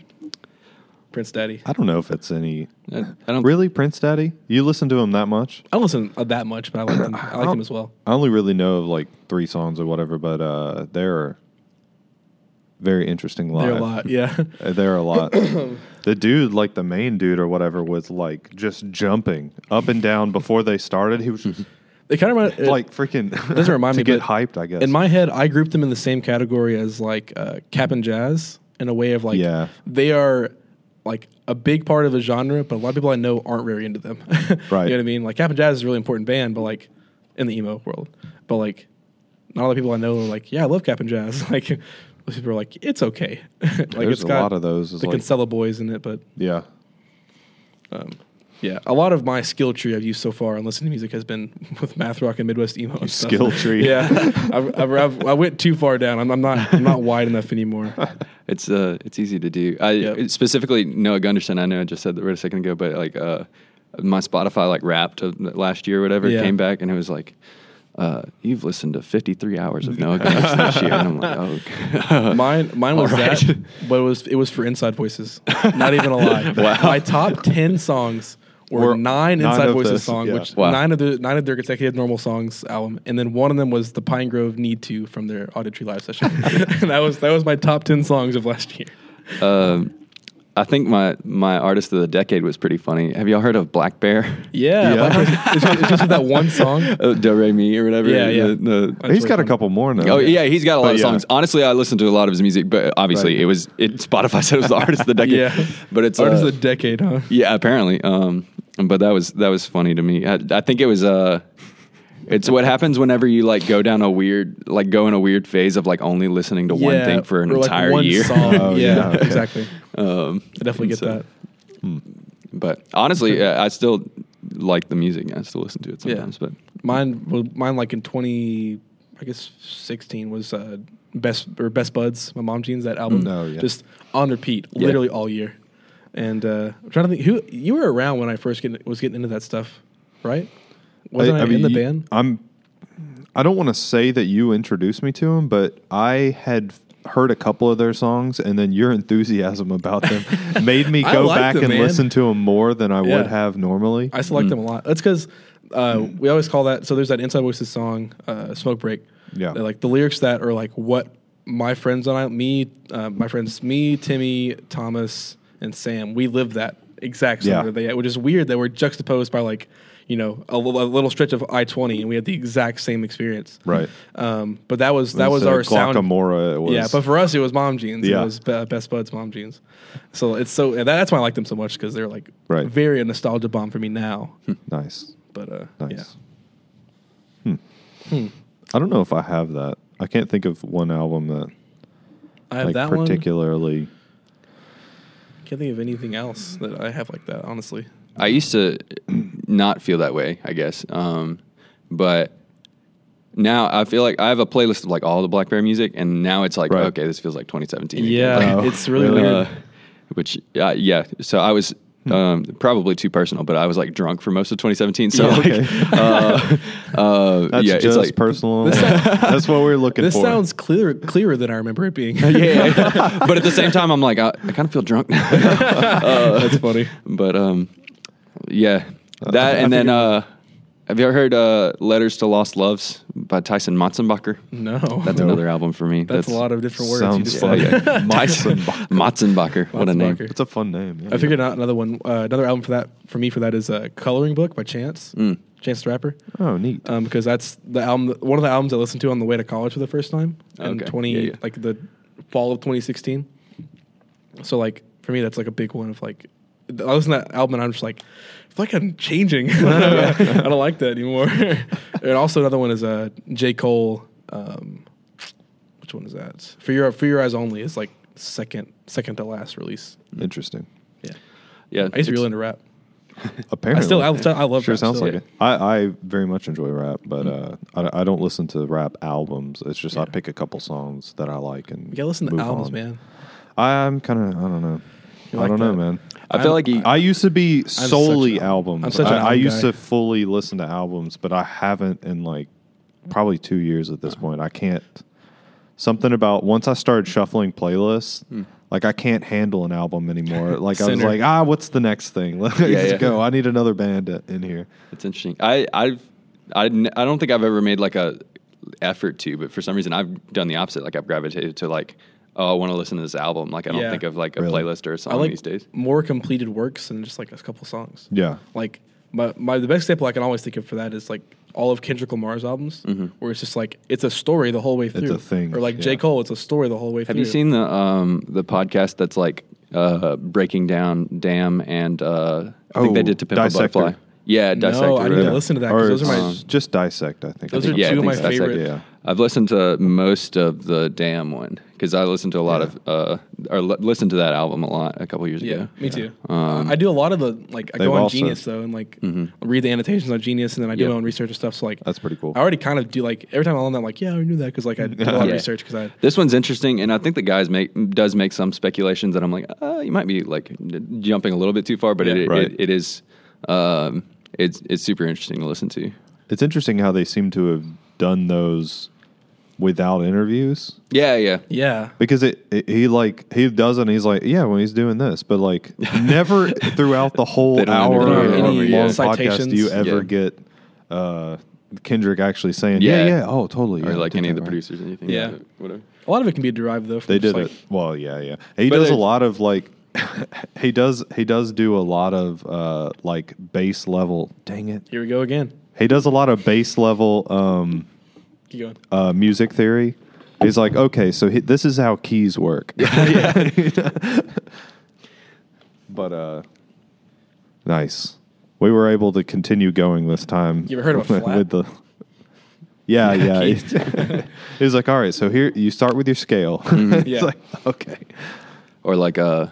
Speaker 1: Prince Daddy.
Speaker 3: i don't know if it's any
Speaker 2: I, I don't
Speaker 3: really prince daddy you listen to him that much
Speaker 1: I don't listen uh, that much, but I like them. I like them as well.
Speaker 3: I only really know of like three songs or whatever, but uh, they're very interesting live.
Speaker 1: They're a lot. Yeah.
Speaker 3: Uh, They're a lot. the dude, like the main dude or whatever, was like just jumping up and down before they started. He was just
Speaker 1: They kind of remind it-
Speaker 3: like freaking
Speaker 1: doesn't remind
Speaker 3: to
Speaker 1: me,
Speaker 3: get
Speaker 1: but
Speaker 3: hyped. I guess
Speaker 1: In my head, I grouped them in the same category as like uh, cap and jazz in a way of like
Speaker 3: Yeah.
Speaker 1: they are like a big part of a genre, but a lot of people I know aren't very into them.
Speaker 3: Right.
Speaker 1: you know what I mean? Like cap and jazz is a really important band, but like in the emo world, but like not all the people I know are like, yeah, I love cap and jazz. like those people are like, it's okay. like
Speaker 3: There's a lot of those. It's
Speaker 1: the
Speaker 3: like-
Speaker 1: Kinsella boys in it, but
Speaker 3: yeah,
Speaker 1: yeah, a lot of my skill tree I've used so far on listening to music has been with math rock and Midwest emo. and stuff.
Speaker 3: skill tree.
Speaker 1: yeah, I've, I've, I've, I went too far down. I'm, I'm not I'm not wide enough anymore.
Speaker 2: It's uh, it's easy to do. I
Speaker 1: Yep.
Speaker 2: specifically Noah Gunderson. I know I just said that right a second ago, but like uh, my Spotify like wrapped of last year or whatever
Speaker 1: Yeah.
Speaker 2: came back and it was like, uh, you've listened to fifty three hours of Noah Gunderson this year, and I'm like, oh, God.
Speaker 1: Mine mine was
Speaker 2: All right.
Speaker 1: that, but it was it was for Inside Voices. Not even a lie.
Speaker 2: Wow.
Speaker 1: My top ten songs were,
Speaker 3: Were
Speaker 1: nine
Speaker 3: nine
Speaker 1: Inside
Speaker 3: of
Speaker 1: Voices
Speaker 3: those,
Speaker 1: songs,
Speaker 3: yeah.
Speaker 1: which
Speaker 2: Wow.
Speaker 1: nine of the nine of their consecutive normal songs album, and then one of them was the Pine Grove Need to from their Auditory Live session. and that was that was my top ten songs of last year.
Speaker 2: um, I think my my artist of the decade was pretty funny. Have y'all heard of Black Bear?
Speaker 1: Yeah,
Speaker 3: Yeah.
Speaker 1: like, it's, just- it's just that one song.
Speaker 2: Uh, Do Re Mi or whatever.
Speaker 1: Yeah, yeah.
Speaker 2: The- the-
Speaker 1: That's
Speaker 3: he's
Speaker 1: really
Speaker 3: got a
Speaker 1: fun.
Speaker 3: couple more now.
Speaker 2: Oh yeah, he's got a lot
Speaker 3: But
Speaker 2: of
Speaker 3: yeah.
Speaker 2: songs. Honestly, I listened to a lot of his music, but obviously
Speaker 3: Right.
Speaker 2: it was it. Spotify said it was the artist of the decade.
Speaker 1: Yeah.
Speaker 2: but it's
Speaker 1: Artist
Speaker 2: uh,
Speaker 1: of the decade, huh?
Speaker 2: Yeah, apparently. Um, but that was that was funny to me. I, I think it was uh, it's what happens whenever you like go down a weird like go in a weird phase of like only listening to one thing for an
Speaker 1: or, like,
Speaker 2: entire
Speaker 1: one
Speaker 2: year.
Speaker 1: Song.
Speaker 3: Oh,
Speaker 1: yeah,
Speaker 3: yeah.
Speaker 1: exactly.
Speaker 2: um,
Speaker 1: I definitely get
Speaker 2: so-
Speaker 1: that.
Speaker 2: But honestly, uh, I still like the music. I still listen to it
Speaker 1: Yeah.
Speaker 2: sometimes.
Speaker 1: Mine, well, mine like in twenty, I guess sixteen was uh, best or best buds. My mom jeans that album,
Speaker 3: Mm. Oh, yeah.
Speaker 1: just on repeat,
Speaker 2: Yeah.
Speaker 1: literally all year. And uh, I'm trying to think who you were around when I first getting, was getting into that stuff, right? Wasn't I, in the
Speaker 3: you-
Speaker 1: band?
Speaker 3: I'm. I don't want to say that you introduced me to him, but I had f- heard a couple of their songs, and then your enthusiasm about them made me
Speaker 1: I
Speaker 3: go
Speaker 1: liked
Speaker 3: back
Speaker 1: them,
Speaker 3: and
Speaker 1: man.
Speaker 3: listen to them more than I
Speaker 1: Yeah.
Speaker 3: would have normally.
Speaker 1: I select them a lot. That's because uh,
Speaker 3: Mm.
Speaker 1: we always call that. So there's that Inside Voices song, uh, "Smoke Break."
Speaker 3: Yeah.
Speaker 1: They're like the lyrics that are like what my friends and I, me, uh, my friends, me, Timmy, Thomas, and Sam, we lived that exact song
Speaker 3: Yeah.
Speaker 1: that they had, which is weird that we're juxtaposed by like you know a little, a little stretch of I twenty, and we had the exact same experience.
Speaker 3: Right.
Speaker 1: Um, but that was that was
Speaker 3: So
Speaker 1: our sound.
Speaker 3: Glockamora. It was.
Speaker 1: Yeah, but for us it was mom jeans.
Speaker 3: Yeah.
Speaker 1: It was Be- Best Buds mom jeans. So it's so and that's why I like them so much because they're like
Speaker 3: Right.
Speaker 1: very a nostalgia bomb for me now.
Speaker 3: nice,
Speaker 1: But uh, Hmm.
Speaker 3: nice.
Speaker 1: yeah,
Speaker 3: I don't know if I have that. I can't think of one album that
Speaker 1: I have
Speaker 3: like
Speaker 1: that
Speaker 3: particularly.
Speaker 1: one. Can't think of anything else that I have like that. Honestly,
Speaker 2: I used to not feel that way, I guess. Um, but now I feel like I have a playlist of like all the BlackBerry music, and now it's like,
Speaker 3: Right.
Speaker 2: okay, this feels like 2017. again.
Speaker 1: yeah,
Speaker 3: Oh.
Speaker 1: it's really
Speaker 3: Really?
Speaker 1: weird. Hmm.
Speaker 2: Uh, which, uh, yeah. So I was um, probably too personal, but I was like drunk for most of 2017. So,
Speaker 3: Yeah,
Speaker 2: like,
Speaker 3: okay.
Speaker 2: uh, uh,
Speaker 3: That's
Speaker 2: yeah, it's
Speaker 3: just
Speaker 2: like
Speaker 3: personal. That's what we're looking
Speaker 1: This
Speaker 3: for.
Speaker 1: sounds clearer clearer than I remember it being.
Speaker 2: yeah, yeah, yeah. but at the same time, I'm like, uh, I, I kind of feel drunk now. Uh,
Speaker 1: that's funny.
Speaker 2: but um, yeah, that
Speaker 3: I
Speaker 2: and then
Speaker 3: figured-
Speaker 2: uh, have you ever heard uh, "Letters to Lost Loves" by Tyson Motzenbacher?
Speaker 1: Mm. No,
Speaker 2: That's
Speaker 1: that's,
Speaker 2: another album for me.
Speaker 1: a lot of different words. you
Speaker 3: Sounds
Speaker 1: just
Speaker 2: Yeah,
Speaker 1: said.
Speaker 3: like-
Speaker 2: yeah. Tyson Motzenbacher. What a name!
Speaker 1: Motzenbacher.
Speaker 3: It's a fun name. yeah.
Speaker 1: I figured out another one. Uh, another album for that for me for that is uh, "Coloring Book" by Chance.
Speaker 2: Mm.
Speaker 1: Chance the Rapper.
Speaker 3: Oh, neat.
Speaker 1: um, because that's the album, one of the albums I listened to on the way to college for the first time in
Speaker 2: Okay.
Speaker 1: twenty,
Speaker 2: Yeah, yeah.
Speaker 1: like the fall of twenty sixteen. So like for me, that's like a big one of like I listen to that album and I'm just like, I feel like I'm changing. I don't like that anymore. and also another one is uh, J Cole. Um, which one is that? For your for your eyes only is like second second to last release.
Speaker 3: Interesting.
Speaker 1: Yeah,
Speaker 2: Yeah,
Speaker 1: I used to be
Speaker 2: it's-
Speaker 1: really into rap. I
Speaker 3: Apparently,
Speaker 1: still I, I love
Speaker 3: sure
Speaker 1: rap
Speaker 3: sounds
Speaker 1: still.
Speaker 3: like it. I, I very much enjoy rap, but uh, I, I don't listen to rap albums. It's just I
Speaker 1: Yeah.
Speaker 3: pick a couple songs that I like and
Speaker 1: You gotta listen to
Speaker 3: move
Speaker 1: albums,
Speaker 3: on.
Speaker 1: man.
Speaker 3: I'm kind of I don't know.
Speaker 1: You
Speaker 3: I
Speaker 1: like
Speaker 3: don't know,
Speaker 1: that.
Speaker 3: man.
Speaker 2: I feel like he,
Speaker 3: I used to be solely
Speaker 1: such an-
Speaker 3: albums.
Speaker 1: I'm such an
Speaker 3: I, I
Speaker 1: album
Speaker 3: used
Speaker 1: guy.
Speaker 3: to fully listen to albums, but I haven't in like probably two years at this
Speaker 1: Uh.
Speaker 3: point. I can't. Something about once I started shuffling playlists, like I can't handle an album anymore. Like I was
Speaker 1: Hmm. Sinner.
Speaker 3: like, ah, what's the next thing? Let's
Speaker 2: yeah.
Speaker 3: go. I need another band i- in here.
Speaker 2: it's interesting. I I've I, n- I don't think I've ever made like a effort to, but for some reason I've done the opposite. Like I've gravitated to like, oh, I want to listen to this album. Like I don't
Speaker 1: Yeah.
Speaker 2: think of like a
Speaker 3: Really?
Speaker 2: playlist or a song
Speaker 1: I like
Speaker 2: these days.
Speaker 1: more completed works than just like a couple songs.
Speaker 3: Yeah,
Speaker 1: Like my, my the best example I can always think of for that is like all of Kendrick Lamar's albums, where it's just like it's a story the whole way through.
Speaker 3: Mm-hmm. a thing,
Speaker 1: Or like
Speaker 3: yeah.
Speaker 1: J Cole, it's a story the whole way
Speaker 2: Have
Speaker 1: through.
Speaker 2: you seen the um, the podcast that's like uh, breaking down Damn and uh, I think
Speaker 3: Oh,
Speaker 2: they did to Pimp
Speaker 3: Dissector.
Speaker 2: a Butterfly? Yeah, Dissector.
Speaker 1: I need to
Speaker 2: yeah.
Speaker 1: Yeah. listen to that,
Speaker 3: Or
Speaker 1: 'cause those are
Speaker 2: my-
Speaker 3: it's just dissect. I think
Speaker 1: Those are
Speaker 2: Yeah, I
Speaker 1: two of
Speaker 2: think
Speaker 1: my
Speaker 2: so. That's like-
Speaker 1: favorite.
Speaker 3: yeah.
Speaker 2: I've listened to most of the Damn one because I listened to a lot of uh, or l- listened to that album a lot a couple years
Speaker 1: Yeah,
Speaker 2: ago.
Speaker 1: me too.
Speaker 2: Um,
Speaker 1: Uh, I do a lot of the like I
Speaker 3: They've
Speaker 1: go on
Speaker 3: also-
Speaker 1: Genius though and like read the annotations on Genius and then I do
Speaker 2: Yeah.
Speaker 1: my own research and stuff. So like
Speaker 3: That's pretty cool.
Speaker 1: I already kind of do like every time I learn that I'm like yeah I knew that because like I did a lot
Speaker 2: Yeah.
Speaker 1: of research because I
Speaker 2: This one's interesting, and I think the guys make does make some speculations that I'm like, uh, you might be like n- jumping a little bit too far, but it,
Speaker 1: Yeah.
Speaker 2: it,
Speaker 3: Right.
Speaker 2: it is um, it's it's super interesting to listen to.
Speaker 3: It's interesting how they seem to have done those without interviews.
Speaker 2: Yeah, yeah,
Speaker 1: yeah
Speaker 3: because it, it he like he does it and he's like yeah when he's doing this but like never throughout the whole
Speaker 2: They don't
Speaker 3: hour
Speaker 2: ever
Speaker 3: or
Speaker 2: do
Speaker 3: long
Speaker 2: any, uh,
Speaker 3: podcast do you
Speaker 1: citations.
Speaker 3: ever
Speaker 2: Yeah.
Speaker 3: get uh Kendrick actually saying yeah yeah,
Speaker 2: Yeah.
Speaker 3: oh totally
Speaker 2: or
Speaker 3: yeah,
Speaker 2: like
Speaker 3: did
Speaker 2: any of the
Speaker 3: that right."
Speaker 2: producers, anything.
Speaker 1: Yeah.
Speaker 2: yeah, whatever.
Speaker 1: a lot of it can be derived though from
Speaker 3: they
Speaker 1: just,
Speaker 3: did
Speaker 1: like,
Speaker 3: it well yeah yeah he
Speaker 2: But
Speaker 3: does a
Speaker 2: there's-
Speaker 3: lot of like he does he does do a lot of uh like base level dang it
Speaker 1: here we go again
Speaker 3: he does a lot of base level um
Speaker 1: keep going
Speaker 3: uh, music theory he's like okay so he, this is how keys work but uh nice we were able to continue going this time
Speaker 1: You ever heard of a
Speaker 3: with-
Speaker 1: flat?
Speaker 3: with the yeah yeah
Speaker 1: Keys.
Speaker 3: he was like all right
Speaker 1: Mm-hmm.
Speaker 3: so here you start with your scale It's
Speaker 1: Yeah.
Speaker 3: like, okay
Speaker 2: or like uh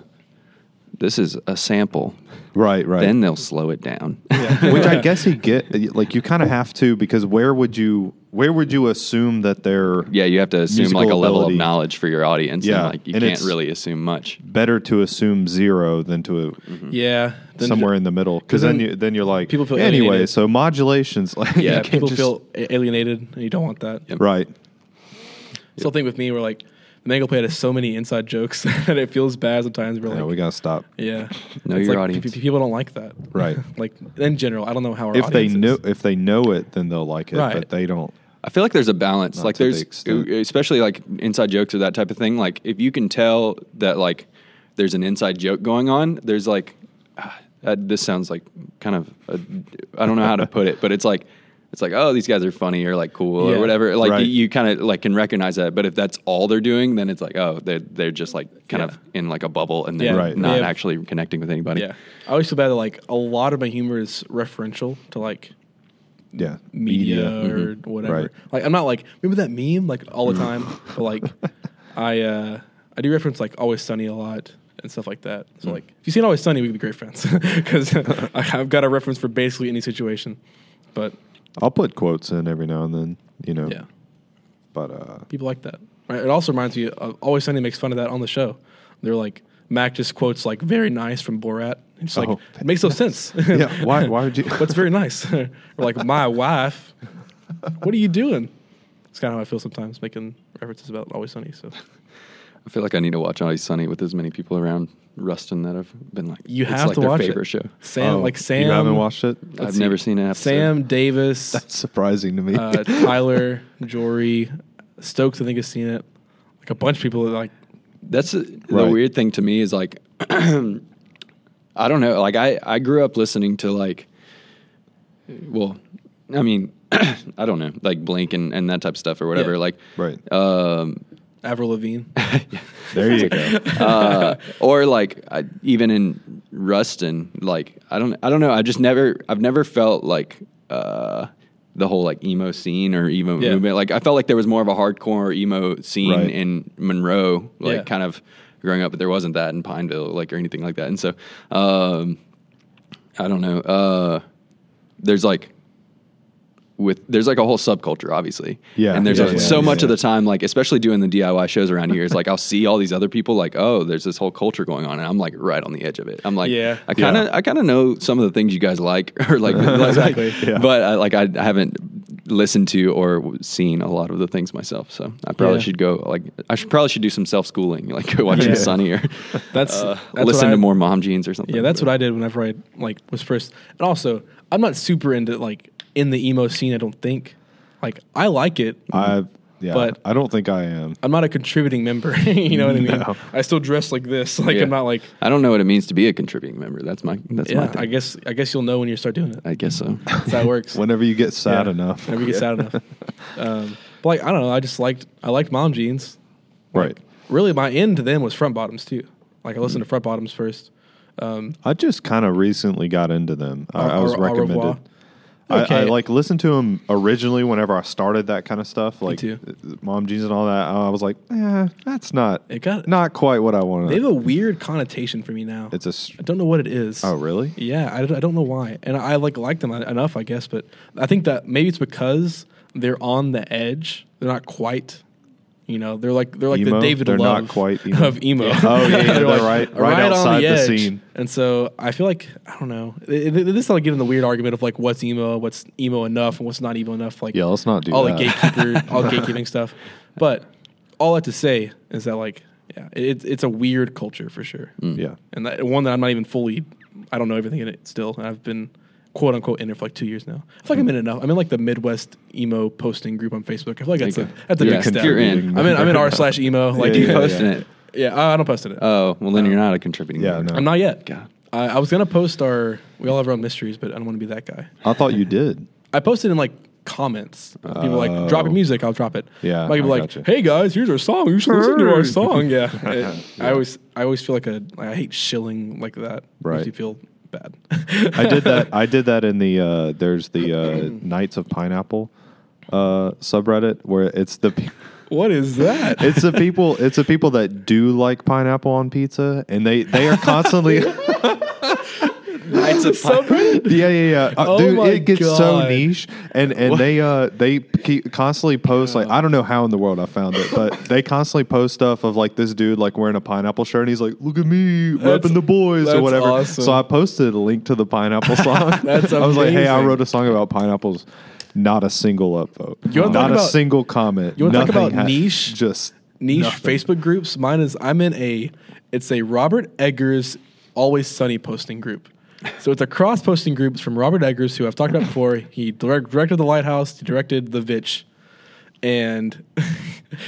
Speaker 2: this is a sample.
Speaker 3: Right, right.
Speaker 2: Then they'll slow it down.
Speaker 3: Which I guess he get like you kind of have to because where would you where would you assume that they're
Speaker 2: yeah, you have to assume like a
Speaker 3: Musical
Speaker 2: level of
Speaker 3: ability.
Speaker 2: knowledge for your audience.
Speaker 3: Yeah,
Speaker 2: and, like you
Speaker 3: and
Speaker 2: can't
Speaker 3: it's-
Speaker 2: really assume much.
Speaker 3: better to assume zero than to
Speaker 1: Yeah. Then
Speaker 3: somewhere in the middle because then,
Speaker 1: then
Speaker 3: you then you're like
Speaker 1: people feel
Speaker 3: anyway
Speaker 1: alienated.
Speaker 3: so modulations like you
Speaker 2: Yeah,
Speaker 3: can't
Speaker 1: people
Speaker 3: just-
Speaker 1: feel a- alienated, and you don't want that.
Speaker 3: right
Speaker 1: Still, thing with me, we're like the Mango Plate has so many inside jokes that it feels bad sometimes. We're
Speaker 3: yeah
Speaker 1: like,
Speaker 3: we gotta stop
Speaker 1: yeah,
Speaker 2: Know
Speaker 1: It's
Speaker 2: your
Speaker 1: like,
Speaker 2: audience.
Speaker 1: pe- pe- people don't like that,
Speaker 3: Right.
Speaker 1: like in general, I don't know how our
Speaker 3: if they
Speaker 1: audience is.
Speaker 3: know if they know it then they'll like it
Speaker 1: Right.
Speaker 3: but they don't
Speaker 2: I feel like there's a balance. like
Speaker 3: to the
Speaker 2: there's
Speaker 3: extent.
Speaker 2: especially like inside jokes or that type of thing. Like if you can tell that like there's an inside joke going on, there's like ah, that, this sounds like kind of I I don't know how to put it, but it's like it's like oh these guys are funny or like cool
Speaker 1: Yeah.
Speaker 2: or whatever. Like
Speaker 3: Right.
Speaker 2: you, you kind of like can recognize that. But if that's all they're doing, then it's like oh they're they're just like kind
Speaker 1: Yeah.
Speaker 2: of in like a bubble and they're
Speaker 1: Yeah.
Speaker 3: Right.
Speaker 2: not
Speaker 1: Yeah.
Speaker 2: actually connecting with anybody.
Speaker 1: Yeah, I always feel bad that like a lot of my humor is referential to like
Speaker 3: yeah
Speaker 1: media, or whatever.
Speaker 3: Right.
Speaker 1: Like I'm not like remember that meme like all the time, but like I uh I do reference like Always Sunny a lot and stuff like that. So like if you've seen Always Sunny, we could be great friends because I've got a reference for basically any situation. But
Speaker 3: I'll put quotes in every now and then you know
Speaker 1: yeah,
Speaker 3: but uh
Speaker 1: people like that. Right? It also reminds me of Always Sunny makes fun of that on the show. They're like. Mac just quotes like very nice from Borat. And just like
Speaker 3: Oh.
Speaker 1: it makes no sense.
Speaker 3: yeah why why would you
Speaker 1: What's very nice. or like my wife. What are you doing? It's kind of how I feel sometimes making references about Always Sunny. So
Speaker 2: I feel like I need to watch Always Sunny with as many people around Rustin that have been like
Speaker 1: you
Speaker 2: it's
Speaker 1: have
Speaker 2: like
Speaker 1: to
Speaker 2: their
Speaker 1: watch
Speaker 2: favorite
Speaker 1: it.
Speaker 2: show.
Speaker 1: Sam,
Speaker 3: Oh,
Speaker 1: like Sam,
Speaker 3: you haven't watched it
Speaker 2: I've
Speaker 1: see.
Speaker 2: never seen an episode.
Speaker 1: Sam Davis,
Speaker 3: that's surprising to me
Speaker 1: uh, Tyler Jory, Stokes. I think has seen it. Like a bunch of people that like
Speaker 2: That's uh the
Speaker 3: Right.
Speaker 2: weird thing to me is like, I don't know. Like I, I grew up listening to like, well, I mean, I don't know, like Blink and, and that type of stuff or whatever.
Speaker 1: Yeah.
Speaker 2: Like,
Speaker 3: right
Speaker 2: um,
Speaker 1: Avril Lavigne.
Speaker 3: there you go
Speaker 2: uh, or like I, even in Rustin, like I don't, I don't know. I just never, I've never felt like uh, the whole like emo scene or emo
Speaker 1: Yeah.
Speaker 2: movement. Like I felt like there was more of a hardcore emo scene
Speaker 3: Right.
Speaker 2: in Monroe, like
Speaker 1: Yeah.
Speaker 2: kind of growing up, but there wasn't that in Pineville, like or anything like that. And so, um, I don't know. Uh, there's like. With there's like a whole subculture, obviously,
Speaker 3: Yeah.
Speaker 2: And there's
Speaker 3: Yeah,
Speaker 2: a-
Speaker 3: yeah,
Speaker 2: so
Speaker 3: yeah,
Speaker 2: much of
Speaker 3: yeah.
Speaker 2: the time, like especially doing the DIY shows around here, it's like I'll see all these other people, like oh, there's this whole culture going on, and I'm like right on the edge of it. I'm like,
Speaker 1: Yeah.
Speaker 2: I kind of, I kind of know some of the things you guys like, or like,
Speaker 1: Exactly,
Speaker 3: yeah.
Speaker 2: but I, like I, I haven't listened to or w- seen a lot of the things myself, so I probably
Speaker 1: Yeah.
Speaker 2: should go. Like, I should probably should do some self schooling, like go watching
Speaker 1: Yeah.
Speaker 2: Sunny or
Speaker 1: That's-
Speaker 2: uh,
Speaker 1: that's what
Speaker 2: listen
Speaker 1: I-
Speaker 2: to more Mom Jeans or something.
Speaker 1: Yeah, that's what I did whenever I like was first. And also, I'm not super into like in the emo scene. I don't think. Like I like it.
Speaker 3: I yeah
Speaker 1: But-
Speaker 3: I don't think I am
Speaker 1: I'm not a contributing member. you know what I mean?
Speaker 3: No.
Speaker 1: I still dress like this. Like
Speaker 2: Yeah.
Speaker 1: I'm not like
Speaker 2: I don't know what it means to be a contributing member. That's my that's my
Speaker 1: yeah.
Speaker 2: thing.
Speaker 1: I guess I guess you'll know when you start doing it.
Speaker 2: I guess so.
Speaker 1: That's how it works.
Speaker 3: whenever you get sad
Speaker 1: Yeah.
Speaker 3: enough
Speaker 1: Whenever you get sad enough. Um, but like I don't know. I just liked I liked mom jeans.
Speaker 3: right
Speaker 1: Really, my end to them was front bottoms too. Like I listened to front bottoms first. Um,
Speaker 3: I just kind of recently got into them I, I
Speaker 1: Au-
Speaker 3: was
Speaker 1: au- au revoir.
Speaker 3: recommended I, I
Speaker 1: Okay.
Speaker 3: like listened to them originally whenever I started that kind of stuff, like
Speaker 1: too.
Speaker 3: uh, mom jeans and all that. I was like, eh, that's not
Speaker 1: It got-
Speaker 3: not quite what I
Speaker 1: they have
Speaker 3: wanted.
Speaker 1: a weird connotation for me now.
Speaker 3: It's a s-
Speaker 1: I don't know what it is.
Speaker 3: oh really?
Speaker 1: Yeah, I don't, I don't know why, and I like like them enough, I guess. But I think that maybe it's because they're on the edge. They're not quite. You know, they're like they're like the
Speaker 3: Emo?
Speaker 1: David
Speaker 3: They're
Speaker 1: Love
Speaker 3: not quite emo.
Speaker 1: of emo.
Speaker 3: Oh, yeah, yeah,
Speaker 1: They're
Speaker 3: they're
Speaker 1: like
Speaker 3: right- right outside the scene.
Speaker 1: And so I feel like I don't know. It- it- This is like getting the weird argument of like what's emo, what's emo enough, and what's not emo enough. Like
Speaker 3: Yeah, let's not do
Speaker 1: all
Speaker 3: that.
Speaker 1: the gatekeeper, all gatekeeping stuff. But all I have to say is that like yeah, it, it's a weird culture for sure
Speaker 3: yeah,
Speaker 1: and that, one that I'm not even fully. I don't know everything in it still. and I've been quote unquote in it for like two years now. I feel like I'm in enough. I'm in like the Midwest emo posting group on Facebook. I feel like that's
Speaker 2: There
Speaker 1: a
Speaker 2: you go.
Speaker 1: that's a
Speaker 2: Yeah,
Speaker 1: big step.
Speaker 2: you're
Speaker 1: I'm
Speaker 2: in.
Speaker 1: in I'm in r slash emo. Like
Speaker 3: Yeah,
Speaker 2: you
Speaker 3: yeah,
Speaker 2: posted
Speaker 3: yeah.
Speaker 2: it.
Speaker 1: Yeah, I, I don't post in it.
Speaker 2: Oh well, then you're not a contributing.
Speaker 3: Yeah,
Speaker 2: member.
Speaker 3: no.
Speaker 1: I'm not yet.
Speaker 2: God.
Speaker 1: I, I was gonna post our. We all have our own mysteries, but I don't want to be that guy.
Speaker 3: I thought you did.
Speaker 1: I posted in like comments. People were like
Speaker 3: Oh.
Speaker 1: drop your music, I'll drop it.
Speaker 3: Yeah,
Speaker 1: like, people
Speaker 3: I
Speaker 1: like
Speaker 3: gotcha.
Speaker 1: hey guys, here's our song. You should listen to our song. Yeah, It- I always I always feel like a like, I hate shilling like that.
Speaker 3: Right.
Speaker 1: makes you feel bad.
Speaker 3: I did that. I did that in the uh, there's the uh, Knights of Pineapple uh, subreddit where it's the pe-
Speaker 1: What is that?
Speaker 3: It's the people. It's the people that do like pineapple on pizza, and they they are constantly. yeah,
Speaker 2: Knights of Pi-
Speaker 3: yeah, yeah. Uh,
Speaker 1: Oh
Speaker 3: dude,
Speaker 1: my
Speaker 3: it gets so
Speaker 1: God.
Speaker 3: niche, and and they uh they keep constantly post like I don't know how in the world I found it, but they constantly post stuff of like this dude like wearing a pineapple shirt, and he's like, "Look at me
Speaker 1: That's-
Speaker 3: repping the boys" or
Speaker 1: that's
Speaker 3: whatever.
Speaker 1: awesome.
Speaker 3: So I posted a link to the pineapple song.
Speaker 1: That's
Speaker 3: I was like, "Hey, I
Speaker 1: amazing.
Speaker 3: wrote a song about pineapples." Not a single upvote.
Speaker 1: You wanna
Speaker 3: Not
Speaker 1: talk
Speaker 3: a
Speaker 1: about-
Speaker 3: single comment.
Speaker 1: you wanna talk
Speaker 3: Nothing
Speaker 1: about niche?
Speaker 3: Just
Speaker 1: niche
Speaker 3: nothing.
Speaker 1: Facebook groups. Mine is I'm in a it's a Robert Eggers Always Sunny posting group. So it's a cross posting group from Robert Eggers, who I've talked about before. He direct, directed The Lighthouse, he directed The Vitch, and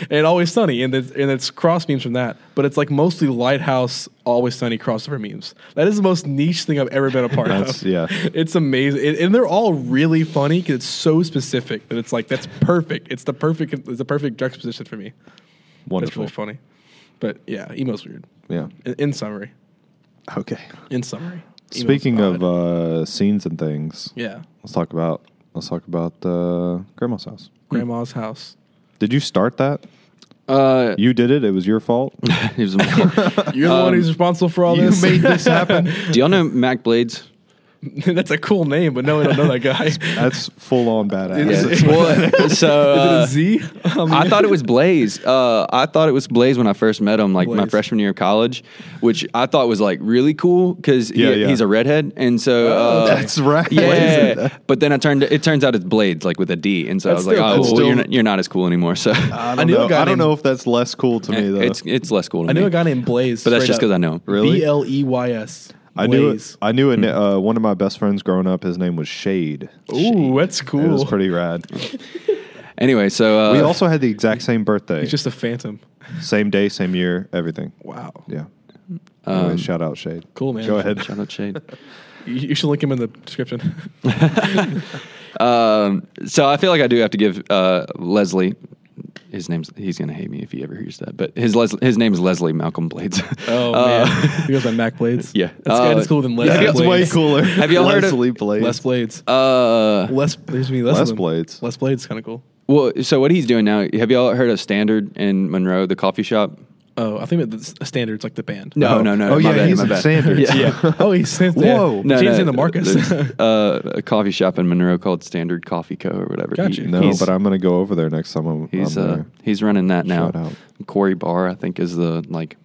Speaker 1: and Always Sunny, and it's, and it's cross memes from that. But it's like mostly Lighthouse Always Sunny crossover memes. That is the most niche thing I've ever been a part
Speaker 3: That's-
Speaker 1: of.
Speaker 3: yeah.
Speaker 1: it's amazing, and, and they're all really funny because it's so specific that it's like that's perfect. It's the perfect it's the perfect juxtaposition for me. That's
Speaker 3: Wonderful.
Speaker 1: really funny. But yeah, emo's weird.
Speaker 3: Yeah.
Speaker 1: In, in summary,
Speaker 3: Okay.
Speaker 1: in summary. emo's
Speaker 3: Speaking of
Speaker 1: odd.
Speaker 3: uh, scenes and things,
Speaker 1: yeah,
Speaker 3: let's talk about let's talk about uh, grandma's house.
Speaker 1: grandma's house.
Speaker 3: Did you start that?
Speaker 2: Uh,
Speaker 3: You did it. It was your fault.
Speaker 2: he was a-
Speaker 1: You're the one who's responsible for all
Speaker 3: Um, you
Speaker 1: this.
Speaker 3: made this happen.
Speaker 2: Do y'all know Mac Blades?
Speaker 1: That's a cool name, but no, I don't know that guy.
Speaker 3: That's full on badass.
Speaker 1: Is it-
Speaker 2: Well, so uh,
Speaker 1: Is it a Z?
Speaker 3: Oh,
Speaker 1: Um,
Speaker 2: I thought it was Blaze. Uh, I thought it was Blaze when I first met him, like my
Speaker 1: Blaze.
Speaker 2: freshman year of college, which I thought was like really cool because
Speaker 3: Yeah, yeah. Oh,
Speaker 2: he's a redhead, and so uh,
Speaker 3: That's right.
Speaker 2: Yeah, but then I turned. It turns out it's Blades, like with a D, and so
Speaker 1: That's
Speaker 2: I was like,
Speaker 1: still
Speaker 2: "Oh,
Speaker 1: cool.
Speaker 2: well, you're
Speaker 3: Still-
Speaker 2: not, you're not as cool anymore." So
Speaker 3: I
Speaker 1: I
Speaker 3: don't,
Speaker 1: knew a
Speaker 3: know.
Speaker 1: guy
Speaker 3: I don't
Speaker 1: named-
Speaker 3: know if that's less cool to me though.
Speaker 2: it's it's less cool. To
Speaker 1: I
Speaker 2: me.
Speaker 1: knew a guy named Blaze.
Speaker 2: But that's
Speaker 1: straight
Speaker 2: just 'cause
Speaker 1: up.
Speaker 2: I know him.
Speaker 3: Really?
Speaker 1: B L E Y S.
Speaker 3: I knew.
Speaker 1: Blaze.
Speaker 3: I
Speaker 2: Hmm.
Speaker 3: knew. A, ni- uh, one of my best friends growing up. His name was Shade.
Speaker 1: Ooh, that's
Speaker 3: It was
Speaker 1: cool.
Speaker 3: pretty rad.
Speaker 2: Uh, Anyway, so uh,
Speaker 3: we also had the exact same birthday.
Speaker 1: He's just a phantom.
Speaker 3: same day, same year, everything.
Speaker 1: Wow.
Speaker 3: Yeah. Anyway, shout out Shade.
Speaker 1: Cool, man.
Speaker 3: Go ahead.
Speaker 2: Um, shout out Shade.
Speaker 1: You, you should link him in the description.
Speaker 2: Um, so I feel like I do have to give uh, Leslie. His name's he's gonna hate me if he ever hears that, but his Les- his name is Leslie Malcolm Blades.
Speaker 1: oh
Speaker 2: Uh,
Speaker 1: man, he goes by Mac Blades.
Speaker 2: yeah.
Speaker 1: that's kind
Speaker 2: Uh,
Speaker 1: of cooler than Les.
Speaker 2: yeah,
Speaker 1: Blades.
Speaker 3: That's way cooler.
Speaker 2: Have y'all heard of-
Speaker 3: Leslie Blades?
Speaker 1: Les Blades.
Speaker 2: uh,
Speaker 1: Less, there's me less,
Speaker 3: Les
Speaker 1: of them.
Speaker 3: Blades.
Speaker 1: Les Blades, kind of cool.
Speaker 2: well, so what he's doing now? Have y'all heard of Standard in Monroe, the coffee shop?
Speaker 1: Oh, I think that the standards like the band.
Speaker 2: No, no, no.
Speaker 3: Oh,
Speaker 2: my
Speaker 3: yeah,
Speaker 2: bad,
Speaker 3: he's
Speaker 2: my
Speaker 3: in
Speaker 2: bad.
Speaker 3: Standards.
Speaker 2: Yeah.
Speaker 1: yeah. Oh, he's yeah.
Speaker 3: Whoa.
Speaker 1: No, James and the Marcus.
Speaker 2: there's, uh, a coffee shop in Monroe called Standard Coffee Co. or whatever.
Speaker 1: Gotcha.
Speaker 2: He-
Speaker 3: No,
Speaker 2: he's,
Speaker 3: but I'm gonna go over there next time. I'm,
Speaker 2: he's
Speaker 3: I'm
Speaker 2: uh,
Speaker 3: there.
Speaker 2: he's running that now.
Speaker 3: Shout out.
Speaker 2: Corey Barr, I think, is the like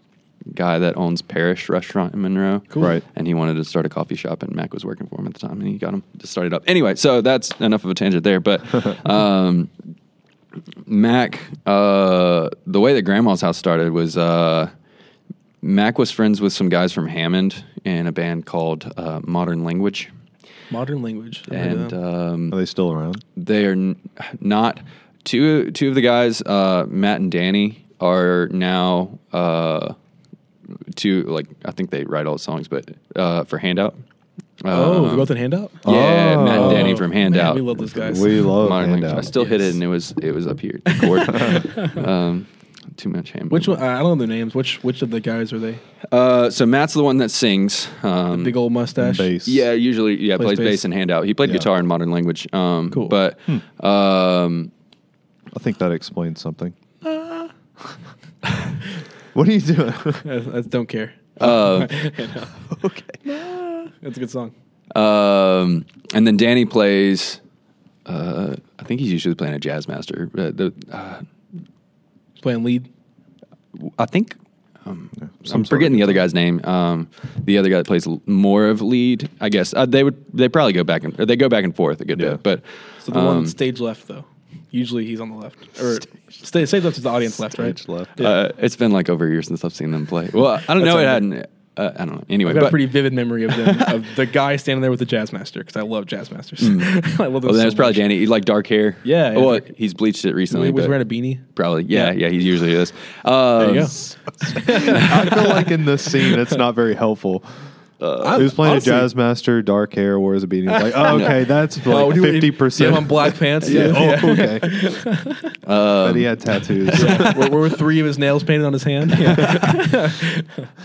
Speaker 2: guy that owns Parish Restaurant in Monroe.
Speaker 1: Cool.
Speaker 3: Right.
Speaker 2: And he wanted to start a coffee shop, and Mac was working for him at the time, and he got him to start it up. Anyway, so that's enough of a tangent there. But um, Mac, uh, the way that Grandma's house started was uh, Mac was friends with some guys from Hammond in a band called uh, Modern Language,
Speaker 1: Modern language. I heard
Speaker 2: and
Speaker 1: that.
Speaker 2: um,
Speaker 3: Are they still around?
Speaker 2: they are n- not two. Two of the guys, uh, Matt and Danny, are now uh, two. Like I think they write all the songs, but uh, for Handout.
Speaker 1: oh, they're
Speaker 2: Um,
Speaker 1: both in handout.
Speaker 2: yeah,
Speaker 3: Oh.
Speaker 2: Matt and Danny
Speaker 1: Oh,
Speaker 2: from
Speaker 1: man,
Speaker 2: Handout.
Speaker 1: we love those guys.
Speaker 3: We love
Speaker 2: Modern Language.
Speaker 3: Handout.
Speaker 2: I still hit it,
Speaker 1: Yes.
Speaker 2: and it was it was up here. The chord. um, too much hand.
Speaker 1: Which one? I don't know their names. Which which of the guys are they?
Speaker 2: Uh, so Matt's the one that sings. Um,
Speaker 1: Big old mustache.
Speaker 3: Bass.
Speaker 2: Yeah, usually yeah,
Speaker 1: Plays
Speaker 2: plays,
Speaker 1: bass.
Speaker 2: bass. and handout. He played
Speaker 3: Yeah. Hmm.
Speaker 2: guitar in modern language. Um
Speaker 1: Cool.
Speaker 2: but um
Speaker 3: I think that explains something. what are you doing?
Speaker 1: I, I don't care.
Speaker 2: uh,
Speaker 1: It's a good song.
Speaker 2: um and then Danny plays uh I think he's usually playing a jazz master. Uh, the, uh,
Speaker 1: He's playing lead.
Speaker 2: I think um,
Speaker 3: Some
Speaker 2: I'm
Speaker 3: sort
Speaker 2: forgetting
Speaker 3: of
Speaker 2: the other
Speaker 3: guitar.
Speaker 2: guy's name. Um, the other guy that plays l- more of lead, I guess. Uh, they would they probably go back and or they go back and forth a good
Speaker 3: Yeah.
Speaker 2: bit. But
Speaker 1: So the one
Speaker 2: um,
Speaker 1: stage left though. Usually he's on the left or stage, stage left is the audience left, right?
Speaker 3: Stage left.
Speaker 2: uh, it's been like over a year since I've seen them play. Well, I don't know. It
Speaker 1: okay.
Speaker 2: hadn't. Uh, I don't know. Anyway,
Speaker 1: I've got
Speaker 2: but
Speaker 1: a pretty vivid memory of them of the guy standing there with the jazz master because I love jazz masters. I love them.
Speaker 2: Mm. Well,
Speaker 1: so
Speaker 2: oh, then it's probably
Speaker 1: much.
Speaker 2: Danny. He like dark hair.
Speaker 1: Yeah, yeah.
Speaker 2: Well, he's bleached it recently.
Speaker 1: He was
Speaker 2: but
Speaker 1: wearing a beanie.
Speaker 2: probably. Yeah,
Speaker 1: Yeah.
Speaker 2: yeah. He usually is.
Speaker 1: There
Speaker 2: Um,
Speaker 1: you go.
Speaker 3: I feel like in this scene, it's not very helpful. Uh, he was playing
Speaker 1: honestly-
Speaker 3: a jazz master, dark hair, wears a beanie. It's like, oh, okay, that's
Speaker 1: Oh,
Speaker 3: like
Speaker 1: do we-
Speaker 3: fifty percent.
Speaker 1: Yeah, on black pants.
Speaker 3: Yeah.
Speaker 1: Yeah. Um,
Speaker 3: Oh, okay.
Speaker 2: um,
Speaker 3: but he had tattoos.
Speaker 1: were, were three of his nails painted on his hand?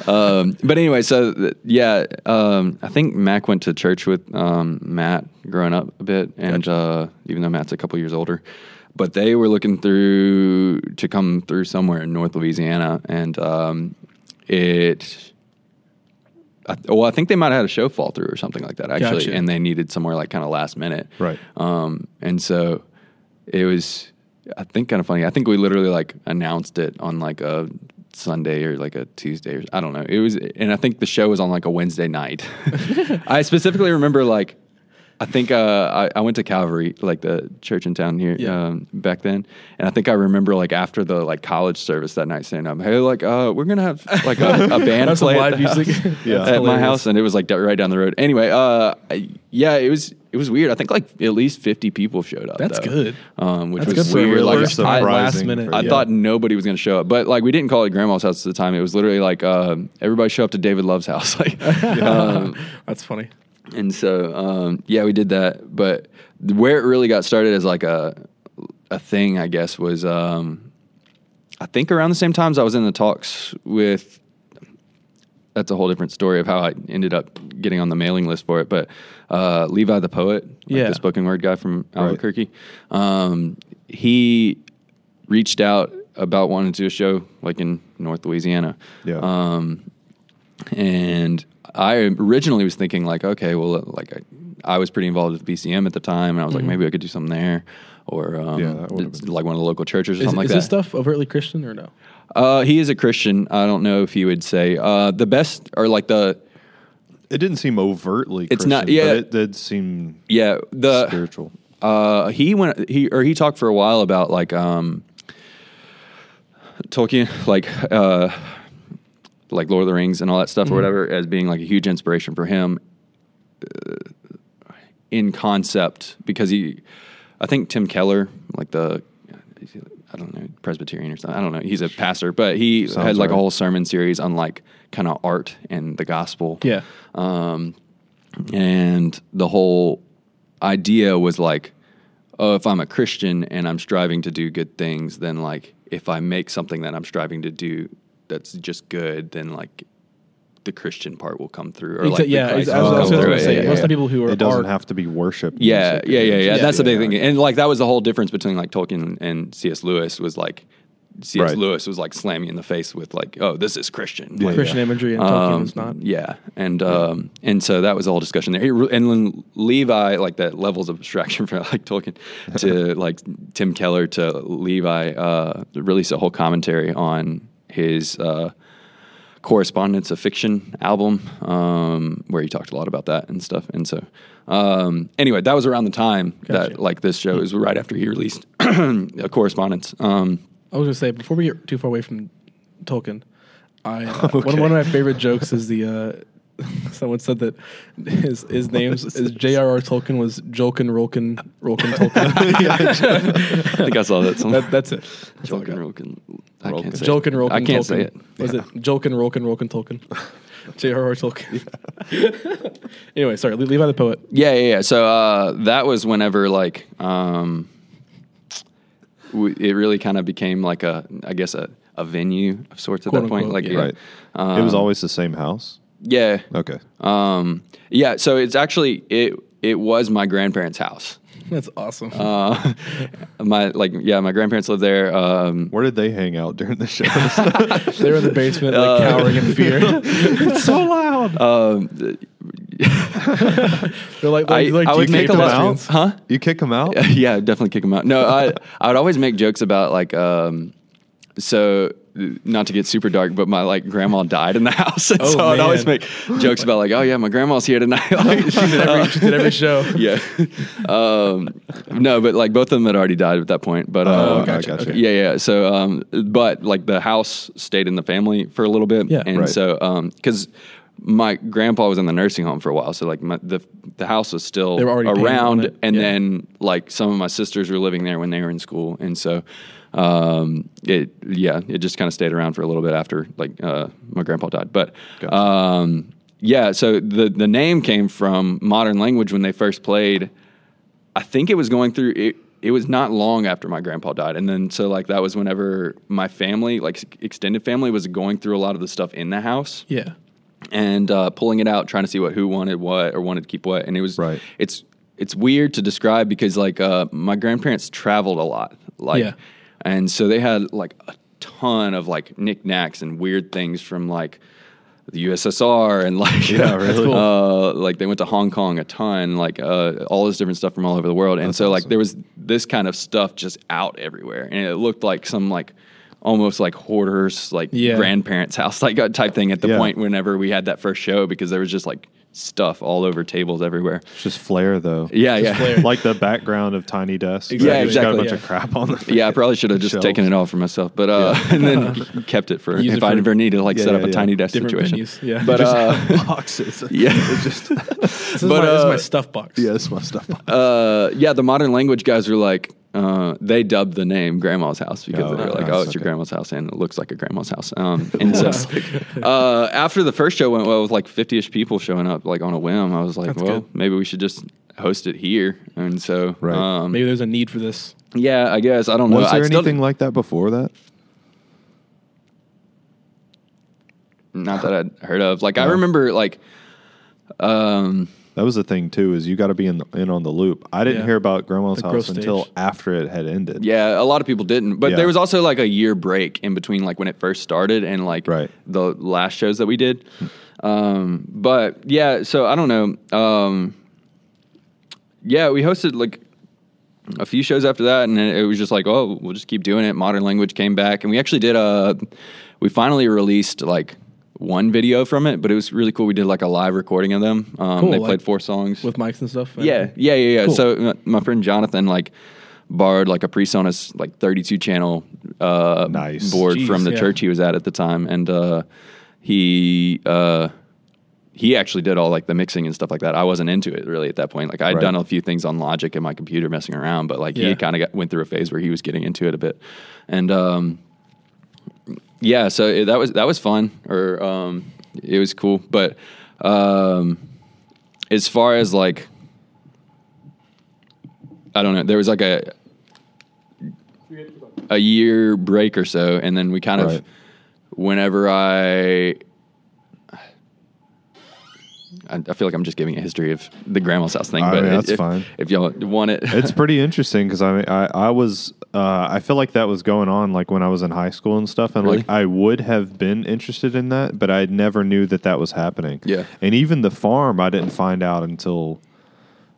Speaker 2: Um, but anyway, so th- yeah, um, I think Mac went to church with um, Matt growing up a bit, and uh, even though Matt's a couple years older, but they were looking through to come through somewhere in North Louisiana, and um, it. I, well, I think they might have had a show fall through or something like that, actually,
Speaker 1: Gotcha.
Speaker 2: and they needed somewhere like kind of last minute,
Speaker 3: Right.
Speaker 2: Um, and so it was, I think, kind of funny. I think we literally like announced it on like a Sunday or like a Tuesday or I don't know. It was, and I think the show was on like a Wednesday night. I specifically remember like I think uh, I, I went to Calvary, like the church in town here
Speaker 1: Yeah.
Speaker 2: um, back then, and I think I remember like after the like college service that night saying, "Um, hey, like uh, we're gonna have like a, a band
Speaker 1: Have some
Speaker 2: play at,
Speaker 1: live
Speaker 2: the
Speaker 1: music.
Speaker 2: house- at
Speaker 3: Yeah.
Speaker 1: That's
Speaker 2: my
Speaker 1: hilarious.
Speaker 2: house," and it was like d- right down the road. Anyway, uh, I- yeah, it was it was weird. I think like at least fifty people showed up.
Speaker 1: That's
Speaker 2: though.
Speaker 1: good.
Speaker 2: Um, which
Speaker 1: That's
Speaker 2: was
Speaker 1: good for a
Speaker 2: weird.
Speaker 1: real
Speaker 2: Like,
Speaker 1: first
Speaker 2: I-
Speaker 1: time.
Speaker 3: surprising
Speaker 1: last minute.
Speaker 3: for-
Speaker 2: I
Speaker 1: Yeah.
Speaker 2: thought nobody was going to show up, but like we didn't call it grandma's house at the time. It was literally like um, everybody show up to David Love's house. Like,
Speaker 1: uh,
Speaker 2: um,
Speaker 1: That's funny.
Speaker 2: and so um, yeah, we did that. But where it really got started as like a a thing, I guess, was um, I think around the same times I was in the talks with. That's a whole different story of how I ended up getting on the mailing list for it. But uh, Levi the poet, like
Speaker 1: Yeah.
Speaker 2: the spoken word guy from
Speaker 3: Right.
Speaker 2: Albuquerque, um, he reached out about wanting to do a show like in North Louisiana.
Speaker 3: Yeah.
Speaker 2: Um, and I originally was thinking like, okay, well, uh, like I, I was pretty involved with BCM at the time, and I was like, maybe I could do something there, or um,
Speaker 3: Mm-hmm. Yeah, that would've
Speaker 2: it's
Speaker 3: been-
Speaker 2: like one of the local churches or
Speaker 1: Is,
Speaker 2: something like
Speaker 1: is
Speaker 2: that.
Speaker 1: this stuff overtly Christian or no?
Speaker 2: uh, he is a Christian. I don't know if he would say uh, the best or like the
Speaker 3: It didn't seem overtly.
Speaker 2: It's
Speaker 3: Christian,
Speaker 2: not- yeah.
Speaker 3: But it did seem
Speaker 2: yeah the
Speaker 3: spiritual.
Speaker 2: uh, he went he or he talked for a while about like um Tolkien like uh like Lord of the Rings and all that
Speaker 3: Mm-hmm.
Speaker 2: stuff or whatever as being like a huge inspiration for him uh, in concept because he I think Tim Keller like the I don't know Presbyterian or something I don't know he's a pastor but he
Speaker 3: Sounds
Speaker 2: had like a
Speaker 3: right.
Speaker 2: whole sermon series on like kind of art and the gospel
Speaker 1: Yeah.
Speaker 2: um, and the whole idea was like, oh, if I'm a Christian and I'm striving to do good things, then like if I make something that I'm striving to do that's just good, then like the Christian part will come through. Or
Speaker 1: Exa-
Speaker 2: like, the
Speaker 1: yeah,
Speaker 2: Christ
Speaker 1: I was-
Speaker 2: will
Speaker 1: I was
Speaker 2: come
Speaker 1: gonna
Speaker 2: through.
Speaker 1: say,
Speaker 2: Yeah, yeah,
Speaker 1: most of
Speaker 2: yeah.
Speaker 1: the people who are
Speaker 3: Oh, it doesn't
Speaker 1: are-
Speaker 3: have to be worship.
Speaker 2: Yeah,
Speaker 3: music.
Speaker 2: yeah, yeah, yeah.
Speaker 1: Yeah,
Speaker 2: That's the
Speaker 1: yeah,
Speaker 2: big thing. And like that was the whole difference between like Tolkien and C.S. Lewis was like C.S.
Speaker 3: Right.
Speaker 2: Lewis was like slamming in the face with like, oh, this is Christian.
Speaker 3: Yeah,
Speaker 2: Like,
Speaker 1: Christian imagery and Tolkien is not.
Speaker 2: Um, yeah, and um, and so that was the whole discussion there. It re- and then Levi, like that levels of abstraction from like Tolkien to like Tim Keller to Levi, uh, released a whole commentary on his uh, correspondence of fiction album, um, where he talked a lot about that and stuff. And so, um, anyway, that was around the time that
Speaker 1: Gotcha.
Speaker 2: like this show is right after he released a correspondence. Um,
Speaker 1: I was gonna say before we get too far away from Tolkien, I uh, one,
Speaker 3: Okay.
Speaker 1: one of my favorite jokes is the uh, someone said that his his name's is J.R.R. Tolkien was Jolkin Rolkin Rolkin Tolkien.
Speaker 2: I think I saw that. somewhere.
Speaker 1: that, that's it. That's all I
Speaker 2: Jolkin,
Speaker 1: got.
Speaker 2: Rolkin. I can't say it.
Speaker 1: Jolkin Rolkin.
Speaker 2: I can't say
Speaker 1: Tolkien.
Speaker 2: it.
Speaker 1: Was it Jolkin Rolkin Rolkin Tolkien? J.R.R. Tolkien. anyway, sorry. Le- Levi the poet.
Speaker 2: Yeah, yeah, yeah. So uh, that was whenever like um, w- it really kind of became like a, I guess a, a venue of sorts at
Speaker 1: Quote,
Speaker 2: that point.
Speaker 1: unquote,
Speaker 2: like
Speaker 1: yeah.
Speaker 2: yeah. Um,
Speaker 3: Right. it
Speaker 1: Um,
Speaker 3: was always the same house.
Speaker 2: yeah,
Speaker 3: Okay.
Speaker 2: um, yeah. So it's actually it it was my grandparents' house.
Speaker 1: That's awesome.
Speaker 2: Uh, my like yeah, my grandparents lived there. Um,
Speaker 3: Where did they hang out during the show?
Speaker 1: they were in the basement, like
Speaker 2: uh,
Speaker 1: cowering in fear.
Speaker 3: it's so loud.
Speaker 2: um, th-
Speaker 1: They're like,
Speaker 2: I-
Speaker 1: like, like
Speaker 2: I
Speaker 1: do
Speaker 2: would
Speaker 1: you
Speaker 2: make
Speaker 1: keep
Speaker 2: them out.
Speaker 1: lesbians?
Speaker 2: Huh?
Speaker 3: You kick them out?
Speaker 2: yeah, definitely kick them out. No, I I would always make jokes about like um so not to get super dark, but my like grandma died in the house, and
Speaker 1: Oh,
Speaker 2: so I'd always
Speaker 1: man.
Speaker 2: make jokes about like, oh yeah, my grandma's here tonight. Like,
Speaker 1: She did every, she did every show.
Speaker 2: yeah, um, no, but like both of them had already died at that point. But
Speaker 3: Oh,
Speaker 2: uh,
Speaker 3: I gotcha. gotcha.
Speaker 2: yeah, yeah. So, um, but like the house stayed in the family for a little bit,
Speaker 1: Yeah.
Speaker 2: and
Speaker 3: Right.
Speaker 2: so because my grandpa was in the nursing home for a while, so like my, the the house was still
Speaker 1: They were already paying on
Speaker 2: around,
Speaker 1: it.
Speaker 2: and
Speaker 1: Yeah.
Speaker 2: then like some of my sisters were living there when they were in school, and so um, it yeah, it just kind of stayed around for a little bit after like uh, my grandpa died, but.
Speaker 3: Gotcha.
Speaker 2: Um, yeah, so the the name came from modern language when they first played. I think it was going through it. It was not long after my grandpa died, and then so like that was whenever my family, like extended family, was going through a lot of the stuff in the house
Speaker 1: Yeah.
Speaker 2: and uh, pulling it out, trying to see what who wanted what or wanted to keep what, and it was
Speaker 3: Right.
Speaker 2: It's it's weird to describe because like uh, my grandparents traveled a lot, like,
Speaker 1: Yeah.
Speaker 2: and so they had like a ton of like knickknacks and weird things from like the USSR and like
Speaker 3: Yeah, really?
Speaker 2: uh, like they went to Hong Kong a ton, like uh, all this different stuff from all over the world, and so like there was this kind of stuff just out everywhere, and it looked like some like almost like hoarders like
Speaker 1: Yeah.
Speaker 2: grandparents' house like uh, type thing at the
Speaker 3: Yeah.
Speaker 2: point whenever we had that first show because there was just like stuff all over tables everywhere.
Speaker 3: It's just flair though.
Speaker 2: Yeah,
Speaker 1: Just
Speaker 2: yeah.
Speaker 1: flair.
Speaker 3: like the background of Tiny Desk.
Speaker 1: Exactly.
Speaker 3: It's got a
Speaker 2: Yeah,
Speaker 3: bunch
Speaker 1: exactly,
Speaker 3: of crap on the
Speaker 2: Yeah, I probably should have just
Speaker 3: Shelves.
Speaker 2: taken it all for myself, but uh, and then kept it for
Speaker 1: Use
Speaker 2: if
Speaker 1: it
Speaker 2: I
Speaker 1: for
Speaker 2: ever needed to like
Speaker 3: Yeah,
Speaker 2: set up
Speaker 3: yeah,
Speaker 2: a
Speaker 3: yeah.
Speaker 2: tiny desk
Speaker 1: Different
Speaker 2: situation.
Speaker 1: venues, yeah.
Speaker 2: but
Speaker 1: Just
Speaker 2: uh,
Speaker 3: boxes.
Speaker 2: yeah,
Speaker 1: This is,
Speaker 2: But,
Speaker 1: my, this is
Speaker 2: uh,
Speaker 1: my stuff box.
Speaker 3: yeah, that's my stuff.
Speaker 2: uh, yeah, the modern language guys were like, uh, they dubbed the name Grandma's House because
Speaker 3: Oh,
Speaker 2: they were like,
Speaker 3: nice,
Speaker 2: oh, it's your
Speaker 3: okay.
Speaker 2: grandma's house, and it looks like a grandma's house. Um, and so, uh, after the first show went well, with like 50 ish people showing up, like on a whim, I was like,
Speaker 1: That's
Speaker 2: well,
Speaker 1: good.
Speaker 2: maybe we should just host it here. And so,
Speaker 3: Right.
Speaker 2: um,
Speaker 1: Maybe there's a need for this.
Speaker 2: yeah, I guess. I don't know.
Speaker 3: Was there
Speaker 2: I still-
Speaker 3: anything like that before that?
Speaker 2: not that I'd heard of. Like, I
Speaker 3: No.
Speaker 2: remember, like, um,
Speaker 3: That was the thing too. Is you got to be in the, in on the loop. I didn't
Speaker 1: Yeah.
Speaker 3: hear about Grandma's
Speaker 1: The
Speaker 3: house
Speaker 1: growth
Speaker 3: until
Speaker 1: stage.
Speaker 3: after it had ended.
Speaker 2: Yeah, a lot of people didn't. But
Speaker 3: Yeah.
Speaker 2: there was also like a year break in between like when it first started and like
Speaker 3: Right.
Speaker 2: the last shows that we did. Um, but yeah, so I don't know. Um, yeah, we hosted like a few shows after that and it was just like, oh, we'll just keep doing it. Modern Language came back and we actually did a we finally released like one video from it, but it was really cool. We did like a live recording of them. Um,
Speaker 1: Cool,
Speaker 2: they
Speaker 1: like-
Speaker 2: played four songs.
Speaker 1: with mics and stuff.
Speaker 2: Yeah, yeah, yeah, yeah.
Speaker 1: Cool.
Speaker 2: So my, my friend Jonathan like borrowed like a PreSonus like 32 channel uh,
Speaker 3: Nice.
Speaker 2: board
Speaker 1: Jeez,
Speaker 2: from the
Speaker 1: yeah.
Speaker 2: church he was at at the time, and uh, he uh, he actually did all like the mixing and stuff like that. I wasn't into it really at that point. Like i had
Speaker 3: Right.
Speaker 2: done a few things on Logic and my computer messing around, but like
Speaker 1: Yeah.
Speaker 2: he kind of went through a phase where he was getting into it a bit, and. um yeah, so it, that was that was fun, or um, it was cool. But um, as far as like, I don't know, there was like a a year break or so, and then we kind
Speaker 3: Right.
Speaker 2: of, whenever I. I I feel like I'm just giving a history of the grandma's house thing,
Speaker 3: I
Speaker 2: but
Speaker 3: mean,
Speaker 2: it-
Speaker 3: Oh, that's
Speaker 2: if,
Speaker 3: fine.
Speaker 2: if y'all want it,
Speaker 3: it's pretty interesting because I, mean, I I was uh, I feel like that was going on like when I was in high school and stuff, and
Speaker 2: Really?
Speaker 3: like I would have been interested in that, but I never knew that that was happening.
Speaker 2: Yeah.
Speaker 3: and even the farm I didn't find out until.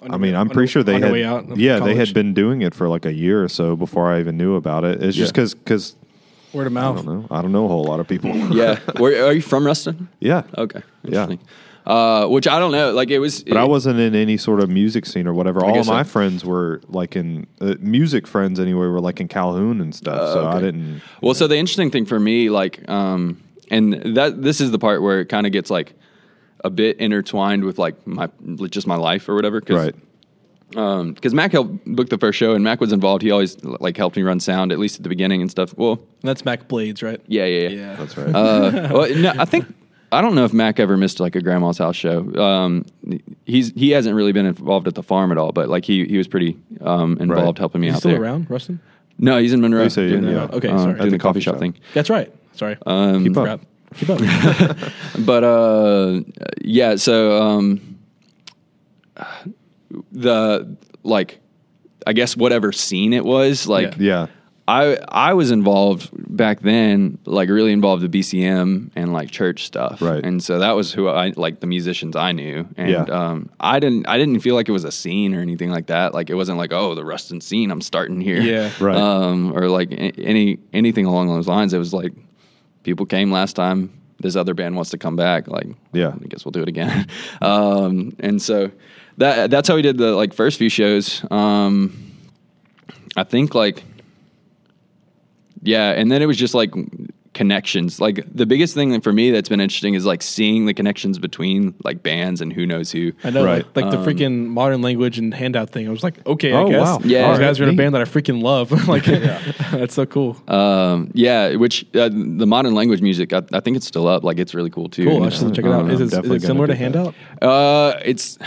Speaker 3: I mean, I'm pretty sure they
Speaker 1: on
Speaker 3: had,
Speaker 1: their way out of
Speaker 3: yeah, they
Speaker 1: college.
Speaker 3: had been doing it for like a year or so before I even knew about it. It's just
Speaker 2: Yeah.
Speaker 3: because because
Speaker 1: word of
Speaker 3: I
Speaker 1: mouth.
Speaker 3: don't know, I don't know a whole lot of people.
Speaker 2: yeah. Where, are you from Ruston?
Speaker 3: yeah,
Speaker 2: Okay.
Speaker 3: Yeah.
Speaker 2: Interesting. Uh, which I don't know. Like it was.
Speaker 3: But I
Speaker 2: it-
Speaker 3: wasn't in any sort of music scene or whatever. All
Speaker 2: guess
Speaker 3: of my
Speaker 2: so.
Speaker 3: friends were like in uh, music friends anyway were like in Calhoun and stuff. so I didn't.
Speaker 2: Well, so the interesting thing for me, like, um, and that this is the part where it kind of gets like a bit intertwined with like my just my life or whatever. Cause,
Speaker 3: Right.
Speaker 2: Because Mac helped book the first show, and Mac was involved. He always like helped me run sound, at least at the beginning and stuff. Well,
Speaker 1: And that's Mac Blades, right?
Speaker 2: yeah, yeah, yeah.
Speaker 1: Yeah.
Speaker 3: That's right.
Speaker 2: Uh, well, no, I think I don't know if Mac ever missed like a grandma's house show. Um, he's he hasn't really been involved at the farm at all, but like he he was pretty um, involved
Speaker 3: Right.
Speaker 2: helping me
Speaker 1: He's
Speaker 2: out
Speaker 1: still
Speaker 2: there.
Speaker 1: around, Ruston?
Speaker 2: No, he's in Monroe.
Speaker 3: He's a-
Speaker 2: doing the,
Speaker 3: yeah.
Speaker 1: Okay,
Speaker 2: uh,
Speaker 1: sorry.
Speaker 2: doing the coffee shop thing.
Speaker 1: That's right. Sorry.
Speaker 2: Um,
Speaker 3: Keep up.
Speaker 1: Crap. Keep up.
Speaker 2: but uh yeah so um the like i guess whatever scene it was like
Speaker 1: Yeah.
Speaker 3: Yeah.
Speaker 2: i i was involved back then like really involved with bcm and like church stuff
Speaker 3: Right.
Speaker 2: and so that was who i like the musicians i knew and
Speaker 3: Yeah.
Speaker 2: um i didn't i didn't feel like it was a scene or anything like that like it wasn't like oh the rustin scene i'm starting here
Speaker 1: Yeah.
Speaker 3: Right.
Speaker 2: um or like a- any anything along those lines it was like people came last time. This other band wants to come back. Like,
Speaker 3: Yeah.
Speaker 2: I guess we'll do it again. um, and so that that's how we did the like first few shows. Um, I think like, yeah, and then it was just like connections. Like the biggest thing for me that's been interesting is like seeing the connections between like bands and who knows who.
Speaker 1: I know,
Speaker 3: Right. Um,
Speaker 1: like, like the freaking modern language and handout thing. I was like, okay,
Speaker 3: Oh,
Speaker 1: I guess.
Speaker 3: wow.
Speaker 2: Yeah.
Speaker 1: These guys are in a
Speaker 3: Neat.
Speaker 1: band that I freaking love. like, that's so cool.
Speaker 2: Um, yeah, which uh, the modern language music, I, I think it's still up. Like it's really cool too.
Speaker 1: cool.
Speaker 2: And
Speaker 1: I
Speaker 2: it's-
Speaker 1: should check it out.
Speaker 3: Um,
Speaker 1: Is it, is
Speaker 3: definitely
Speaker 1: it similar to
Speaker 3: gonna do that.
Speaker 1: handout?
Speaker 2: Uh, it's.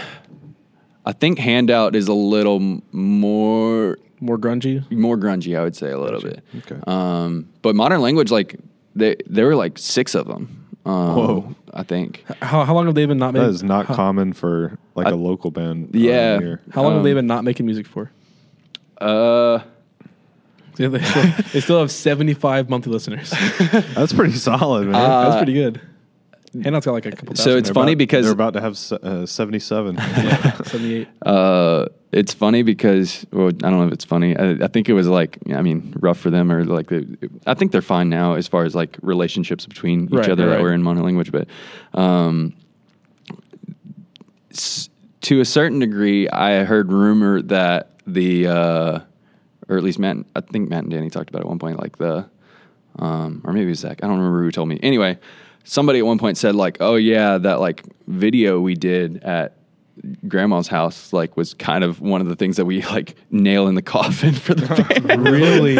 Speaker 2: I think handout is a little m- more
Speaker 1: More grungy?
Speaker 2: more grungy. I would say a little bit.
Speaker 3: Okay.
Speaker 2: Um, but modern language, like they there were like six of them. Um,
Speaker 3: Whoa.
Speaker 2: I think.
Speaker 1: How, how long have they been not making?
Speaker 3: That is not common for like a local band. around
Speaker 2: Yeah.
Speaker 3: here.
Speaker 1: How long have they
Speaker 2: Um,
Speaker 1: been not making music for?
Speaker 2: Uh,
Speaker 1: They they still, they still have 75 monthly listeners.
Speaker 3: that's pretty solid, man.
Speaker 1: That's pretty good. Handout's got like a couple.
Speaker 2: so
Speaker 1: thousand
Speaker 2: Uh, it's
Speaker 1: there,
Speaker 2: funny
Speaker 3: About-
Speaker 2: because
Speaker 3: they're about to have se- uh, seventy-seven.
Speaker 1: but 78.
Speaker 2: uh, it's funny because well, I don't know if it's funny. I, I think it was like I mean, rough for them or like they, I think they're fine now as far as like relationships between each
Speaker 1: Right,
Speaker 2: other
Speaker 1: right.
Speaker 2: that were in monolanguage, but um, s- to a certain degree, I heard rumor that the uh, or at least Matt, and- I think Matt and Danny talked about it at one point, like the um, or maybe it was Zach. I don't remember who told me. Anyway, somebody at one point said like, "Oh yeah, that like video we did at." grandma's house like was kind of one of the things that we like nail in the coffin for the band.
Speaker 1: really?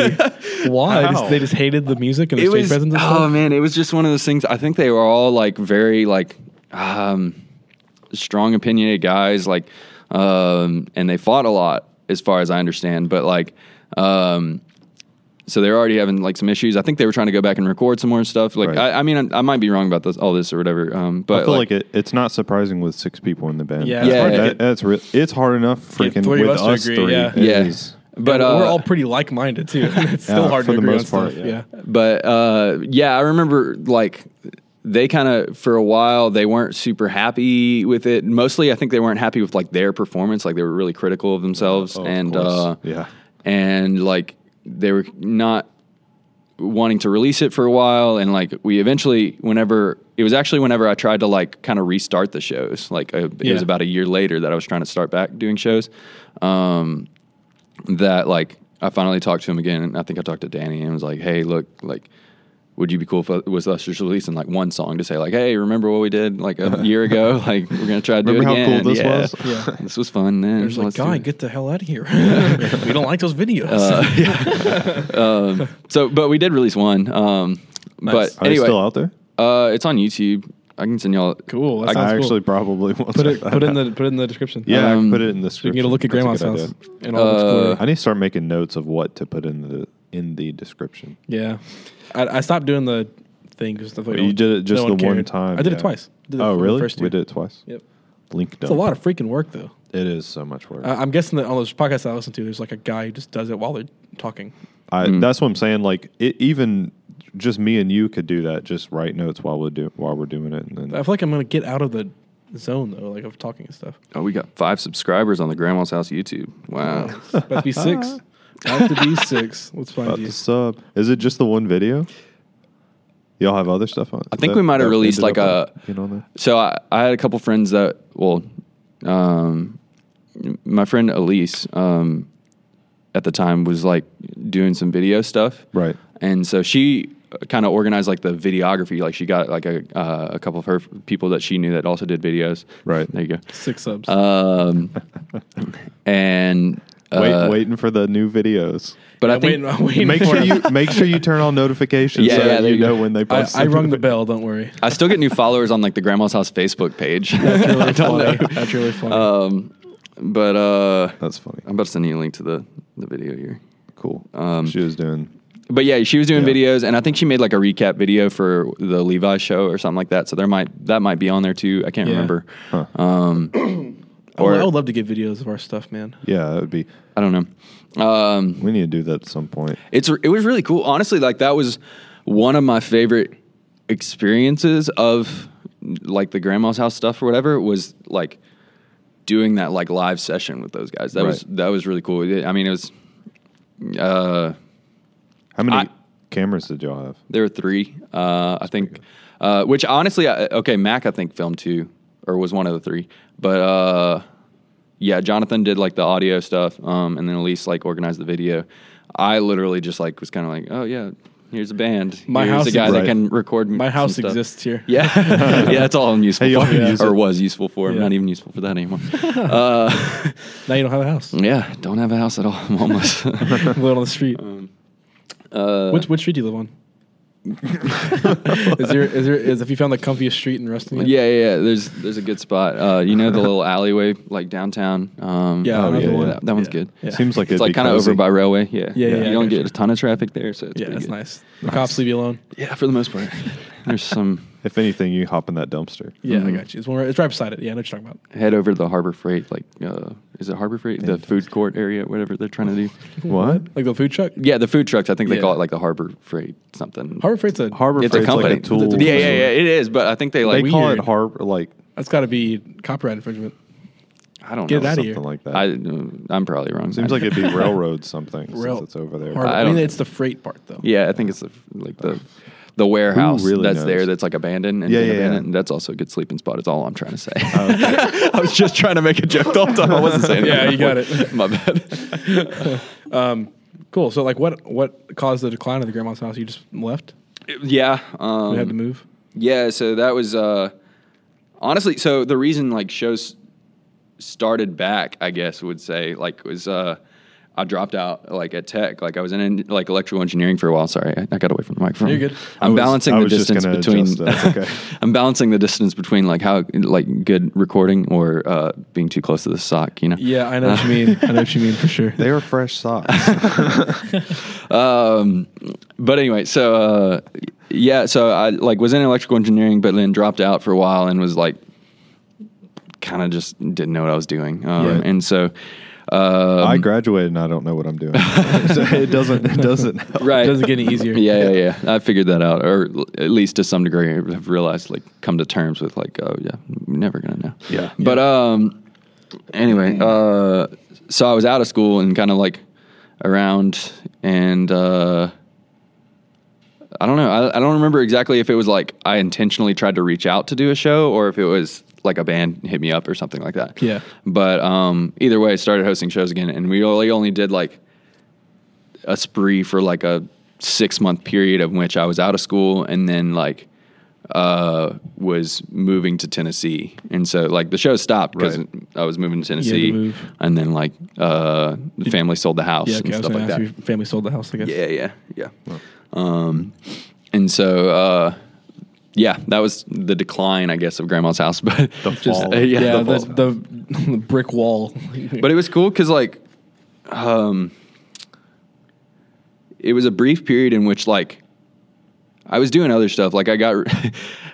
Speaker 1: Why? They just-
Speaker 3: How?
Speaker 1: They just hated the music and the
Speaker 2: it
Speaker 1: stage
Speaker 2: was
Speaker 1: presence and
Speaker 2: oh
Speaker 1: stuff.
Speaker 2: man, it was just one of those things. I think they were all like very like um, strong opinionated guys, like um, and they fought a lot as far as I understand. But like um, so they're already having like some issues. I think they were trying to go back and record some more stuff. Like
Speaker 3: Right.
Speaker 2: I, I mean, I, I might be wrong about this, all this or whatever. Um, but
Speaker 3: I feel like, it, it's not surprising with six people in the band.
Speaker 1: Yeah,
Speaker 3: That's
Speaker 2: it's
Speaker 3: hard-
Speaker 2: hard to
Speaker 3: that-
Speaker 1: get-
Speaker 3: that's re- it's hard enough freaking
Speaker 1: three of
Speaker 3: with
Speaker 1: us to
Speaker 3: us
Speaker 1: agree,
Speaker 3: three.
Speaker 1: yeah.
Speaker 3: It
Speaker 2: Yeah.
Speaker 3: is.
Speaker 2: but uh,
Speaker 1: we're all pretty like-minded too. it's still
Speaker 3: Yeah,
Speaker 1: hard
Speaker 3: for
Speaker 1: to
Speaker 3: the
Speaker 1: agree
Speaker 3: most
Speaker 1: on
Speaker 3: part,
Speaker 1: stuff.
Speaker 3: yeah.
Speaker 1: yeah.
Speaker 2: but uh, yeah, I remember like they kind of for a while they weren't super happy with it. Mostly, I think they weren't happy with like their performance. Like they were really critical of themselves,
Speaker 3: Oh, of
Speaker 2: and
Speaker 3: course.
Speaker 2: uh,
Speaker 3: yeah,
Speaker 2: and like they were not wanting to release it for a while and like we eventually whenever it was actually whenever i tried to like kind of restart the shows like uh it
Speaker 1: Yeah.
Speaker 2: was about a year later that i was trying to start back doing shows um that like i finally talked to him again and i think i talked to danny and was like hey look like would you be cool if uh, was us just releasing like one song to say like hey remember what we did like a year ago like we're gonna try to do
Speaker 3: Remember
Speaker 2: it
Speaker 3: how cool
Speaker 2: again
Speaker 3: this
Speaker 2: Yeah.
Speaker 3: was?
Speaker 1: Yeah.
Speaker 2: this was fun then
Speaker 1: There's like,
Speaker 2: Let's do
Speaker 1: guy,
Speaker 2: it."
Speaker 1: get the hell out of here. we don't like those videos.
Speaker 3: Uh,
Speaker 2: Um, So, but we did release one. Um,
Speaker 1: Nice.
Speaker 2: But
Speaker 3: are
Speaker 2: anyway,
Speaker 3: they still out there?
Speaker 2: uh, it's on YouTube. I can send y'all.
Speaker 1: cool. That
Speaker 2: I-
Speaker 1: sounds
Speaker 3: I
Speaker 1: cool.
Speaker 3: actually probably want
Speaker 1: put
Speaker 3: to
Speaker 1: it put in the put it in the description. Uh,
Speaker 3: yeah, I
Speaker 2: Um,
Speaker 3: can put it in the
Speaker 1: so you
Speaker 3: description.
Speaker 1: can get a look at
Speaker 3: That's
Speaker 1: grandma's
Speaker 3: good
Speaker 1: house
Speaker 3: idea. Uh,
Speaker 1: and all its glory.
Speaker 3: I need to start making notes of what to put in the in the description.
Speaker 1: Yeah, I, I stopped doing the thing because
Speaker 3: you did it just the one time.
Speaker 1: I did
Speaker 3: yeah.
Speaker 1: it twice. I did it
Speaker 3: oh
Speaker 1: for the
Speaker 3: really?
Speaker 1: first
Speaker 3: we
Speaker 1: year.
Speaker 3: did it twice.
Speaker 1: Yep.
Speaker 3: Link dump.
Speaker 1: It's a lot of Uh, freaking work though.
Speaker 3: It is so much work.
Speaker 1: I, I'm guessing that on those podcasts I listen to, there's like a guy who just does it while they're talking.
Speaker 3: I,
Speaker 2: Mm.
Speaker 3: That's what I'm saying. Like it, even just me and you could do that. Just write notes while we do while we're doing it, and then
Speaker 1: I feel like I'm gonna get out of the zone though, like of talking and stuff.
Speaker 2: Oh, we got five subscribers on the Grandma's House YouTube.
Speaker 3: Oh.
Speaker 2: Wow.
Speaker 1: About to be six. I have to be six. Let's find
Speaker 3: about
Speaker 1: you.
Speaker 3: the sub. Is it just the one video? Y'all have other stuff on.
Speaker 2: I think we might have released, like, a-
Speaker 3: You know there.
Speaker 2: so I, I had a couple friends that well, um, my friend Elise um, at the time was like doing some video stuff,
Speaker 3: Right.
Speaker 2: and so she kind of organized like the videography. Like she got like a uh, a couple of her people that she knew that also did videos.
Speaker 3: Right.
Speaker 2: there you
Speaker 1: Six subs.
Speaker 2: go. Um, and
Speaker 3: Wait,
Speaker 2: uh,
Speaker 3: waiting for the new videos.
Speaker 2: But I
Speaker 1: I'm
Speaker 2: think
Speaker 1: waiting- I'm waiting
Speaker 3: Make
Speaker 1: for
Speaker 3: sure
Speaker 1: it.
Speaker 3: you make sure you turn on notifications
Speaker 2: Yeah,
Speaker 3: so
Speaker 2: yeah,
Speaker 3: that
Speaker 2: there
Speaker 3: you
Speaker 2: you
Speaker 3: know
Speaker 2: go.
Speaker 3: when they
Speaker 1: I,
Speaker 3: post.
Speaker 1: I
Speaker 3: something.
Speaker 1: rung the bell. Don't worry.
Speaker 2: I still get new followers on like the Grandma's House Facebook page.
Speaker 1: That's really funny. That's really funny.
Speaker 3: Uh,
Speaker 2: um, but uh,
Speaker 3: That's funny.
Speaker 2: I'm about to send you a link to the, the video here.
Speaker 3: Cool.
Speaker 2: um,
Speaker 3: she was doing.
Speaker 2: But yeah, she was doing
Speaker 3: Yeah.
Speaker 2: videos, and I think she made like a recap video for the Levi show or something like that. So there might that might be on there too. I can't
Speaker 1: Yeah.
Speaker 2: remember.
Speaker 3: Huh.
Speaker 2: Um,
Speaker 1: I would-
Speaker 2: or-
Speaker 1: I would love to get videos of our stuff, man.
Speaker 3: Yeah, that would be.
Speaker 2: I don't know. Um,
Speaker 3: We need to do that at some point.
Speaker 2: It's it was really cool. Honestly, like that was one of my favorite experiences of like the grandma's house stuff or whatever was like doing that like live session with those guys. That was
Speaker 3: Right.
Speaker 2: that was really cool. It- I mean, it was uh
Speaker 3: How many
Speaker 2: I-
Speaker 3: cameras did y'all have?
Speaker 2: there were three. Uh I think uh which honestly I, okay, Mac I think filmed two or was one of the three. But uh yeah, Jonathan did like the audio stuff, um, and then Elise like organized the video. I literally just like was kind of like, oh yeah, here's a band.
Speaker 1: My
Speaker 2: here's
Speaker 1: house
Speaker 2: a guy
Speaker 1: is-
Speaker 2: that
Speaker 3: Right.
Speaker 2: can record. m-
Speaker 1: My
Speaker 2: some
Speaker 1: house
Speaker 2: stuff."
Speaker 1: exists here.
Speaker 2: Yeah, yeah, that's all I'm useful
Speaker 3: Hey, y'all
Speaker 2: for,
Speaker 3: can use
Speaker 2: or
Speaker 3: it.
Speaker 2: was useful for. I'm
Speaker 1: Yeah.
Speaker 2: not even useful for that anymore. uh,
Speaker 1: Now you don't have a house.
Speaker 2: yeah, don't have a house at all. I'm homeless.
Speaker 1: live on the street.
Speaker 2: uh,
Speaker 1: which which street do you live on? is there is there is have you found the comfiest street in Ruston? yet?
Speaker 2: Yeah, yeah, yeah. There's there's a good spot. Uh, you know the little alleyway like downtown. Um,
Speaker 1: Yeah, I
Speaker 3: Oh,
Speaker 1: know
Speaker 3: yeah,
Speaker 1: the
Speaker 3: yeah.
Speaker 1: one.
Speaker 2: That, that one's
Speaker 1: Yeah.
Speaker 2: good.
Speaker 1: Yeah.
Speaker 3: Seems like
Speaker 2: It's
Speaker 3: it'd
Speaker 2: like
Speaker 3: be
Speaker 2: kind of over
Speaker 3: cozy.
Speaker 2: by railway. Yeah,
Speaker 1: Yeah, yeah,
Speaker 2: You
Speaker 1: I
Speaker 2: don't
Speaker 1: got
Speaker 2: get
Speaker 1: you.
Speaker 2: a ton of traffic there, so it's
Speaker 1: yeah, that's
Speaker 2: pretty good.
Speaker 1: nice. The cops leave you alone.
Speaker 2: Yeah, for the most part. There's some
Speaker 3: If anything, you hop in that dumpster.
Speaker 1: Yeah, I
Speaker 2: Mhm.
Speaker 1: got you. It's, one right- it's right beside it. Yeah, I know what you're talking
Speaker 2: head over to the Harbor Freight, like uh, is it Harbor Freight, the food court area, whatever they're trying to do.
Speaker 3: What?
Speaker 1: about. Like the food truck?
Speaker 2: Yeah, the food trucks. I think they
Speaker 1: Yeah.
Speaker 2: call it like the Harbor Freight something.
Speaker 1: Harbor Freight's a
Speaker 3: Harbor
Speaker 2: it's a
Speaker 3: Freight's
Speaker 2: company.
Speaker 3: like a tool.
Speaker 2: yeah, yeah, yeah. It is, but I think they
Speaker 3: They
Speaker 2: like.
Speaker 3: call
Speaker 1: weird.
Speaker 3: it harbor, like
Speaker 1: That's got to be copyright infringement.
Speaker 2: I don't
Speaker 1: Get
Speaker 2: know.
Speaker 1: it outta
Speaker 3: something
Speaker 1: here.
Speaker 3: like that.
Speaker 2: I, I'm probably wrong.
Speaker 3: Seems like it'd be railroad something
Speaker 1: Rail-
Speaker 3: since it's over there.
Speaker 1: Harbor-
Speaker 2: I
Speaker 1: I, mean,
Speaker 2: don't-
Speaker 1: it's the freight part though.
Speaker 2: Yeah, I think it's the, like the the warehouse
Speaker 3: really
Speaker 2: that's
Speaker 3: knows?
Speaker 2: there that's like abandoned and
Speaker 3: Yeah,
Speaker 2: been
Speaker 3: yeah, Oh, yeah.
Speaker 2: abandoned. That's also a good sleeping spot. Is all I'm trying to say. I was just trying to make a joke the whole time. I wasn't saying.
Speaker 1: Yeah, you
Speaker 2: anything.
Speaker 1: got it. Um,
Speaker 2: My bad.
Speaker 1: Cool. So like, what what caused the decline of the grandma's house? You just left.
Speaker 2: yeah. Um,
Speaker 1: You had to move.
Speaker 2: Yeah, so that was uh honestly so the reason like shows started back, I guess would say like was uh I dropped out like at tech, like I was in, en- like electrical engineering for a while. Sorry, I, I got away from the microphone.
Speaker 1: You're good.
Speaker 2: I'm
Speaker 3: I was-
Speaker 2: balancing
Speaker 3: I
Speaker 2: the
Speaker 3: was just
Speaker 2: distance
Speaker 3: gonna
Speaker 2: between.
Speaker 3: adjust that. Okay.
Speaker 2: I'm balancing the distance between like how like good recording or uh, being too close to the sock. You know.
Speaker 1: Yeah, I know what you mean. Uh, I know what you mean for sure.
Speaker 3: They are fresh socks.
Speaker 2: um, but anyway, so uh, yeah, so I like was in electrical engineering, but then dropped out for a while and was like, kind of just didn't know what I was doing, um,
Speaker 1: Yeah.
Speaker 2: and so. Um,
Speaker 3: I graduated and I don't know what I'm doing. so it doesn't. It doesn't. Help.
Speaker 2: Right.
Speaker 1: It doesn't get any easier.
Speaker 2: Yeah, yeah, yeah. I figured that out, or l- at least to some degree, I've realized, like, come to terms with, like, oh yeah, I'm never gonna know.
Speaker 3: Yeah.
Speaker 2: But um, anyway, uh, so I was out of school and kind of like around, and uh, I don't know. I, I don't remember exactly if it was like I intentionally tried to reach out to do a show, or if it was like a band hit me up or something like that.
Speaker 1: Yeah.
Speaker 2: But um, either way, I started hosting shows again, and we only only did like a spree for like a six month period of which I was out of school and then like uh was moving to Tennessee. And so like the show stopped because
Speaker 3: Right.
Speaker 2: I was moving to Tennessee
Speaker 1: move.
Speaker 2: and then like uh the family sold the house
Speaker 1: Yeah,
Speaker 2: and
Speaker 1: okay, I was
Speaker 2: stuff
Speaker 1: gonna
Speaker 2: like
Speaker 1: ask
Speaker 2: that.
Speaker 1: you if your family sold the house, I guess.
Speaker 2: Yeah, yeah, yeah. Um and so uh yeah, that was the decline, I guess, of grandma's house. But
Speaker 3: The fall.
Speaker 2: uh, yeah,
Speaker 1: yeah,
Speaker 2: the
Speaker 1: the,
Speaker 2: fall.
Speaker 1: the, the brick wall.
Speaker 2: but it was cool because like um it was a brief period in which like i was doing other stuff like i got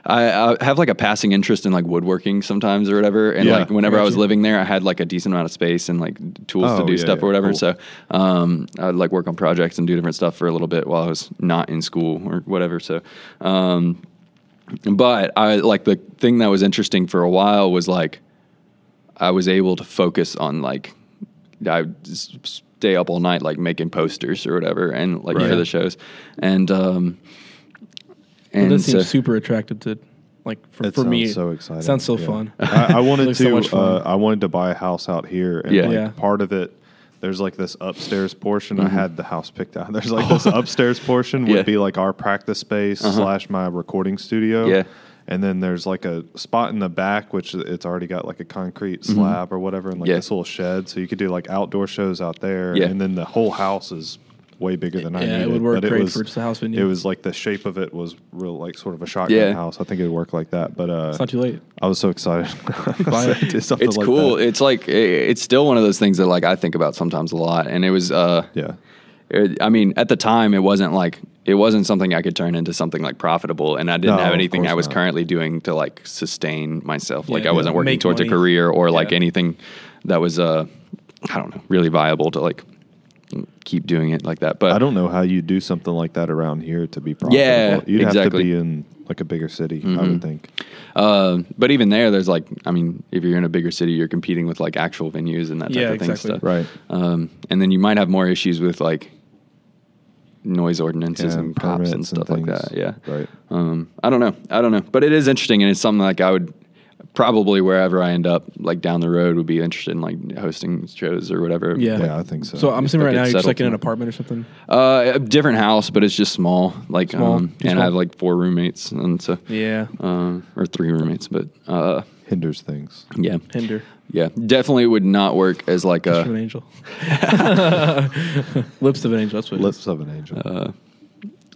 Speaker 2: I, I have like a passing interest in like woodworking sometimes or whatever and
Speaker 3: Yeah.
Speaker 2: like whenever i was
Speaker 1: Gotcha.
Speaker 2: living there i had like a decent amount of space and like tools to
Speaker 3: Oh,
Speaker 2: do
Speaker 3: yeah,
Speaker 2: stuff
Speaker 3: yeah,
Speaker 2: or whatever
Speaker 3: cool.
Speaker 2: so um i'd like work on projects and do different stuff for a little bit while i was not in school or whatever so um but I like the thing that was interesting for a while was like I was able to focus on like I would s- stay up all night like making posters or whatever and like
Speaker 1: Right.
Speaker 2: for the shows and um
Speaker 1: But
Speaker 2: and uh,
Speaker 1: this
Speaker 2: so,
Speaker 1: seems super attractive to, like, for,
Speaker 3: It
Speaker 1: for
Speaker 3: sounds
Speaker 1: me.
Speaker 3: so exciting.
Speaker 1: Sounds so
Speaker 3: Yeah.
Speaker 1: fun.
Speaker 3: I, I wanted
Speaker 1: Looks
Speaker 3: to.
Speaker 1: so much fun.
Speaker 3: uh, I wanted to buy a house out here, and
Speaker 2: Yeah.
Speaker 3: like
Speaker 1: Yeah.
Speaker 3: part of it, there's like this upstairs portion. I had the house picked out. There's like this upstairs portion would
Speaker 2: Mm-hmm. Oh. Yeah. Uh-huh.
Speaker 3: be like our practice space slash my recording studio.
Speaker 2: Yeah.
Speaker 3: And then there's like a spot in the back, which it's already got like a concrete slab or whatever, and like
Speaker 2: Mm-hmm. Yeah.
Speaker 3: this little shed. So you could do like outdoor shows out there.
Speaker 2: Yeah.
Speaker 3: And then the whole house is way bigger than I
Speaker 1: Yeah, it
Speaker 3: needed.
Speaker 1: would work
Speaker 3: but it
Speaker 1: great
Speaker 3: was,
Speaker 1: for just a house venue.
Speaker 3: It was like the shape of it was real, like sort of a shotgun
Speaker 2: Yeah.
Speaker 3: house. I think it would work like that. But uh,
Speaker 1: It's not too late.
Speaker 3: I was so excited.
Speaker 1: Buy it.
Speaker 3: It's
Speaker 2: it's cool it's like i it's still one of those things that like I think about sometimes a lot and it was uh
Speaker 3: Yeah.
Speaker 2: it, I mean, at the time, it wasn't like it wasn't something I could turn into something like profitable, and I didn't
Speaker 3: No,
Speaker 2: have
Speaker 3: of
Speaker 2: anything
Speaker 3: course
Speaker 2: I was
Speaker 3: not.
Speaker 2: currently doing to like sustain myself. like I
Speaker 1: yeah,
Speaker 2: wasn't working
Speaker 1: make
Speaker 2: towards a
Speaker 1: money.
Speaker 2: career or like
Speaker 1: Yeah.
Speaker 2: anything that was uh, I don't know, really viable to like keep doing it like that. But
Speaker 3: I don't know how you do something like that around here to be profitable.
Speaker 2: Yeah,
Speaker 3: You'd have to
Speaker 2: exactly. Mm-hmm.
Speaker 3: be in like a bigger city, I would think.
Speaker 2: Uh, but even there, there's like, I mean, if you're in a bigger city, you're competing with like actual venues and that type
Speaker 1: Yeah,
Speaker 2: of
Speaker 1: exactly.
Speaker 2: thing. Stuff.
Speaker 3: Right.
Speaker 2: Um, and then you might have more issues with like noise ordinances
Speaker 3: Yeah,
Speaker 2: and cops
Speaker 3: permits
Speaker 2: and
Speaker 3: and
Speaker 2: stuff like
Speaker 3: things.
Speaker 2: that. Yeah.
Speaker 3: Right.
Speaker 2: Um, I don't know. I don't know. But it is interesting, and it's something like I would probably wherever I end up, like down the road, would be interested in like hosting shows or whatever.
Speaker 1: Yeah.
Speaker 3: Yeah, I think so.
Speaker 1: So I'm assuming right
Speaker 2: get
Speaker 1: now you're just
Speaker 2: settled
Speaker 1: like in an
Speaker 2: tonight.
Speaker 1: apartment or something.
Speaker 2: Uh, a different house, but it's just small. Like,
Speaker 1: Small.
Speaker 2: um,
Speaker 1: Too
Speaker 2: and I
Speaker 1: small.
Speaker 2: have like four roommates, and so.
Speaker 1: Yeah.
Speaker 2: Uh, or three roommates, but uh,
Speaker 3: hinders things.
Speaker 2: yeah,
Speaker 1: Hinder.
Speaker 2: yeah, definitely would not work as like
Speaker 3: uh,
Speaker 1: Lips of
Speaker 2: a
Speaker 1: an angel. Lips of an angel. That's what it is.
Speaker 3: Lips of an angel.
Speaker 2: Uh,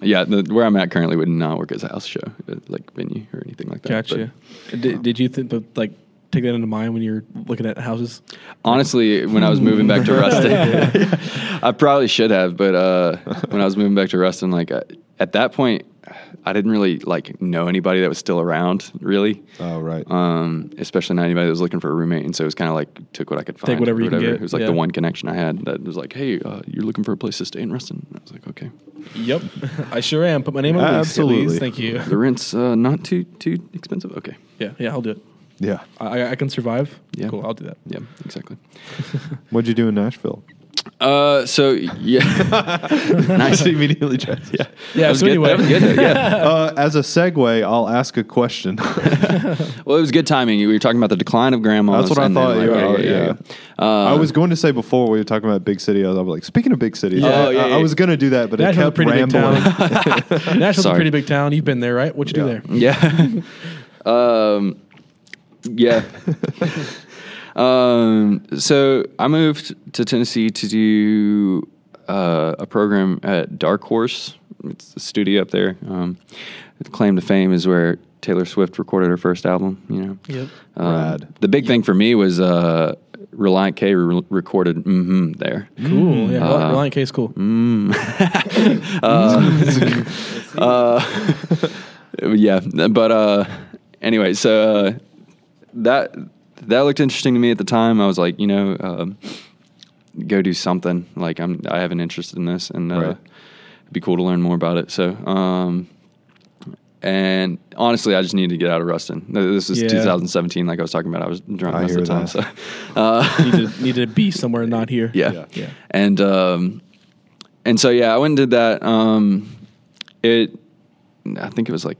Speaker 2: yeah. The, where I'm at currently would not work as a house show, uh, like venue or anything like that.
Speaker 1: Gotcha. Did, did you think, but like, take that into mind when you're looking at houses?
Speaker 2: But honestly, when I was moving back to Ruston, I probably should have, but uh, when I was moving back to Ruston, like I, uh, at that point, I didn't really like know anybody that was still around, really.
Speaker 3: Oh, right.
Speaker 2: Um, especially not anybody that was looking for a roommate, and so it was kind of like took what I could find.
Speaker 1: whatever
Speaker 2: or
Speaker 1: you can get,
Speaker 2: It was like
Speaker 1: yeah.
Speaker 2: the one connection I had that was like, "Hey, uh, you're looking for a place to stay in Ruston." I was like, "Okay."
Speaker 1: Yep, I sure am. Put my name on the list,
Speaker 3: Absolutely.
Speaker 1: please. Thank you.
Speaker 2: The rent's uh, not too too expensive. Okay.
Speaker 1: Yeah, yeah, I'll do it.
Speaker 3: yeah.
Speaker 1: I, I- I can survive.
Speaker 2: Yeah.
Speaker 1: cool. I'll do that.
Speaker 2: Yeah, exactly.
Speaker 3: What'd you do in Nashville?
Speaker 2: Uh, so yeah, nice
Speaker 3: immediately jazz.
Speaker 2: Yeah,
Speaker 1: Yeah,
Speaker 2: That was
Speaker 1: so
Speaker 2: good.
Speaker 1: anyway.
Speaker 2: That was good, though, yeah. Uh-huh.
Speaker 3: Uh, as a segue, I'll ask a question.
Speaker 2: Well, it was good timing. We were talking about the decline of grandmas.
Speaker 3: That's what I
Speaker 2: and
Speaker 3: thought you were-
Speaker 2: yeah. Uh,
Speaker 3: I was going to say before we were talking about big city, I was, I was like, speaking of big cities,
Speaker 2: Yeah.
Speaker 3: I,
Speaker 2: Oh, yeah,
Speaker 3: I- I
Speaker 2: yeah.
Speaker 3: was going to do that, but
Speaker 1: Nashville's a
Speaker 3: it kept
Speaker 1: pretty big
Speaker 3: rambling.
Speaker 1: town. Nashville's a
Speaker 2: Sorry.
Speaker 1: pretty big town. You've been there, right? What you
Speaker 3: Yeah.
Speaker 1: do there?
Speaker 2: Yeah. um, yeah. um, so I moved to Tennessee to do uh, a program at Dark Horse. It's a studio up there. Um, the claim to fame is where Taylor Swift recorded her first album. You know.
Speaker 1: Yep.
Speaker 2: Um,
Speaker 3: Rad.
Speaker 2: The big thing for me was uh, Reliant K re- recorded mm-hmm there.
Speaker 3: Mm.
Speaker 1: Cool. Yeah, Rel- Reliant K is cool.
Speaker 2: uh, yeah, but uh, anyway, so uh, that that looked interesting to me at the time. I was like, you know, um, go do something. Like I'm, I have an interest in this, and uh,
Speaker 3: Right.
Speaker 2: it'd be cool to learn more about it. So, um, and honestly, I just needed to get out of Ruston. This was
Speaker 1: Yeah.
Speaker 2: 2017, like I was talking about. I was drunk
Speaker 3: I
Speaker 2: most of the time.
Speaker 3: hear that.
Speaker 2: So, uh,
Speaker 1: Need to, need to be somewhere not here.
Speaker 2: yeah.
Speaker 1: Yeah.
Speaker 2: And um, and so yeah, I went and did that. Um, it, I think it was like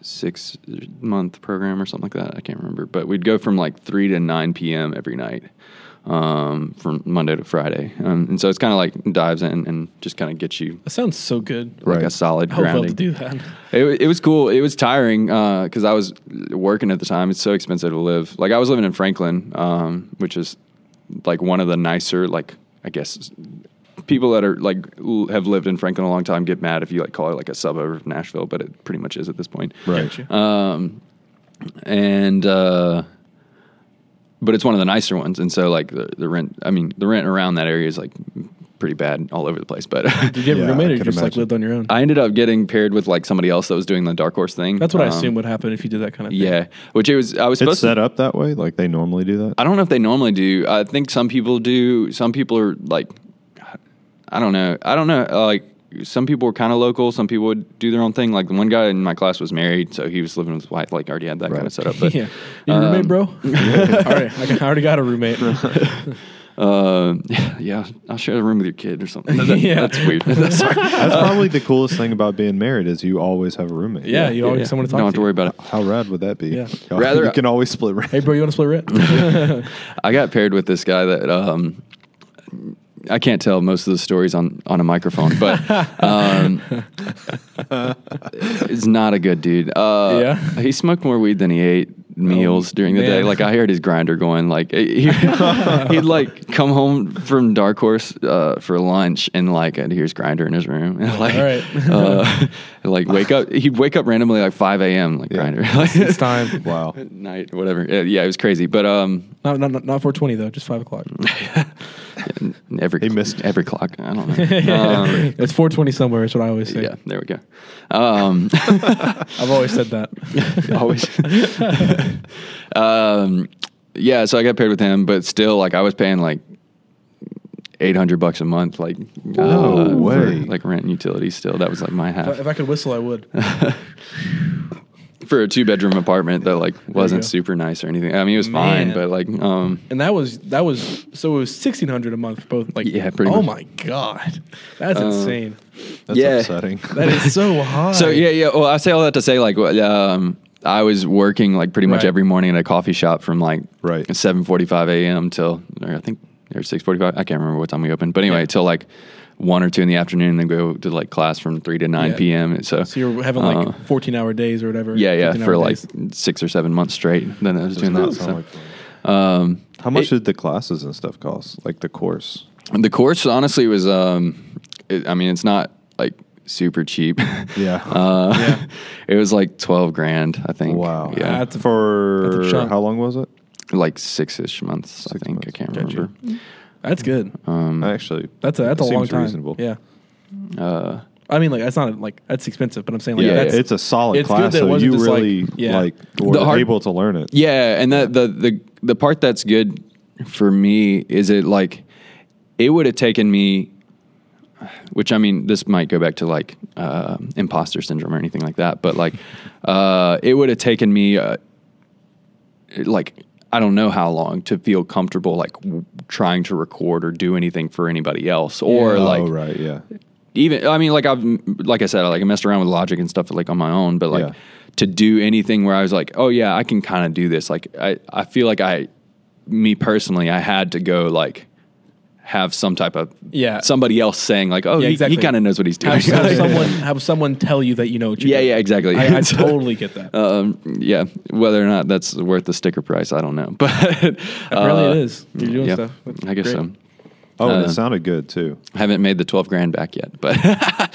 Speaker 2: six month program or something like that. I can't remember, but we'd go from like three to nine p.m. every night, um, from Monday to Friday. Um, and so it's kind of like dives in and just kind of gets you
Speaker 1: That sounds so good.
Speaker 2: like
Speaker 3: Right.
Speaker 2: a solid
Speaker 1: I would love
Speaker 2: grounding.
Speaker 1: to do that.
Speaker 2: It, wa- it was cool. It was tiring because I was working at the time. It's so expensive to live. Like I was living in Franklin, um, which is like one of the nicer, like I guess people that are like l- have lived in Franklin a long time get mad if you like call it like a suburb of Nashville, but it pretty much is at this point.
Speaker 3: Right.
Speaker 1: Gotcha.
Speaker 2: Um, and uh, but it's one of the nicer ones, and so like the, the rent. I mean, the rent around that area is like pretty bad all over the place. But
Speaker 1: Did you have
Speaker 3: Yeah,
Speaker 1: a roommate
Speaker 3: I
Speaker 1: or you
Speaker 3: could
Speaker 1: just like
Speaker 3: imagine.
Speaker 1: lived on your own?
Speaker 2: I ended up getting paired with like somebody else that was doing the dark horse thing.
Speaker 1: That's what I
Speaker 2: Um,
Speaker 1: assume would happen if you did that kind of thing.
Speaker 2: Yeah, which it was. I was
Speaker 3: It's
Speaker 2: supposed
Speaker 3: set
Speaker 2: to.
Speaker 3: up that way, like they normally do that.
Speaker 2: I don't know if they normally do. I think some people do. Some people are like, I don't know. I don't know. Uh, like some people were kind of local. Some people would do their own thing. Like the one guy in my class was married, so he was living with his wife. Like already had that kind
Speaker 3: Right.
Speaker 2: of setup. But
Speaker 1: yeah. You a roommate,
Speaker 2: um,
Speaker 1: bro? All right. I, got- I already got a roommate.
Speaker 2: Uh, yeah, yeah, I'll share the room with your kid or something.
Speaker 1: Yeah.
Speaker 2: That's weird. That's sorry.
Speaker 3: That's probably the coolest thing about being married is you always have a roommate.
Speaker 1: Yeah, you always have someone to talk
Speaker 2: Don't have
Speaker 1: to.
Speaker 2: to worry about it.
Speaker 3: How rad would that be?
Speaker 1: Yeah.
Speaker 3: Y'all-
Speaker 2: Rather-
Speaker 3: you can always split rent.
Speaker 1: Hey, bro, you want to split rent?
Speaker 2: I got paired with this guy that um, I can't tell most of the stories on on a microphone, but um, it's not a good dude. Uh,
Speaker 1: Yeah?
Speaker 2: he smoked more weed than he ate meals
Speaker 1: Oh,
Speaker 2: during the day.
Speaker 1: man.
Speaker 2: Like I heard his grinder going. Like he, would like come home from Dark Horse uh, for lunch and like I'd hear his grinder in his room. And, like,
Speaker 1: All right.
Speaker 2: uh, like wake up. He'd wake up randomly like five a.m. Like
Speaker 3: Yeah.
Speaker 2: grinder.
Speaker 1: it's time.
Speaker 3: Wow.
Speaker 2: At night, whatever. Uh, yeah, it was crazy. But um,
Speaker 1: Not, not, not 420, though, just 5 o'clock.
Speaker 2: every
Speaker 3: He missed.
Speaker 2: every clock. I don't know. Um,
Speaker 1: it's 420 somewhere, is what I always say.
Speaker 2: yeah, there we go. Um,
Speaker 1: I've always said that.
Speaker 2: always. um, yeah, so I got paired with him, but still, like I was paying like eight hundred bucks a month, like uh,
Speaker 3: No
Speaker 2: for,
Speaker 3: way.
Speaker 2: like rent and utilities. Still, that was like my half
Speaker 1: If I, if I could whistle, I would.
Speaker 2: for a two bedroom apartment that like wasn't
Speaker 1: go.
Speaker 2: super nice or anything. I mean, it was fine,
Speaker 1: Man.
Speaker 2: but like um,
Speaker 1: And that was that was so it was sixteen hundred a month for both like
Speaker 2: Yeah, pretty
Speaker 1: oh
Speaker 2: much. Um,
Speaker 1: my god that's insane
Speaker 3: That's
Speaker 2: Yeah.
Speaker 3: upsetting.
Speaker 1: that is so high
Speaker 2: So yeah, yeah. Well, I say all that to say, like, um, I was working like pretty much
Speaker 1: Right.
Speaker 2: every morning at a coffee shop from like
Speaker 3: Right.
Speaker 2: seven forty five a.m. till or I think or six forty five. I can't remember what time we opened, but anyway, till like one or two in the afternoon, and then go to like class from three to nine
Speaker 1: Yeah.
Speaker 2: p.m. So,
Speaker 1: so you're having like
Speaker 2: uh,
Speaker 1: fourteen hour days or whatever
Speaker 2: yeah, yeah,
Speaker 1: 15
Speaker 2: for
Speaker 1: hour
Speaker 2: like
Speaker 1: days.
Speaker 2: six or seven months straight. Then I was doing that.
Speaker 3: Does
Speaker 2: So.
Speaker 3: not sound like-
Speaker 2: Um,
Speaker 3: How much
Speaker 2: it-
Speaker 3: did the classes and stuff cost? Like the course?
Speaker 2: The course honestly was um it, I mean it's not like super cheap.
Speaker 3: Yeah.
Speaker 2: Uh
Speaker 1: Yeah.
Speaker 2: it was like 12 grand, I think.
Speaker 3: Wow.
Speaker 2: Yeah.
Speaker 1: That's a-
Speaker 3: for
Speaker 1: that's a chunk.
Speaker 3: how long was it?
Speaker 2: like 6ish months, I think. I
Speaker 3: months.
Speaker 2: can't
Speaker 1: Gotcha.
Speaker 2: remember.
Speaker 1: that's good
Speaker 2: Um
Speaker 3: Actually,
Speaker 1: that's a that's a
Speaker 3: seems
Speaker 1: long time
Speaker 3: reasonable.
Speaker 1: yeah
Speaker 2: uh
Speaker 1: I mean, like that's not like that's expensive, but I'm saying like
Speaker 2: Yeah,
Speaker 1: that's
Speaker 3: it's a solid
Speaker 1: it's good
Speaker 3: class,
Speaker 1: that it
Speaker 3: so
Speaker 1: wasn't
Speaker 3: you
Speaker 1: just, like-
Speaker 3: really like,
Speaker 1: yeah.
Speaker 3: were
Speaker 2: The hard-
Speaker 3: able to learn it.
Speaker 2: Yeah, and that the the the part that's good for me is it like it would have taken me which I mean this might go back to like uh, imposter syndrome or anything like that, but like uh, it would have taken me uh, like I don't know how long to feel comfortable like w- trying to record or do anything for anybody else or
Speaker 1: Yeah.
Speaker 2: like
Speaker 3: oh right, yeah,
Speaker 2: even I mean like I've like I said like I messed around with logic and stuff like on my own but like
Speaker 3: Yeah.
Speaker 2: to do anything where I was like oh yeah I can kind of do this like I I feel like I me personally I had to go like have some type of
Speaker 1: Yeah.
Speaker 2: somebody else saying like oh
Speaker 1: Yeah,
Speaker 2: he-
Speaker 1: exactly.
Speaker 2: he, kind of knows what he's doing
Speaker 1: have, have someone have someone tell you that you know what you
Speaker 2: yeah
Speaker 1: do.
Speaker 2: yeah exactly
Speaker 1: I, I
Speaker 2: So,
Speaker 1: totally get that.
Speaker 2: um yeah whether or not that's worth the sticker price I don't know but
Speaker 1: Apparently
Speaker 2: uh,
Speaker 1: it is. You're doing
Speaker 2: yeah,
Speaker 1: stuff. That's
Speaker 2: I guess
Speaker 1: great.
Speaker 2: so
Speaker 3: oh, and
Speaker 2: Uh,
Speaker 3: it sounded good too.
Speaker 2: haven't made the 12 grand back yet but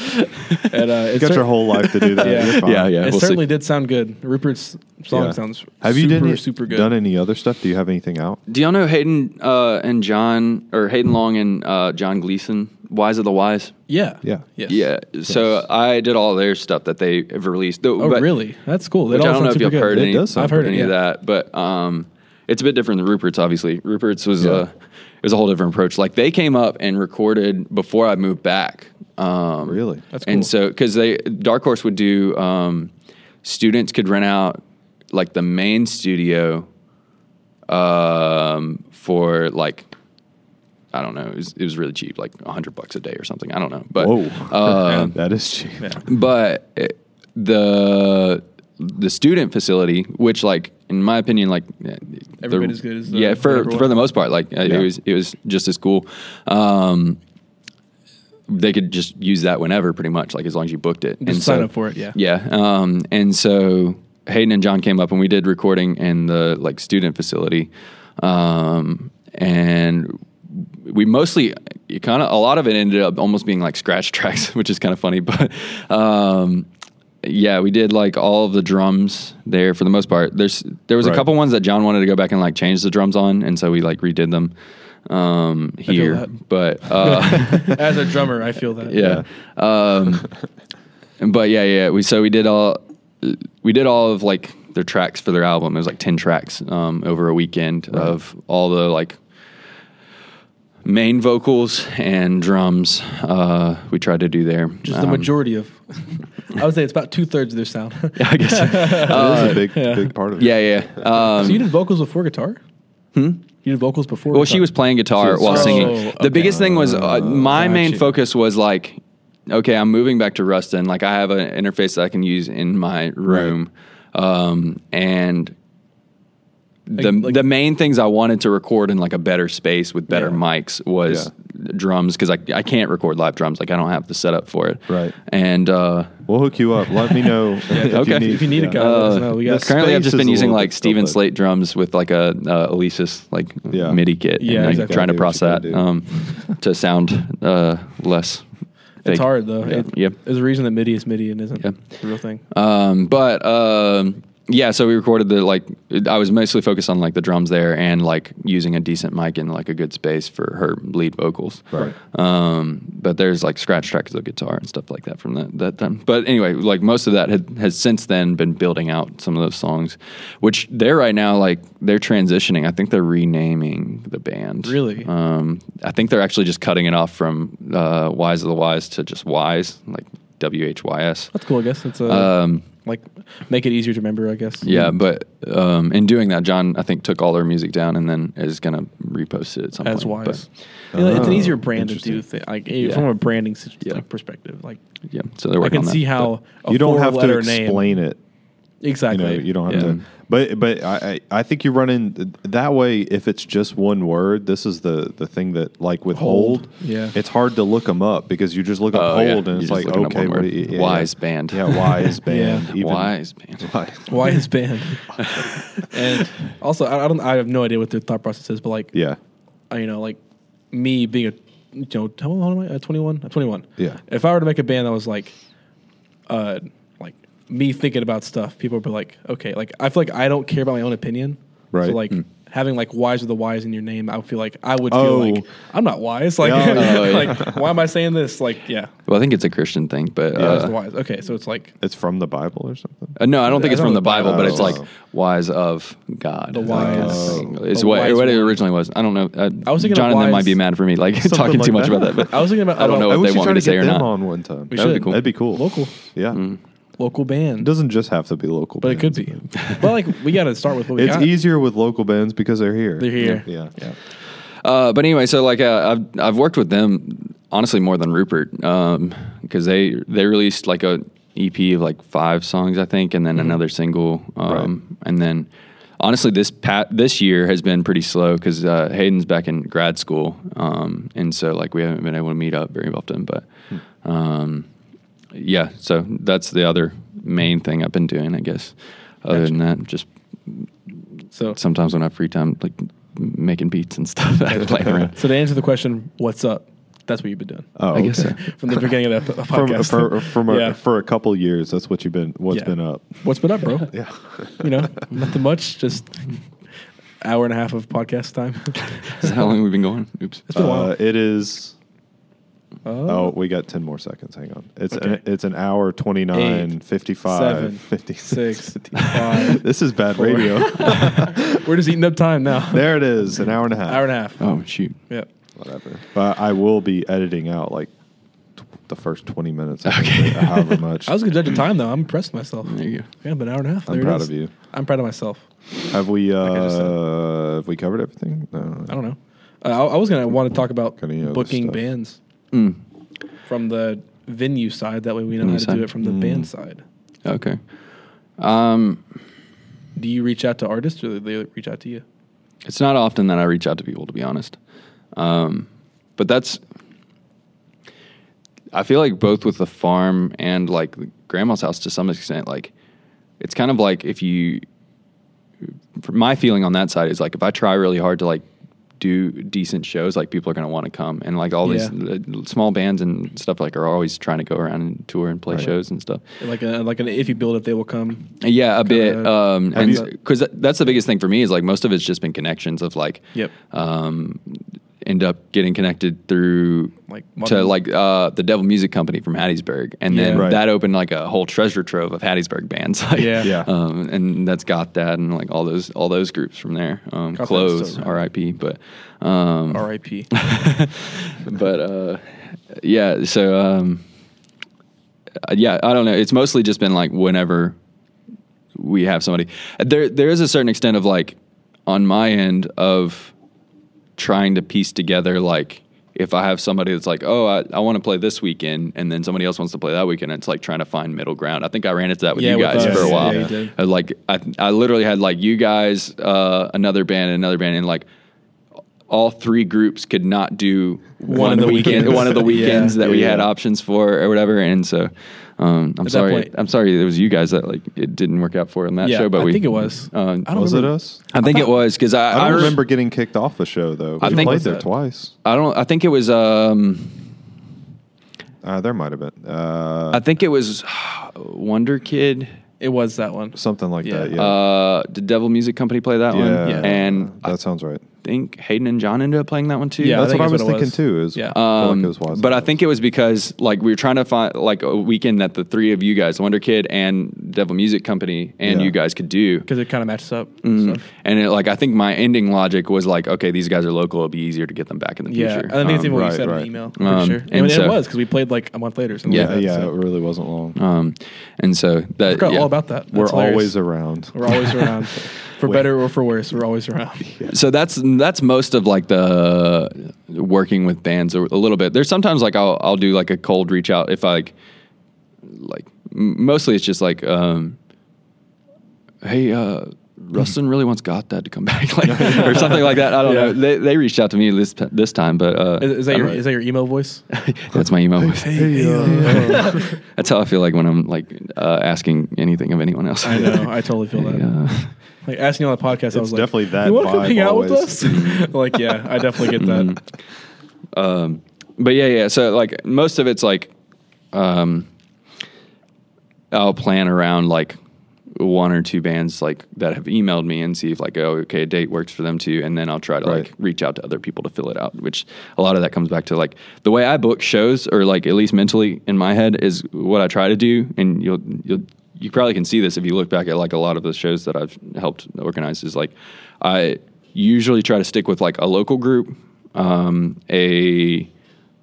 Speaker 1: And, uh, it
Speaker 3: You got
Speaker 1: cer-
Speaker 3: your whole life to do that.
Speaker 1: Yeah.
Speaker 3: You're fine.
Speaker 2: Yeah, yeah.
Speaker 1: it
Speaker 2: we'll see.
Speaker 1: certainly did sound good. Rupert's song
Speaker 3: Yeah.
Speaker 1: sounds
Speaker 3: Have
Speaker 1: super,
Speaker 3: you done,
Speaker 1: super good.
Speaker 3: done any other stuff? Do you have anything out?
Speaker 2: Do y'all know Hayden uh, and John, or Hayden Long and uh, John Gleason, Wise of the Wise?
Speaker 1: Yeah.
Speaker 3: Yeah.
Speaker 1: Yes.
Speaker 2: Yeah. So I did all their stuff that they have released. Though,
Speaker 1: Oh,
Speaker 2: but-
Speaker 1: really? That's cool. That
Speaker 2: Which I
Speaker 1: all
Speaker 2: don't know
Speaker 1: sounds
Speaker 2: if you've
Speaker 1: super
Speaker 2: heard
Speaker 1: good.
Speaker 2: any.
Speaker 3: It does sound
Speaker 1: I've heard
Speaker 2: any
Speaker 1: it. Yeah.
Speaker 2: of that, but um, it's a bit different than Rupert's. Obviously, Rupert's was uh it was a whole different approach. Like they came up and recorded before I moved back. Um,
Speaker 3: Really?
Speaker 1: That's cool.
Speaker 2: and so because they Dark Horse would do um, students could rent out like the main studio um, for like I don't know it was, it was really cheap like hundred bucks a day or something I don't know but
Speaker 3: Whoa,
Speaker 2: um,
Speaker 3: that is cheap.
Speaker 2: but it, the the student facility, which like in my opinion, like eh,
Speaker 1: Every
Speaker 2: the-
Speaker 1: bit as good as the-
Speaker 2: yeah for
Speaker 1: whatever
Speaker 2: for the
Speaker 1: one.
Speaker 2: most part, like eh,
Speaker 3: Yeah.
Speaker 2: it was it was just as cool. Um, they could just use that whenever, pretty much, like as long as you booked it.
Speaker 1: Just sign up for it, yeah.
Speaker 2: yeah. Um, and so Hayden and John came up and we did recording in the like student facility, um, and we mostly kind of a lot of it ended up almost being like scratch tracks, which is kind of funny. But um, yeah, we did like all of the drums there for the most part. There's there was a
Speaker 3: Right.
Speaker 2: couple ones that John wanted to go back and like change the drums on, and so we like redid them um, here.
Speaker 1: that.
Speaker 2: But uh,
Speaker 1: As a drummer, I feel that.
Speaker 2: yeah. Um, but yeah, yeah. We so we did all we did all of like their tracks for their album. It was like ten tracks um, over a weekend of all the like main vocals and drums. Uh, we tried to do there.
Speaker 1: Just the
Speaker 2: Um,
Speaker 1: majority of. I would say it's about two thirds of their sound.
Speaker 2: Um, I guess.
Speaker 3: that is a big, big part of it.
Speaker 2: Uh, yeah, yeah. Um,
Speaker 1: so you did vocals before guitar? Hmm? You did vocals before
Speaker 2: Well,
Speaker 1: guitar?
Speaker 2: she was playing guitar
Speaker 3: She was-
Speaker 2: while
Speaker 1: Oh,
Speaker 2: singing.
Speaker 1: okay.
Speaker 2: The biggest thing was uh, my main
Speaker 1: gotcha.
Speaker 2: focus was like, okay, I'm moving back to Ruston. Like, I have an interface that I can use in my room, um, and the
Speaker 1: Like- like-
Speaker 2: the main things I wanted to record in like a better space with better
Speaker 1: Yeah.
Speaker 2: mics was drums because I I can't record live drums. Like, I don't have the setup for it.
Speaker 3: Right.
Speaker 2: and. uh
Speaker 3: We'll hook you up. Let me know if,
Speaker 2: Okay.
Speaker 3: you need,
Speaker 1: If you need a
Speaker 3: yeah.
Speaker 1: guy, let us
Speaker 2: Uh,
Speaker 1: know. We got
Speaker 3: this-
Speaker 2: Currently, I've
Speaker 3: space
Speaker 2: just
Speaker 3: is
Speaker 2: been
Speaker 3: a
Speaker 2: using
Speaker 3: little
Speaker 2: like
Speaker 3: bit
Speaker 2: Steven
Speaker 3: difficult.
Speaker 2: Slate drums with like a uh, Alesis like
Speaker 3: Yeah.
Speaker 2: MIDI kit,
Speaker 1: Yeah,
Speaker 2: and like,
Speaker 1: exactly.
Speaker 2: trying to
Speaker 3: Do what
Speaker 2: process
Speaker 3: you
Speaker 2: that
Speaker 3: gotta do.
Speaker 2: um, to sound uh, less.
Speaker 1: It's
Speaker 2: fake.
Speaker 1: hard though.
Speaker 2: Yeah.
Speaker 1: It-
Speaker 2: Yep.
Speaker 1: There's a reason that MIDI is MIDI and isn't
Speaker 2: Yeah.
Speaker 1: the real thing.
Speaker 2: Um, but um, yeah, so we recorded the like. I was mostly focused on like the drums there and like using a decent mic in like a good space for her lead vocals.
Speaker 3: Right.
Speaker 2: Um, but there's like scratch tracks of guitar and stuff like that from that that time. But anyway, like most of that had, has since then been building out some of those songs, which they're right now like they're transitioning. I think they're renaming the band.
Speaker 1: Really?
Speaker 2: Um, I think they're actually just cutting it off from uh, Wise of the Wise to just Wise, like W H Y S.
Speaker 1: That's cool. I guess it's a
Speaker 2: Um,
Speaker 1: like make it easier to remember. I guess.
Speaker 2: yeah, but um, in doing that, John I think took all their music down and then is going to repost it at some
Speaker 1: As
Speaker 2: point.
Speaker 1: wise.
Speaker 2: But, uh,
Speaker 1: You know, it's an
Speaker 3: Oh,
Speaker 1: easier brand to do
Speaker 3: interesting.
Speaker 1: thi- like
Speaker 2: Yeah.
Speaker 1: from a branding s-
Speaker 2: Yeah.
Speaker 1: like, perspective. Like
Speaker 2: yeah, so they're
Speaker 1: I
Speaker 2: working
Speaker 1: can
Speaker 2: on
Speaker 1: see
Speaker 2: that,
Speaker 1: how a
Speaker 3: You don't have to
Speaker 1: four-letter name-
Speaker 3: explain it. You
Speaker 1: exactly.
Speaker 3: know, you don't have
Speaker 2: Yeah.
Speaker 3: to. But but I I I think you run in that way. If it's just one word, this is the the thing that like with
Speaker 1: Hold.
Speaker 3: hold,
Speaker 1: Yeah.
Speaker 3: it's hard to look them up because you just look up
Speaker 2: Oh, yeah.
Speaker 3: hold
Speaker 2: You're
Speaker 3: and
Speaker 2: just
Speaker 3: it's like
Speaker 2: looking up
Speaker 3: okay,
Speaker 2: one
Speaker 3: what
Speaker 2: word.
Speaker 3: do you- yeah.
Speaker 2: Wise band.
Speaker 3: yeah, wise band,
Speaker 1: Yeah.
Speaker 3: even-
Speaker 2: Wise band.
Speaker 3: Wise.
Speaker 1: Why his band? and also, I I don't. I have no idea what their thought process is, but like,
Speaker 3: Yeah,
Speaker 1: I- uh, you know, like me being a, you know, how old am I? Uh, Twenty one. I'm twenty one.
Speaker 3: Yeah.
Speaker 1: If I were to make a band that was like, uh, like me thinking about stuff, people would be like, okay, like I feel like I don't care about my own opinion.
Speaker 3: Right. Hmm.
Speaker 1: So like, having like wise with the wise in your name, I would feel like I would
Speaker 3: Oh.
Speaker 1: feel like I'm not wise. Like,
Speaker 3: Yeah.
Speaker 2: Oh, yeah.
Speaker 1: like why am I saying this? Like, yeah,
Speaker 2: Well, I think it's a Christian thing, but
Speaker 3: Yeah,
Speaker 1: wise
Speaker 2: uh,
Speaker 1: the wise. Okay, so it's like
Speaker 3: It's from the Bible or something.
Speaker 2: uh, no, I don't think
Speaker 1: I
Speaker 2: it's
Speaker 1: don't
Speaker 2: from
Speaker 1: know the
Speaker 2: the
Speaker 1: Bible.
Speaker 2: Bible, but it's like
Speaker 3: Oh.
Speaker 2: wise of God.
Speaker 1: The
Speaker 2: Like,
Speaker 1: wise-
Speaker 2: it's- it's
Speaker 1: the
Speaker 2: what,
Speaker 1: wise
Speaker 2: what it
Speaker 1: one.
Speaker 2: originally was. I don't know. Uh,
Speaker 1: I was thinking of
Speaker 2: John and them might
Speaker 1: wise-
Speaker 2: be mad for me, like
Speaker 3: Something
Speaker 2: talking too
Speaker 3: like
Speaker 2: much
Speaker 3: that.
Speaker 2: about that. But
Speaker 1: I was thinking about.
Speaker 2: I don't know
Speaker 3: I
Speaker 2: what
Speaker 3: wish
Speaker 2: they
Speaker 3: you
Speaker 2: want
Speaker 3: tried
Speaker 2: me to
Speaker 3: to
Speaker 2: say
Speaker 3: get
Speaker 2: or
Speaker 3: them
Speaker 2: not.
Speaker 3: on one time.
Speaker 1: We
Speaker 3: That'd be
Speaker 1: should.
Speaker 3: cool. That'd be cool.
Speaker 1: local,
Speaker 3: Yeah.
Speaker 1: local band.
Speaker 3: It doesn't just have to be local,
Speaker 1: Mm. but it could
Speaker 3: bands,
Speaker 1: be. but like we got to start with what we
Speaker 3: It's
Speaker 1: got.
Speaker 3: easier with local bands because they're here.
Speaker 1: They're here.
Speaker 3: Yeah.
Speaker 1: Yeah.
Speaker 2: Uh, but anyway, so like uh, I've I've worked with them honestly more than Rupert because they they released like a EP of like five songs I think, and then another single, um, and then honestly this pat this year has been pretty slow because uh, Hayden's back in grad school, um, and so like we haven't been able to meet up very often, but. Um, yeah, so that's the other main thing I've been doing, I guess. Other than that, just
Speaker 1: So
Speaker 2: sometimes when I have free time, like m- making beats and stuff, I play around.
Speaker 1: so to answer the question, what's up? That's what you've been doing
Speaker 3: Oh,
Speaker 2: I guess
Speaker 3: okay.
Speaker 2: so.
Speaker 1: from the beginning of the p-
Speaker 3: From, uh,
Speaker 1: podcast.
Speaker 3: for, from
Speaker 1: Yeah.
Speaker 3: a, for a couple years, that's what you've been. What's
Speaker 1: Yeah.
Speaker 3: been up?
Speaker 1: What's been up, bro?
Speaker 3: Yeah.
Speaker 1: You know, nothing much. Just hour and a half of podcast time.
Speaker 2: Is that how long we've been going? Oops.
Speaker 1: been a while.
Speaker 3: Uh, it is. Oh,
Speaker 1: Oh,
Speaker 3: we got ten more seconds. Hang on. It's an,
Speaker 1: Okay.
Speaker 3: it's an hour 29,
Speaker 1: Eight,
Speaker 3: 55,
Speaker 1: seven,
Speaker 3: 56.
Speaker 1: six, five,
Speaker 3: this is bad
Speaker 1: four.
Speaker 3: radio.
Speaker 1: We're just eating up time now.
Speaker 3: there it is. An hour and a half.
Speaker 1: hour and a half.
Speaker 2: Oh shoot.
Speaker 1: Yep.
Speaker 3: Whatever. But I will be editing out like t- the first twenty minutes. I think,
Speaker 2: Okay.
Speaker 3: or however much.
Speaker 1: I was a good judge of time though. I'm impressed with myself.
Speaker 2: There you go.
Speaker 1: Yeah, but an hour and a half.
Speaker 3: I'm
Speaker 1: There it
Speaker 3: proud
Speaker 1: is.
Speaker 3: of you.
Speaker 1: I'm proud of myself.
Speaker 3: Have we? Uh,
Speaker 1: I just said.
Speaker 3: have we covered everything? No.
Speaker 1: I don't know. Uh, I, I was gonna want to talk about
Speaker 3: Got any other
Speaker 1: booking
Speaker 3: stuff?
Speaker 1: bands
Speaker 2: Mm.
Speaker 1: from the venue side. That way we know
Speaker 2: Venue
Speaker 1: how to
Speaker 2: side. Mm.
Speaker 1: do it from the band side.
Speaker 2: Okay. Um,
Speaker 1: Do you reach out to artists or do they reach out to you?
Speaker 2: it's not often that I reach out to people, to be honest. Um, but that's. I feel like both with the farm and like grandma's house to some extent, like it's kind of like if you. for- My feeling on that side is like if I try really hard to like do decent shows, like people are going to want to come, and like all
Speaker 1: Yeah.
Speaker 2: these uh, small bands and stuff like are always trying to go around and tour and play
Speaker 3: Right.
Speaker 2: shows and stuff.
Speaker 1: Like a, like an if you build it, they will come.
Speaker 2: Yeah, a bit.
Speaker 1: Kinda-
Speaker 2: Um,
Speaker 3: Have you-
Speaker 2: and because that's the biggest thing for me is like most of it's just been connections of like,
Speaker 1: Yep.
Speaker 2: um, end up getting connected through
Speaker 1: Like
Speaker 2: to
Speaker 1: modern-
Speaker 2: like uh, the Devil Music Company from Hattiesburg, and then
Speaker 1: Yeah.
Speaker 3: Right.
Speaker 2: that opened like a whole treasure trove of Hattiesburg bands. Like,
Speaker 1: Yeah.
Speaker 3: Yeah.
Speaker 2: Um, and that's got that and like all those all those groups from there. Um,
Speaker 1: Got that's
Speaker 2: close
Speaker 1: still around.
Speaker 2: R.I.P. But um,
Speaker 1: R.I.P.
Speaker 2: but uh, yeah, so um, uh, yeah, I don't know. It's mostly just been like whenever we have somebody. There, there is a certain extent of like on my end of trying to piece together like if I have somebody that's like, oh, I, I want to play this weekend, and then somebody else wants to play that weekend, it's like trying to find middle ground. I think I ran into that with
Speaker 1: Yeah,
Speaker 2: you
Speaker 1: with
Speaker 2: guys
Speaker 1: us.
Speaker 2: for a
Speaker 1: Yeah,
Speaker 2: while.
Speaker 1: you did.
Speaker 2: I, like I, I literally had like you guys, uh, another band, and another band, and like all three groups could not do one,
Speaker 1: of the
Speaker 2: weekend,
Speaker 1: weekends.
Speaker 2: one of the
Speaker 1: Yeah.
Speaker 2: weekends that we
Speaker 3: Yeah,
Speaker 2: had
Speaker 3: yeah.
Speaker 2: options for or whatever. And so, um, I'm
Speaker 1: At that
Speaker 2: sorry,
Speaker 1: point-
Speaker 2: I'm sorry, it was you guys that like it didn't work out for on that
Speaker 1: Yeah,
Speaker 2: show, but
Speaker 1: I
Speaker 2: we
Speaker 1: think it was.
Speaker 2: Um,
Speaker 1: I don't
Speaker 3: Was it
Speaker 1: remember.
Speaker 3: us?
Speaker 2: I think it was because I,
Speaker 3: I don't
Speaker 2: I rem-
Speaker 3: remember getting kicked off the show though. We
Speaker 2: I think-
Speaker 3: played there
Speaker 1: that-
Speaker 3: twice.
Speaker 2: I don't. I think it was. Um,
Speaker 3: Uh, there might have been uh,
Speaker 2: I think it was Wonder Kid.
Speaker 1: It was that one.
Speaker 3: something like
Speaker 1: Yeah.
Speaker 3: that. Yeah,
Speaker 2: Uh, did Devil Music Company play that one?
Speaker 1: Yeah.
Speaker 2: And
Speaker 3: that
Speaker 2: I
Speaker 3: sounds right.
Speaker 2: think Hayden and John ended up playing that one too.
Speaker 1: Yeah,
Speaker 3: That's
Speaker 1: think
Speaker 3: what I was
Speaker 1: that's what it was.
Speaker 3: thinking too. Is
Speaker 1: Yeah.
Speaker 3: I feel like
Speaker 2: Um,
Speaker 3: it was Wise
Speaker 2: but I
Speaker 3: Guys.
Speaker 2: think it was because like we were trying to find like a weekend that the three of you guys, Wonder Kid and Devil Music Company, and
Speaker 3: Yeah.
Speaker 2: you guys could do.
Speaker 1: because it kind of matches up.
Speaker 2: Mm.
Speaker 1: So.
Speaker 2: And it, like I think my ending logic was like, okay, these guys are local. It'll be easier to get them back in the
Speaker 1: Yeah,
Speaker 2: future.
Speaker 1: I think it's
Speaker 2: Um,
Speaker 1: even what you
Speaker 3: right,
Speaker 1: said in
Speaker 3: right.
Speaker 1: the email. Pretty
Speaker 2: Um,
Speaker 1: sure.
Speaker 2: and
Speaker 1: I mean,
Speaker 2: so-
Speaker 1: it was because we played like a month later. Or something
Speaker 2: Yeah.
Speaker 1: like
Speaker 3: yeah,
Speaker 1: that,
Speaker 3: yeah,
Speaker 1: so.
Speaker 3: it really wasn't long.
Speaker 2: um, and so that
Speaker 1: I forgot
Speaker 2: yeah.
Speaker 1: all about that. That's
Speaker 3: We're
Speaker 1: Uh, hilarious.
Speaker 3: always around.
Speaker 1: we're always around, for
Speaker 3: Wait.
Speaker 1: better or for worse. We're always around.
Speaker 2: So that's that's most of like the working with bands a, a little bit. There's sometimes like I'll I'll do like a cold reach out if I like like m- mostly it's just like um hey uh Rustin really wants got that to come back like or something like that. I don't
Speaker 1: Yeah.
Speaker 2: know. They they reached out to me this this time, but uh
Speaker 1: Is, is
Speaker 2: I
Speaker 1: that your
Speaker 2: don't-
Speaker 1: is that your email voice?
Speaker 2: that's my email.
Speaker 3: Hey, uh,
Speaker 2: That's how I feel like when I'm like uh, asking anything of anyone else.
Speaker 1: I know. I totally feel that.
Speaker 2: Hey, uh,
Speaker 1: Like asking on the podcast, I was like,
Speaker 3: definitely that
Speaker 1: You want to come
Speaker 3: vibe
Speaker 1: hang out with
Speaker 3: always." Mm-hmm.
Speaker 1: us? like, yeah, I definitely get that.
Speaker 2: um, but yeah, yeah. So like most of it's like, um, I'll plan around like one or two bands like that have emailed me and see if like oh okay a date works for them too and then i'll try to
Speaker 3: Right.
Speaker 2: like reach out to other people to fill it out which a lot of that comes back to like the way i book shows or like at least mentally in my head is what i try to do and you'll you'll you probably can see this if you look back at like a lot of the shows that i've helped organize is like i usually try to stick with like a local group um a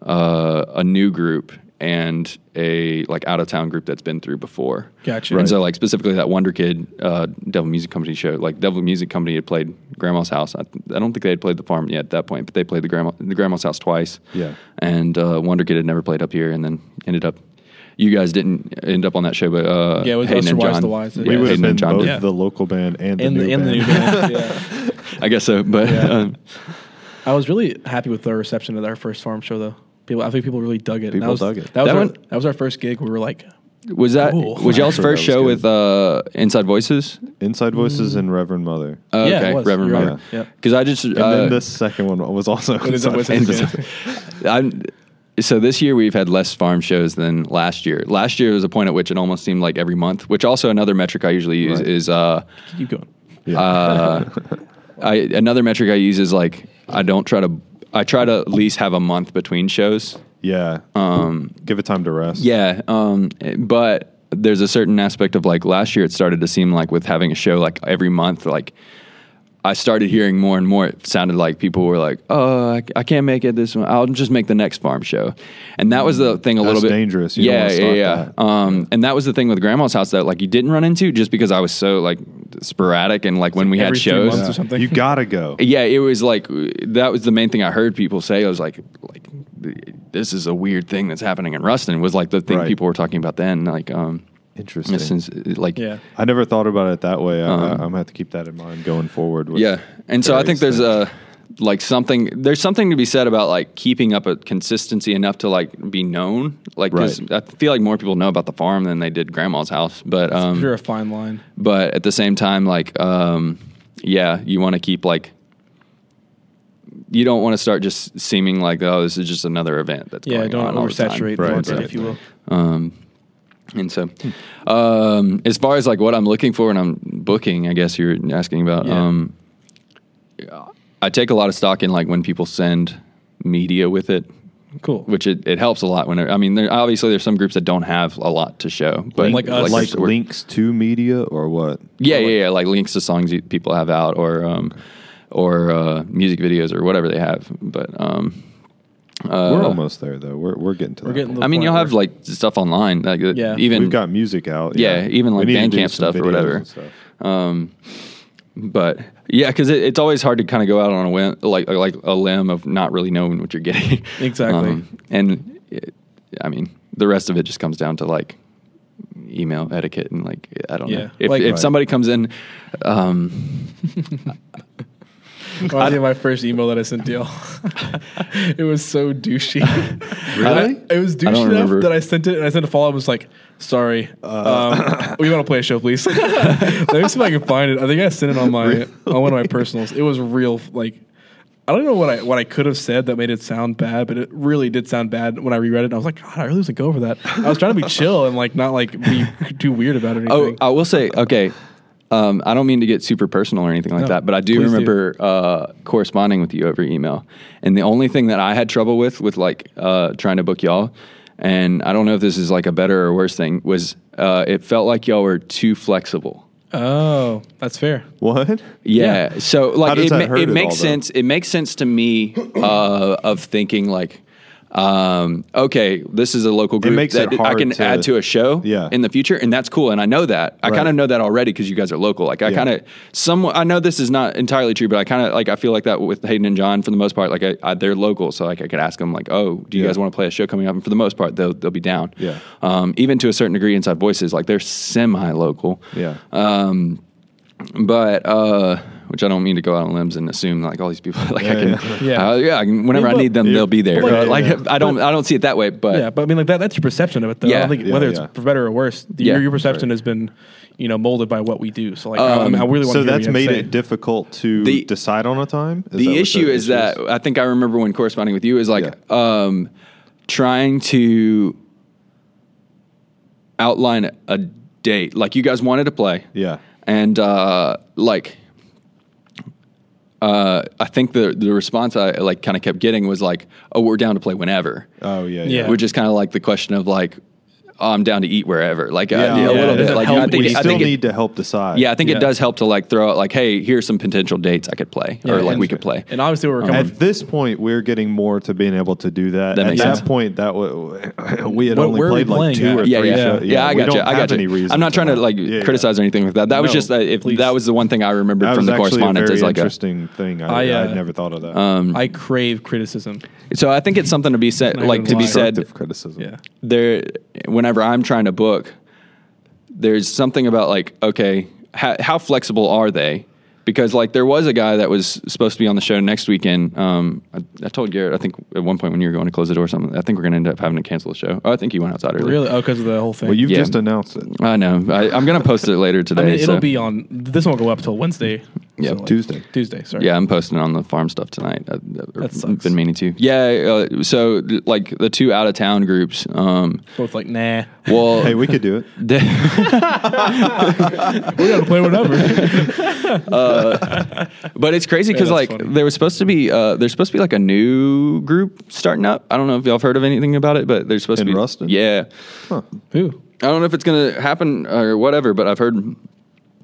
Speaker 2: uh, a new group and a like out of town group that's been through before.
Speaker 1: Gotcha.
Speaker 2: And
Speaker 1: Right.
Speaker 2: so like specifically that Wonder Kid uh, Devil Music Company show, like Devil Music Company had played Grandma's House. I, I don't think they had played the farm yet at that point, but they played the grandma the Grandma's House twice.
Speaker 3: Yeah.
Speaker 2: And uh, Wonder Kid had never played up here, and then ended up. You guys didn't end up on that show, but uh,
Speaker 1: Yeah, it was
Speaker 2: Hayden
Speaker 1: us
Speaker 2: and
Speaker 1: or Wise
Speaker 2: John.
Speaker 1: the Wise.
Speaker 2: Yeah,
Speaker 3: we would have
Speaker 2: Hayden
Speaker 3: been
Speaker 2: and John
Speaker 3: both
Speaker 2: did.
Speaker 1: Yeah.
Speaker 3: the local band and the
Speaker 1: and
Speaker 3: new
Speaker 1: the,
Speaker 3: band.
Speaker 1: and the new band. yeah.
Speaker 2: I guess so, but
Speaker 1: Yeah.
Speaker 2: um,
Speaker 1: I was really happy with the reception of our first farm show, though. People, I think people really dug it. And
Speaker 3: People
Speaker 1: that was,
Speaker 3: dug it.
Speaker 1: That was,
Speaker 2: That
Speaker 1: our,
Speaker 2: one-
Speaker 1: that was our first gig. We were like,
Speaker 2: was that
Speaker 1: Cool.
Speaker 2: was y'all's
Speaker 3: Actually,
Speaker 2: first
Speaker 3: that was
Speaker 2: show
Speaker 3: good.
Speaker 2: with uh, Inside Voices?
Speaker 3: Inside Voices
Speaker 1: Mm.
Speaker 3: and Reverend Mother.
Speaker 2: Uh,
Speaker 1: yeah,
Speaker 2: okay,
Speaker 1: it was.
Speaker 2: Reverend
Speaker 1: You're
Speaker 2: Mother.
Speaker 1: right. Yep.
Speaker 2: Because I just
Speaker 3: and
Speaker 2: uh,
Speaker 3: then the second one was also
Speaker 1: Inside
Speaker 3: Inside
Speaker 1: Voices.
Speaker 2: And
Speaker 1: That's
Speaker 2: so- I'm, so this year we've had less farm shows than last year. Last year was a point at which it almost seemed like every month. Which also another metric I usually use
Speaker 3: Right.
Speaker 2: is uh,
Speaker 1: keep going.
Speaker 3: Yeah.
Speaker 2: uh, I, another metric I use is like I don't try to I try to at least have a month between shows.
Speaker 3: yeah.
Speaker 2: Um,
Speaker 3: Give it time to rest.
Speaker 2: yeah, um, but there's a certain aspect of like last year it started to seem like with having a show like every month like I started hearing more and more. It sounded like people were like, "Oh, I, I can't make it this one. I'll just make the next farm show," and that was the thing a little
Speaker 3: Mm. That's
Speaker 2: bit
Speaker 3: dangerous. You don't
Speaker 2: yeah,
Speaker 3: wanna
Speaker 2: yeah,
Speaker 3: start
Speaker 2: yeah.
Speaker 3: that.
Speaker 2: Um, and that was the thing with Grandma's house that like you didn't run into just because I was so like sporadic and like when we had
Speaker 1: every three
Speaker 2: shows,
Speaker 1: months or something.
Speaker 3: You gotta go.
Speaker 2: yeah, it was like that was the main thing I heard people say. I was like, like this is a weird thing that's happening in Ruston. Was like the thing
Speaker 3: Right.
Speaker 2: people were talking about then. Like, um,
Speaker 3: Interesting.
Speaker 2: since like
Speaker 1: Yeah.
Speaker 3: I never thought about it that way. I,
Speaker 2: Um,
Speaker 3: I, I'm gonna have to keep that in mind going forward. With
Speaker 2: yeah. And so I think
Speaker 3: various
Speaker 2: there's
Speaker 3: things.
Speaker 2: a like something there's something to be said about like keeping up a consistency enough to like be known. Like 'cause
Speaker 3: Right.
Speaker 2: I feel like more people know about the farm than they did Grandma's house. But um,
Speaker 1: You're a fine line.
Speaker 2: but at the same time like um yeah you want to keep like you don't want to start just seeming like oh this is just another event that's
Speaker 1: Yeah,
Speaker 2: going
Speaker 1: don't
Speaker 2: on all the time.
Speaker 1: oversaturate the
Speaker 3: Right,
Speaker 1: market,
Speaker 3: right,
Speaker 1: if you will.
Speaker 2: um and so um as far as like what i'm looking for and i'm booking i guess you're asking about
Speaker 1: Yeah.
Speaker 2: um i take a lot of stock in like when people send media with it
Speaker 1: Cool.
Speaker 2: which it, it helps a lot when i mean there obviously there's some groups that don't have a lot to show but
Speaker 1: Like us.
Speaker 3: like,
Speaker 1: Like
Speaker 2: we're-
Speaker 3: links to media or what?
Speaker 2: yeah, yeah, yeah. Like links to songs you- people have out, or um, or uh, music videos, or whatever they have. But um, uh,
Speaker 3: We're almost there though. We're we're getting to
Speaker 1: We're
Speaker 3: that.
Speaker 1: getting
Speaker 3: point.
Speaker 2: I mean, you'll have like stuff online, like uh,
Speaker 1: Yeah.
Speaker 2: even
Speaker 3: We've got music out.
Speaker 2: Yeah, even, like,
Speaker 3: We need to do
Speaker 2: Bandcamp
Speaker 3: some
Speaker 2: stuff or
Speaker 3: videos
Speaker 2: whatever.
Speaker 3: and stuff.
Speaker 2: Um, but yeah, because it, it's always hard to kind of go out on a whim, like like a limb of not really knowing what you're getting. Um,
Speaker 1: Exactly.
Speaker 2: and it, I mean, the rest of it just comes down to like email etiquette and like I don't
Speaker 1: Yeah.
Speaker 2: know if
Speaker 1: Like-
Speaker 2: if
Speaker 1: Right.
Speaker 2: somebody comes in. Um,
Speaker 1: I did my first email that I sent to y'all. it was so douchey.
Speaker 2: Really?
Speaker 1: I- it was
Speaker 2: I don't
Speaker 1: douchey enough
Speaker 2: remember.
Speaker 1: that I sent it and I sent a follow up. was like, sorry, um, we want to play a show, please. Let me see if I can find it. I think I sent it on my on one of my personals. It was real, like. I don't know what I what I could have said that made it sound bad, but it really did sound bad when I reread it. And I was like, God, I really wasn't go over that. I was trying to be chill and like not like be too weird about it. Or
Speaker 2: Oh,
Speaker 1: anything.
Speaker 2: I will say, okay. Um, I don't mean to get super personal or anything like
Speaker 1: No,
Speaker 2: that, but I do
Speaker 1: please do.
Speaker 2: remember Uh, corresponding with you over email. And the only thing that I had trouble with, with like uh, trying to book y'all, and I don't know if this is like a better or worse thing, was uh, it felt like y'all were too flexible.
Speaker 1: oh, that's fair.
Speaker 3: What?
Speaker 2: Yeah. So like
Speaker 3: does
Speaker 2: it,
Speaker 3: that
Speaker 2: ma-
Speaker 3: hurt
Speaker 2: it
Speaker 3: at
Speaker 2: makes
Speaker 3: all, though?
Speaker 2: sense. It makes sense to me uh, of thinking like, um, okay, this is a local group
Speaker 3: makes
Speaker 2: that
Speaker 3: it
Speaker 2: I
Speaker 3: hard
Speaker 2: can
Speaker 3: to-
Speaker 2: add to a show
Speaker 3: Yeah.
Speaker 2: in the future, and that's cool. And I know that. I
Speaker 3: Right.
Speaker 2: kind of know that already because you guys are local. Like I
Speaker 3: Yeah.
Speaker 2: kind of some. I know this is not entirely true, but I kind of like I feel like that with Hayden and John for the most part. Like I, I, they're local, so like I could ask them like, oh, do you
Speaker 3: Yeah.
Speaker 2: guys want to play a show coming up? And for the most part, they'll they'll be down.
Speaker 3: Yeah.
Speaker 2: Um, even to a certain degree, inside voices like they're semi local
Speaker 3: Yeah.
Speaker 2: um, but uh, which I don't mean to go out on limbs and assume like all these people like I
Speaker 3: Yeah,
Speaker 2: can
Speaker 3: yeah.
Speaker 1: Yeah.
Speaker 2: yeah, yeah I can, whenever
Speaker 1: Yeah,
Speaker 2: I
Speaker 1: but-
Speaker 2: need them they'll be there
Speaker 1: but like-
Speaker 2: Uh, like
Speaker 3: Yeah.
Speaker 2: I don't I don't see it that way but
Speaker 1: Yeah, but I mean, like that—that's your perception of it, though. I
Speaker 2: Yeah.
Speaker 1: don't think
Speaker 3: Yeah,
Speaker 1: whether it's
Speaker 3: yeah.
Speaker 1: for better or worse, the,
Speaker 2: Yeah.
Speaker 1: your, your perception has been, you know, molded by what we do. So, like, I, I,
Speaker 2: Um,
Speaker 1: mean, I really want
Speaker 3: So
Speaker 1: to.
Speaker 3: that's made it difficult to
Speaker 2: The-
Speaker 3: decide on a time. Is that what
Speaker 2: the issue is that I think I remember when corresponding with you is like um, trying to outline a date. Like you guys wanted to play.
Speaker 3: Yeah.
Speaker 2: And uh, like, uh, I think the the response I like kind of kept getting was like, "Oh, we're down to play whenever,"
Speaker 3: Oh yeah.
Speaker 1: Yeah.
Speaker 2: which is kind of like the question of like, oh, "I'm down to eat wherever." Like uh,
Speaker 3: Yeah.
Speaker 2: yeah, a
Speaker 3: Yeah,
Speaker 2: little
Speaker 3: it
Speaker 2: bit.
Speaker 1: doesn't
Speaker 2: Like
Speaker 1: help
Speaker 2: I
Speaker 1: when
Speaker 2: think
Speaker 3: We
Speaker 1: you
Speaker 2: I
Speaker 3: still
Speaker 2: think it-
Speaker 3: need to help decide.
Speaker 2: yeah, I think
Speaker 1: Yeah.
Speaker 2: it does help to like throw out like, "Hey, here's some potential dates I could play," or
Speaker 1: Yeah,
Speaker 2: like
Speaker 1: and-
Speaker 2: we could play.
Speaker 1: And obviously,
Speaker 2: Um,
Speaker 1: we're coming.
Speaker 3: At this point, we're getting more to being able to do that.
Speaker 2: That
Speaker 3: At
Speaker 2: makes
Speaker 3: that
Speaker 2: sense.
Speaker 3: point, that w- we had
Speaker 1: Where-
Speaker 3: only
Speaker 1: where are we
Speaker 3: played like
Speaker 1: playing
Speaker 3: two
Speaker 1: at?
Speaker 3: or
Speaker 2: yeah,
Speaker 3: three.
Speaker 2: yeah,
Speaker 3: shows.
Speaker 2: yeah, I
Speaker 3: we
Speaker 2: got
Speaker 3: don't
Speaker 2: you. I
Speaker 3: have
Speaker 2: got
Speaker 3: any
Speaker 2: you.
Speaker 3: reason.
Speaker 2: I'm not trying to
Speaker 3: that.
Speaker 2: like
Speaker 3: Yeah, yeah.
Speaker 2: criticize or anything like that. That was
Speaker 1: No,
Speaker 2: just uh, if
Speaker 1: please.
Speaker 2: that was the one thing I remembered
Speaker 3: That
Speaker 2: from
Speaker 3: was
Speaker 2: the
Speaker 3: actually
Speaker 2: correspondence
Speaker 3: a
Speaker 2: is
Speaker 3: very
Speaker 2: like a Um,
Speaker 3: interesting thing. I,
Speaker 1: I,
Speaker 3: I,
Speaker 1: uh,
Speaker 3: would never thought of that.
Speaker 1: I crave criticism.
Speaker 2: So I think it's something to be said,
Speaker 1: Not
Speaker 2: like
Speaker 1: even
Speaker 2: to be
Speaker 1: lying.
Speaker 2: said
Speaker 3: Constructive criticism.
Speaker 1: Yeah.
Speaker 2: there. Whenever I'm trying to book, there's something about like, okay, how, how flexible are they? Because like there was a guy that was supposed to be on the show next weekend. Um, I, I told Garrett, I think at one point when you were going to close the door or something, I think we're going to end up having to cancel the show. Oh, I think you went outside early.
Speaker 1: Really? Oh, because of the whole thing.
Speaker 3: Well, you've
Speaker 2: Yeah.
Speaker 3: just announced it.
Speaker 2: I know. I, I'm going to post it later today.
Speaker 1: I mean, it'll
Speaker 2: so-
Speaker 1: be on. This won't go up till Wednesday.
Speaker 2: Yeah,
Speaker 1: like,
Speaker 3: Tuesday.
Speaker 1: Tuesday. Sorry.
Speaker 2: Yeah, I'm posting on the farm stuff tonight. I,
Speaker 1: That sucks.
Speaker 2: Been meaning to. Yeah. Uh, so like the two out of town groups. Um,
Speaker 1: Both like nah.
Speaker 2: well,
Speaker 3: Hey, we could do it.
Speaker 2: the-
Speaker 1: we gotta play whatever.
Speaker 2: But it's crazy
Speaker 1: Yeah,
Speaker 2: because
Speaker 1: that's
Speaker 2: like
Speaker 1: funny.
Speaker 2: there was supposed to be uh, there's supposed to be like a new group starting up. I don't know if y'all have heard of anything about it, but there's supposed
Speaker 3: In
Speaker 2: to be
Speaker 3: Ruston?
Speaker 2: Yeah,
Speaker 3: Huh.
Speaker 1: Who?
Speaker 2: I don't know if it's gonna happen or whatever, but I've heard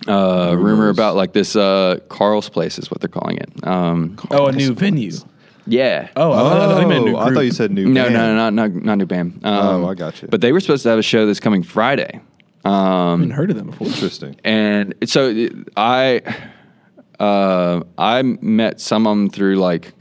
Speaker 2: uh, rumor
Speaker 3: Rumors.
Speaker 2: about like this uh, Carl's place is what they're calling it. Um,
Speaker 1: Oh, a new venue.
Speaker 2: yeah.
Speaker 1: Oh, I, thought, I, thought you meant a new
Speaker 3: I thought
Speaker 1: group.
Speaker 3: you said new.
Speaker 2: No,
Speaker 3: band.
Speaker 2: no, no, not not New Bam. Um,
Speaker 3: Oh, I got you.
Speaker 2: But they were supposed to have a show that's coming Friday.
Speaker 1: I haven't heard of them before.
Speaker 3: Interesting.
Speaker 2: and so it- I uh, I met some of them through like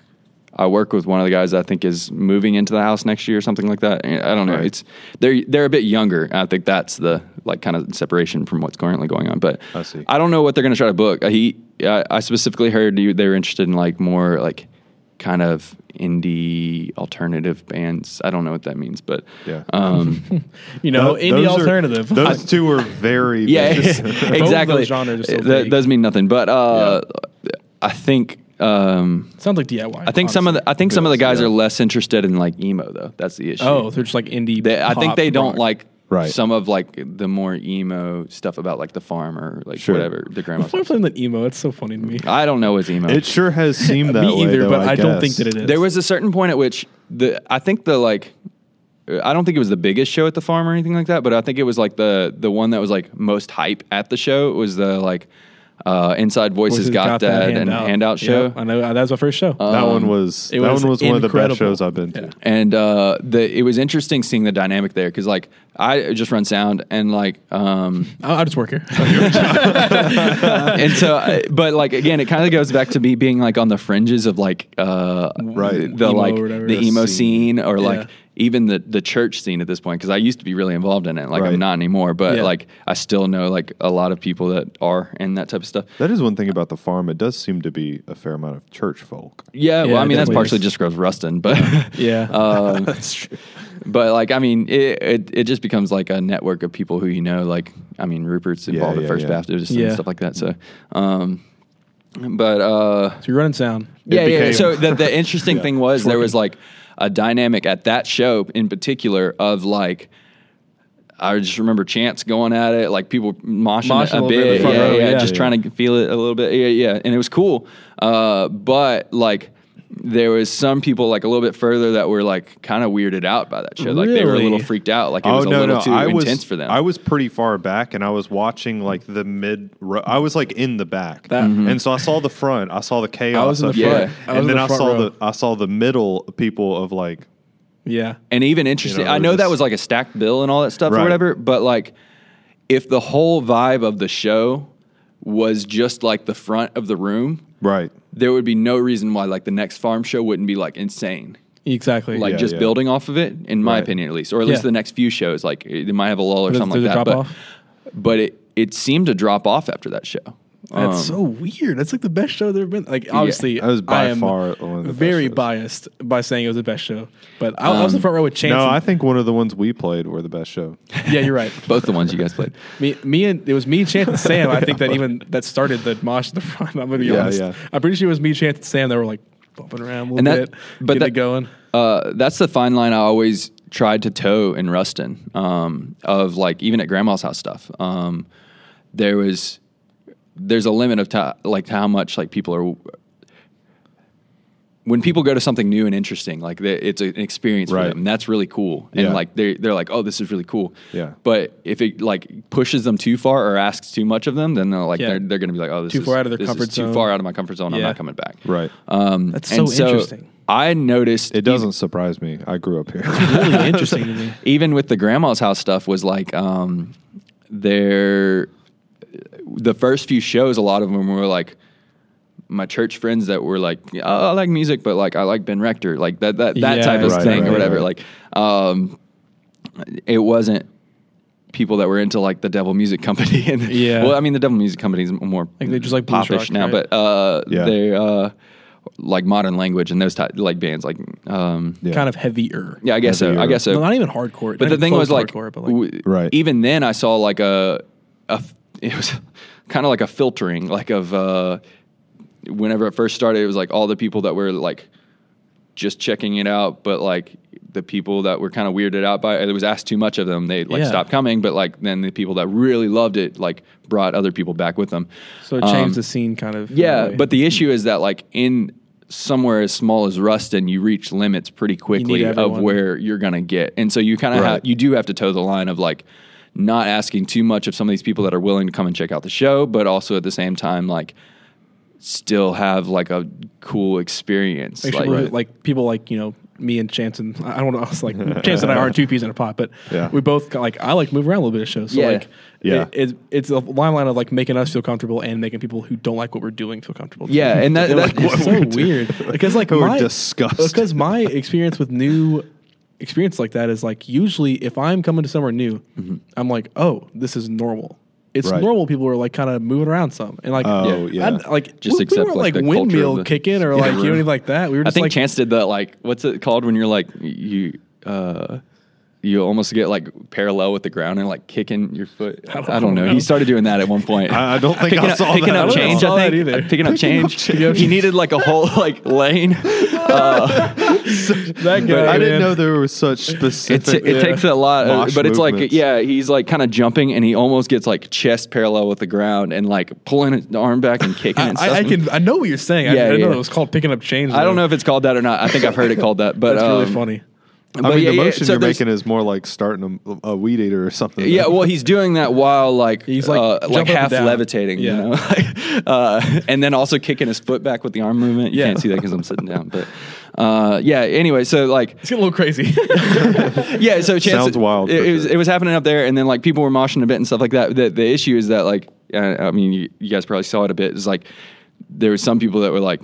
Speaker 2: I work with one of the guys I think is moving into the house next year or something like that. And I don't know.
Speaker 3: Right.
Speaker 2: It's they're they're a bit younger. I think that's the like kind of separation from what's currently going on. But
Speaker 3: I see.
Speaker 2: I don't know what they're going to try to book. He I, I specifically heard you, they were interested in like more like kind of indie alternative bands. I don't know what that means, but
Speaker 3: Yeah.
Speaker 2: Um,
Speaker 1: You know,
Speaker 3: Tho-
Speaker 1: indie
Speaker 3: those are-
Speaker 1: alternative.
Speaker 3: those two are very.
Speaker 2: yeah,
Speaker 1: Both of
Speaker 2: exactly.
Speaker 1: those genres are so
Speaker 2: That
Speaker 1: big.
Speaker 2: does mean nothing, but uh, I think um,
Speaker 1: Sounds like DIY.
Speaker 2: I think some of the I think some of the guys
Speaker 3: yeah.
Speaker 2: are less interested in like emo though. That's the issue.
Speaker 1: Oh, they're just like indie.
Speaker 2: They- I think
Speaker 1: pop,
Speaker 2: they don't
Speaker 1: rock.
Speaker 2: like
Speaker 3: Right.
Speaker 2: some of like the more emo stuff about like the farm or like
Speaker 3: Sure.
Speaker 2: whatever the grandma.
Speaker 1: Why are we playing that emo? It's so funny to me.
Speaker 2: I don't know what's emo.
Speaker 3: it sure has seemed that
Speaker 1: me
Speaker 3: way.
Speaker 1: either,
Speaker 3: though,
Speaker 1: but I, don't
Speaker 3: guess.
Speaker 1: think that it is.
Speaker 2: There was a certain point at which the I think the like I don't think it was the biggest show at the farm or anything like that, but I think it was like the the one that was like most hype at the show was the like uh, Inside Voices,
Speaker 1: Voices
Speaker 2: Got, That, and
Speaker 1: Handout.
Speaker 2: Handout
Speaker 1: Yep,
Speaker 2: show. Uh,
Speaker 1: I know. That was my first show.
Speaker 3: That one was.
Speaker 1: it
Speaker 3: That
Speaker 1: was
Speaker 3: one Um, was one of the
Speaker 1: incredible.
Speaker 3: best shows I've been to.
Speaker 1: Yeah.
Speaker 2: and uh, the it was interesting seeing the dynamic there because like I just run sound and like um
Speaker 1: I'll, I'll just work here.
Speaker 2: and so I- but like again it kind of goes back to me being like on the fringes of like uh
Speaker 3: Right.
Speaker 2: the, the,
Speaker 1: Emo
Speaker 2: like
Speaker 1: or whatever.
Speaker 2: the
Speaker 1: The
Speaker 2: emo
Speaker 3: scene.
Speaker 2: scene or
Speaker 1: Yeah.
Speaker 2: like even the the church scene at this point because I used to be really involved in it like
Speaker 3: Right.
Speaker 2: I'm not anymore but
Speaker 1: Yeah.
Speaker 2: like I still know like a lot of people that are in that type of stuff
Speaker 3: That is one thing about the farm. It does seem to be a fair amount of church folk.
Speaker 2: yeah,
Speaker 1: Yeah,
Speaker 2: well I mean that's
Speaker 1: definitely
Speaker 2: partially
Speaker 1: is.
Speaker 2: just gross rustin but
Speaker 1: Yeah.
Speaker 2: um, But like I mean, it, it it just becomes like a network of people who you know. Like I mean, Rupert's involved
Speaker 3: yeah,
Speaker 2: at First
Speaker 3: yeah.
Speaker 2: Baptist
Speaker 1: Yeah.
Speaker 2: and stuff like that. So, um, but uh,
Speaker 1: so you're running sound.
Speaker 2: yeah, yeah, yeah.
Speaker 3: became-
Speaker 2: So the, the interesting thing was there was like a dynamic at that show in particular of like. I just remember Chance going at it, like people moshing,
Speaker 1: Moshing a
Speaker 2: a,
Speaker 1: little bit in the
Speaker 2: bit,
Speaker 1: front
Speaker 2: yeah,
Speaker 1: row,
Speaker 2: yeah,
Speaker 1: yeah.
Speaker 2: just
Speaker 1: Yeah.
Speaker 2: trying to feel it a little bit, yeah, yeah, and it was cool. Uh, but like, there was some people like a little bit further that were like kind of weirded out by that show, like they were a little
Speaker 1: Really?
Speaker 2: freaked out, like it was a little too intense
Speaker 3: was,
Speaker 2: for them.
Speaker 3: Oh, I was pretty far back, and I was watching like the mid. Row. I was like in the back,
Speaker 1: That- Mhm.
Speaker 3: and so I saw the front. I saw the chaos.
Speaker 1: I was in the
Speaker 3: up
Speaker 2: front.
Speaker 1: I
Speaker 2: Yeah.
Speaker 3: there,
Speaker 1: was in
Speaker 3: and then
Speaker 1: the
Speaker 3: I
Speaker 1: front
Speaker 3: saw
Speaker 1: row.
Speaker 3: the I saw the middle people of like
Speaker 1: Yeah.
Speaker 2: and even interesting.
Speaker 3: You know,
Speaker 2: I
Speaker 3: we're
Speaker 2: know that
Speaker 3: just-
Speaker 2: was like a stacked bill and all that stuff
Speaker 3: Right.
Speaker 2: or whatever, but like if the whole vibe of the show was just like the front of the room,
Speaker 3: right.
Speaker 2: there would be no reason why like the next farm show wouldn't be like insane.
Speaker 1: Exactly.
Speaker 2: Like
Speaker 3: Yeah,
Speaker 2: just
Speaker 3: yeah.
Speaker 2: building off of it, in my
Speaker 3: Right.
Speaker 2: opinion at least, or at least
Speaker 1: Yeah.
Speaker 2: the next few shows, like they might have a lull or
Speaker 1: Does-
Speaker 2: something
Speaker 1: does
Speaker 2: like
Speaker 1: it
Speaker 2: that.
Speaker 1: drop
Speaker 2: But but it it seemed to drop off after that show.
Speaker 1: That's
Speaker 2: Um,
Speaker 1: so weird. That's like the best show there have been. Like obviously,
Speaker 3: That was by
Speaker 1: I am
Speaker 3: far one of the best
Speaker 1: very
Speaker 3: shows.
Speaker 1: biased by saying it was the best show. But I, I was in
Speaker 2: Um,
Speaker 1: the front row with Chance.
Speaker 3: No,
Speaker 1: and-
Speaker 3: I think one of the ones we played were the best show.
Speaker 1: yeah, you're right.
Speaker 2: both the ones you guys played.
Speaker 1: Me, me, and it was me, Chance, and Sam. I think that even that started the mosh at the front. I'm gonna be
Speaker 3: Yeah,
Speaker 1: honest.
Speaker 3: yeah.
Speaker 1: I'm pretty sure it was me, Chance, and Sam that were like bumping around a little
Speaker 2: And
Speaker 1: bit,
Speaker 2: that- but
Speaker 1: getting
Speaker 2: that-
Speaker 1: it going.
Speaker 2: Uh, that's the fine line I always tried to tow in Ruston um, of like even at grandma's house stuff. Um, there was there's a limit of ti like to how much like people are when people go to something new and interesting like they, it's an experience for
Speaker 3: Right.
Speaker 2: them and that's really cool
Speaker 3: Yeah.
Speaker 2: and like they they're like oh this is really cool
Speaker 3: Yeah.
Speaker 2: but if it like pushes them too far or asks too much of them then they're like
Speaker 1: Yeah.
Speaker 2: they're, they're gonna be like oh this
Speaker 1: Too
Speaker 2: is
Speaker 1: far out of their
Speaker 2: this is
Speaker 1: comfort
Speaker 2: too
Speaker 1: zone.
Speaker 2: far out of my comfort zone I'm
Speaker 1: Yeah.
Speaker 2: not coming back
Speaker 3: Right.
Speaker 2: um,
Speaker 1: That's
Speaker 2: and
Speaker 1: so interesting.
Speaker 2: I noticed
Speaker 3: It doesn't surprise me. I grew up here.
Speaker 1: really interesting to me.
Speaker 2: even with the grandma's house stuff was like um their the first few shows a lot of them were like my church friends that were like oh, I like music but like I like Ben Rector like that that that
Speaker 1: Yeah,
Speaker 2: type of
Speaker 3: right,
Speaker 2: thing
Speaker 3: right,
Speaker 2: or whatever
Speaker 3: right.
Speaker 2: like um it wasn't people that were into like the Devil Music Company and
Speaker 1: Yeah.
Speaker 2: well I mean the Devil Music Company is more
Speaker 1: Like, they just like blues
Speaker 2: popish
Speaker 1: rock,
Speaker 2: now
Speaker 1: right?
Speaker 2: but uh
Speaker 3: Yeah.
Speaker 2: they uh like modern language and those type like bands like um
Speaker 3: Yeah.
Speaker 1: Kind of heavier.
Speaker 2: yeah, I guess so. I
Speaker 3: Heavier.
Speaker 2: guess so.
Speaker 1: No, not even hardcore. Not
Speaker 2: But the
Speaker 1: even
Speaker 2: thing
Speaker 1: close
Speaker 2: was
Speaker 1: to
Speaker 2: like,
Speaker 1: hardcore, but, like-
Speaker 2: w-
Speaker 3: Right.
Speaker 2: Even then, I saw like a, a f- it was kind of like a filtering, like of uh, whenever it first started, it was like all the people that were like just checking it out, but like the people that were kind of weirded out by it, it was asked too much of them. They like
Speaker 1: Yeah.
Speaker 2: stopped coming, but like then the people that really loved it like brought other people back with them.
Speaker 1: so it changed
Speaker 2: Um,
Speaker 1: the scene kind of. in a
Speaker 2: yeah,
Speaker 1: way.
Speaker 2: but the issue is that like in somewhere as small as Ruston, you reach limits pretty quickly of
Speaker 1: everyone.
Speaker 2: where you're gonna get, and so you kind of
Speaker 3: Right.
Speaker 2: you do have to toe the line of like not asking too much of some of these people that are willing to come and check out the show, but also at the same time like still have like a cool experience.
Speaker 1: Make sure
Speaker 2: Like,
Speaker 1: people, like people like you know me and Chance and I don't know us like Chance and I aren't two peas in a pot, but
Speaker 3: Yeah.
Speaker 1: we both got, like I like to move around a little bit of shows. So
Speaker 2: Yeah.
Speaker 1: like
Speaker 3: Yeah.
Speaker 1: it, it, it's a line line of like making us feel comfortable and making people who don't like what we're doing feel comfortable. too.
Speaker 2: yeah, and that,
Speaker 1: And, like,
Speaker 2: that
Speaker 1: it's so weird because like
Speaker 3: We're
Speaker 1: my
Speaker 3: disgusted.
Speaker 1: because my experience with new experience like that is like usually if I'm coming to somewhere new,
Speaker 2: Mm-hmm.
Speaker 1: I'm like oh this is normal. It's
Speaker 3: Right.
Speaker 1: normal. People are like kind of moving around some and like
Speaker 3: Oh, yeah.
Speaker 1: I'd- like
Speaker 2: Just
Speaker 1: just we,
Speaker 2: accept,
Speaker 1: we were like,
Speaker 2: like, the culture of
Speaker 1: windmill
Speaker 2: the-
Speaker 1: kicking or
Speaker 2: Yeah.
Speaker 1: like you know anything like that. We were
Speaker 2: I
Speaker 1: just
Speaker 2: think
Speaker 1: like
Speaker 2: Chance did the like what's it called when you're like you uh you almost get like parallel with the ground and like kicking your foot. I don't, know. He started doing that at one point.
Speaker 3: I- I don't think
Speaker 2: picking
Speaker 3: I
Speaker 2: up,
Speaker 3: saw
Speaker 2: picking
Speaker 3: that.
Speaker 2: up
Speaker 3: I don't
Speaker 2: change.
Speaker 1: think I
Speaker 2: I
Speaker 1: saw
Speaker 2: think
Speaker 1: that either.
Speaker 2: picking up change. He needed like a whole like lane. Uh,
Speaker 1: that guy.
Speaker 3: I didn't
Speaker 1: man.
Speaker 3: know there was such
Speaker 2: It,
Speaker 3: specific.
Speaker 2: ta- it takes a lot, of-
Speaker 3: Mosh
Speaker 2: but it's like
Speaker 3: movements.
Speaker 2: yeah, he's like kind of jumping and he almost gets like chest parallel with the ground and like pulling his arm back and kicking and
Speaker 1: I,
Speaker 2: stuff.
Speaker 1: I can. I know what you're saying. I,
Speaker 2: Yeah,
Speaker 1: I didn't
Speaker 2: yeah.
Speaker 1: know it was called picking up change.
Speaker 2: I don't
Speaker 1: though.
Speaker 2: know if it's called that or not. I think I've heard it called that, but
Speaker 1: That's really
Speaker 2: um,
Speaker 1: funny.
Speaker 3: I
Speaker 2: but
Speaker 3: mean,
Speaker 2: yeah,
Speaker 3: the
Speaker 2: yeah,
Speaker 3: motion
Speaker 2: so
Speaker 3: you're
Speaker 2: there's-
Speaker 3: making is more like starting a, a weed eater or something.
Speaker 2: Yeah, well, he's doing that while like
Speaker 1: He's, like,
Speaker 2: uh,
Speaker 1: jumping
Speaker 2: like
Speaker 1: up and
Speaker 2: half
Speaker 1: down.
Speaker 2: levitating,
Speaker 1: Yeah.
Speaker 2: you know, uh, and then also kicking his foot back with the arm movement. You
Speaker 1: Yeah.
Speaker 2: can't see that because I'm sitting down, but uh, yeah. Anyway, so like,
Speaker 1: It's getting a little crazy. Oh,
Speaker 2: yeah, so chance
Speaker 3: Sounds wild,
Speaker 2: It,
Speaker 3: for
Speaker 2: it was
Speaker 3: sure.
Speaker 2: it was happening up there, and then like people were moshing a bit and stuff like that. The, the issue is that like, uh, I mean, you, you guys probably saw it a bit. It's like there were some people that were like,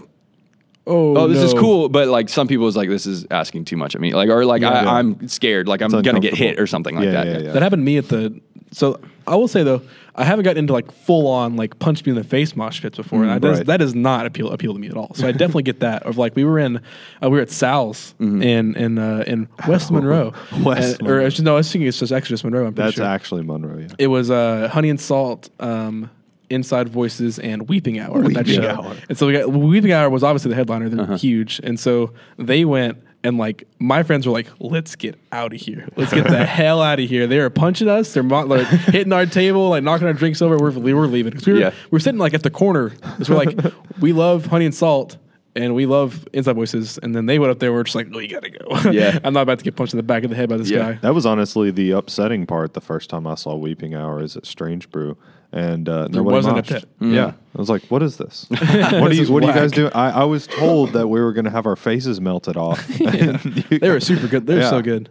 Speaker 1: oh,
Speaker 2: oh, this is
Speaker 1: no.
Speaker 2: cool. But like some people was like, this is asking too much of me. Like, or like I,
Speaker 3: Yeah.
Speaker 2: I'm scared. Like I'm gonna get hit
Speaker 3: uncomfortable.
Speaker 2: or something like
Speaker 3: Yeah,
Speaker 2: that.
Speaker 3: yeah, yeah.
Speaker 1: That happened to me at the. So I will say though, I haven't gotten into like full on like punch me in the face mosh pits before, and I, that, is,
Speaker 3: right.
Speaker 1: that does not appeal appeal to me at all. So I definitely get that. Of like we were in, uh, we were at Sal's in in uh, in West Monroe.
Speaker 3: West
Speaker 1: And- or
Speaker 3: Monroe.
Speaker 1: actually, no, I was thinking it's just actually just Monroe. I'm pretty
Speaker 3: that's
Speaker 1: sure.
Speaker 3: actually Monroe. Yeah.
Speaker 1: it was uh, Honey and Salt, um, Inside Voices, and Weeping Hour. at that
Speaker 3: Weeping
Speaker 1: show.
Speaker 3: Hour. Uh-huh.
Speaker 1: And so we got Weeping Hour was obviously the headliner. They're huge, and so they went and like my friends were like, "Let's get out of here. Let's get the hell out of here." They were punching us. They're mo- like hitting our table, like knocking our drinks over. We're we were leaving because we were
Speaker 2: Yeah.
Speaker 1: we were sitting like at the corner. 'Cause we're like, we love Honey and Salt. And we love Inside Voices, and then they went up there. We're just like, "No, you gotta go."
Speaker 2: Yeah.
Speaker 1: I'm not about to get punched in the back of the head by this
Speaker 2: Yeah.
Speaker 1: guy.
Speaker 3: That was honestly the upsetting part. The first time I saw Weeping Hour is at Strange Brew, and uh, there
Speaker 1: wasn't a pit.
Speaker 2: Mm.
Speaker 3: Yeah, I was like, "What is this? what do you
Speaker 1: is
Speaker 3: What are you guys
Speaker 1: whack.
Speaker 3: doing?" I, I was told that we were going to have our faces melted off. And you-
Speaker 1: They were super good. They were
Speaker 3: Yeah.
Speaker 1: so good.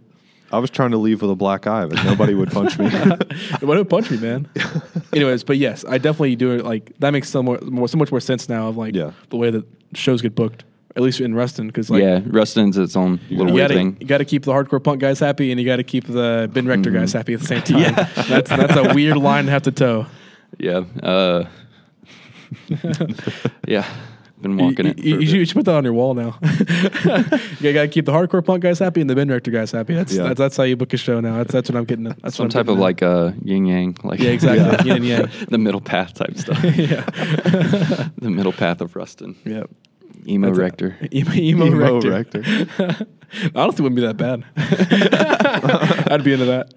Speaker 3: I was trying to leave with a black eye, but nobody would punch me.
Speaker 1: Why don't punch me, man? Anyways, but yes, I definitely do it. Like that makes so more, more so much more sense now of like
Speaker 3: Yeah.
Speaker 1: the way that shows get booked, at least in Ruston, because like
Speaker 2: yeah, Rustin's its own little
Speaker 1: you
Speaker 2: weird
Speaker 1: gotta
Speaker 2: thing.
Speaker 1: you gotta keep the hardcore punk guys happy, and you gotta keep the Ben Rector guys
Speaker 2: Mm-hmm.
Speaker 1: happy at the same time. that's that's a weird line to have to toe.
Speaker 2: Yeah. Uh, yeah. Been
Speaker 1: You,
Speaker 2: walking it.
Speaker 1: you-
Speaker 2: for a
Speaker 1: you
Speaker 2: bit.
Speaker 1: should put that on your wall now. you gotta keep the hardcore punk guys happy and the Ben Rector guys happy. That's
Speaker 3: Yeah.
Speaker 1: that's, that's how you book a show now. That's that's what I'm getting. At. That's what
Speaker 2: Some
Speaker 1: I'm
Speaker 2: type
Speaker 1: getting
Speaker 2: of
Speaker 1: at.
Speaker 2: like uh, yin yang, like
Speaker 1: Yeah, exactly. Yin and yang.
Speaker 2: the middle path type stuff.
Speaker 1: yeah
Speaker 2: the middle path of Rustin.
Speaker 1: yeah.
Speaker 2: Emo
Speaker 1: That's a-
Speaker 2: rector.
Speaker 1: Emo, emo
Speaker 3: Emo
Speaker 1: rector. I don't think it would be that bad. I'd be into that.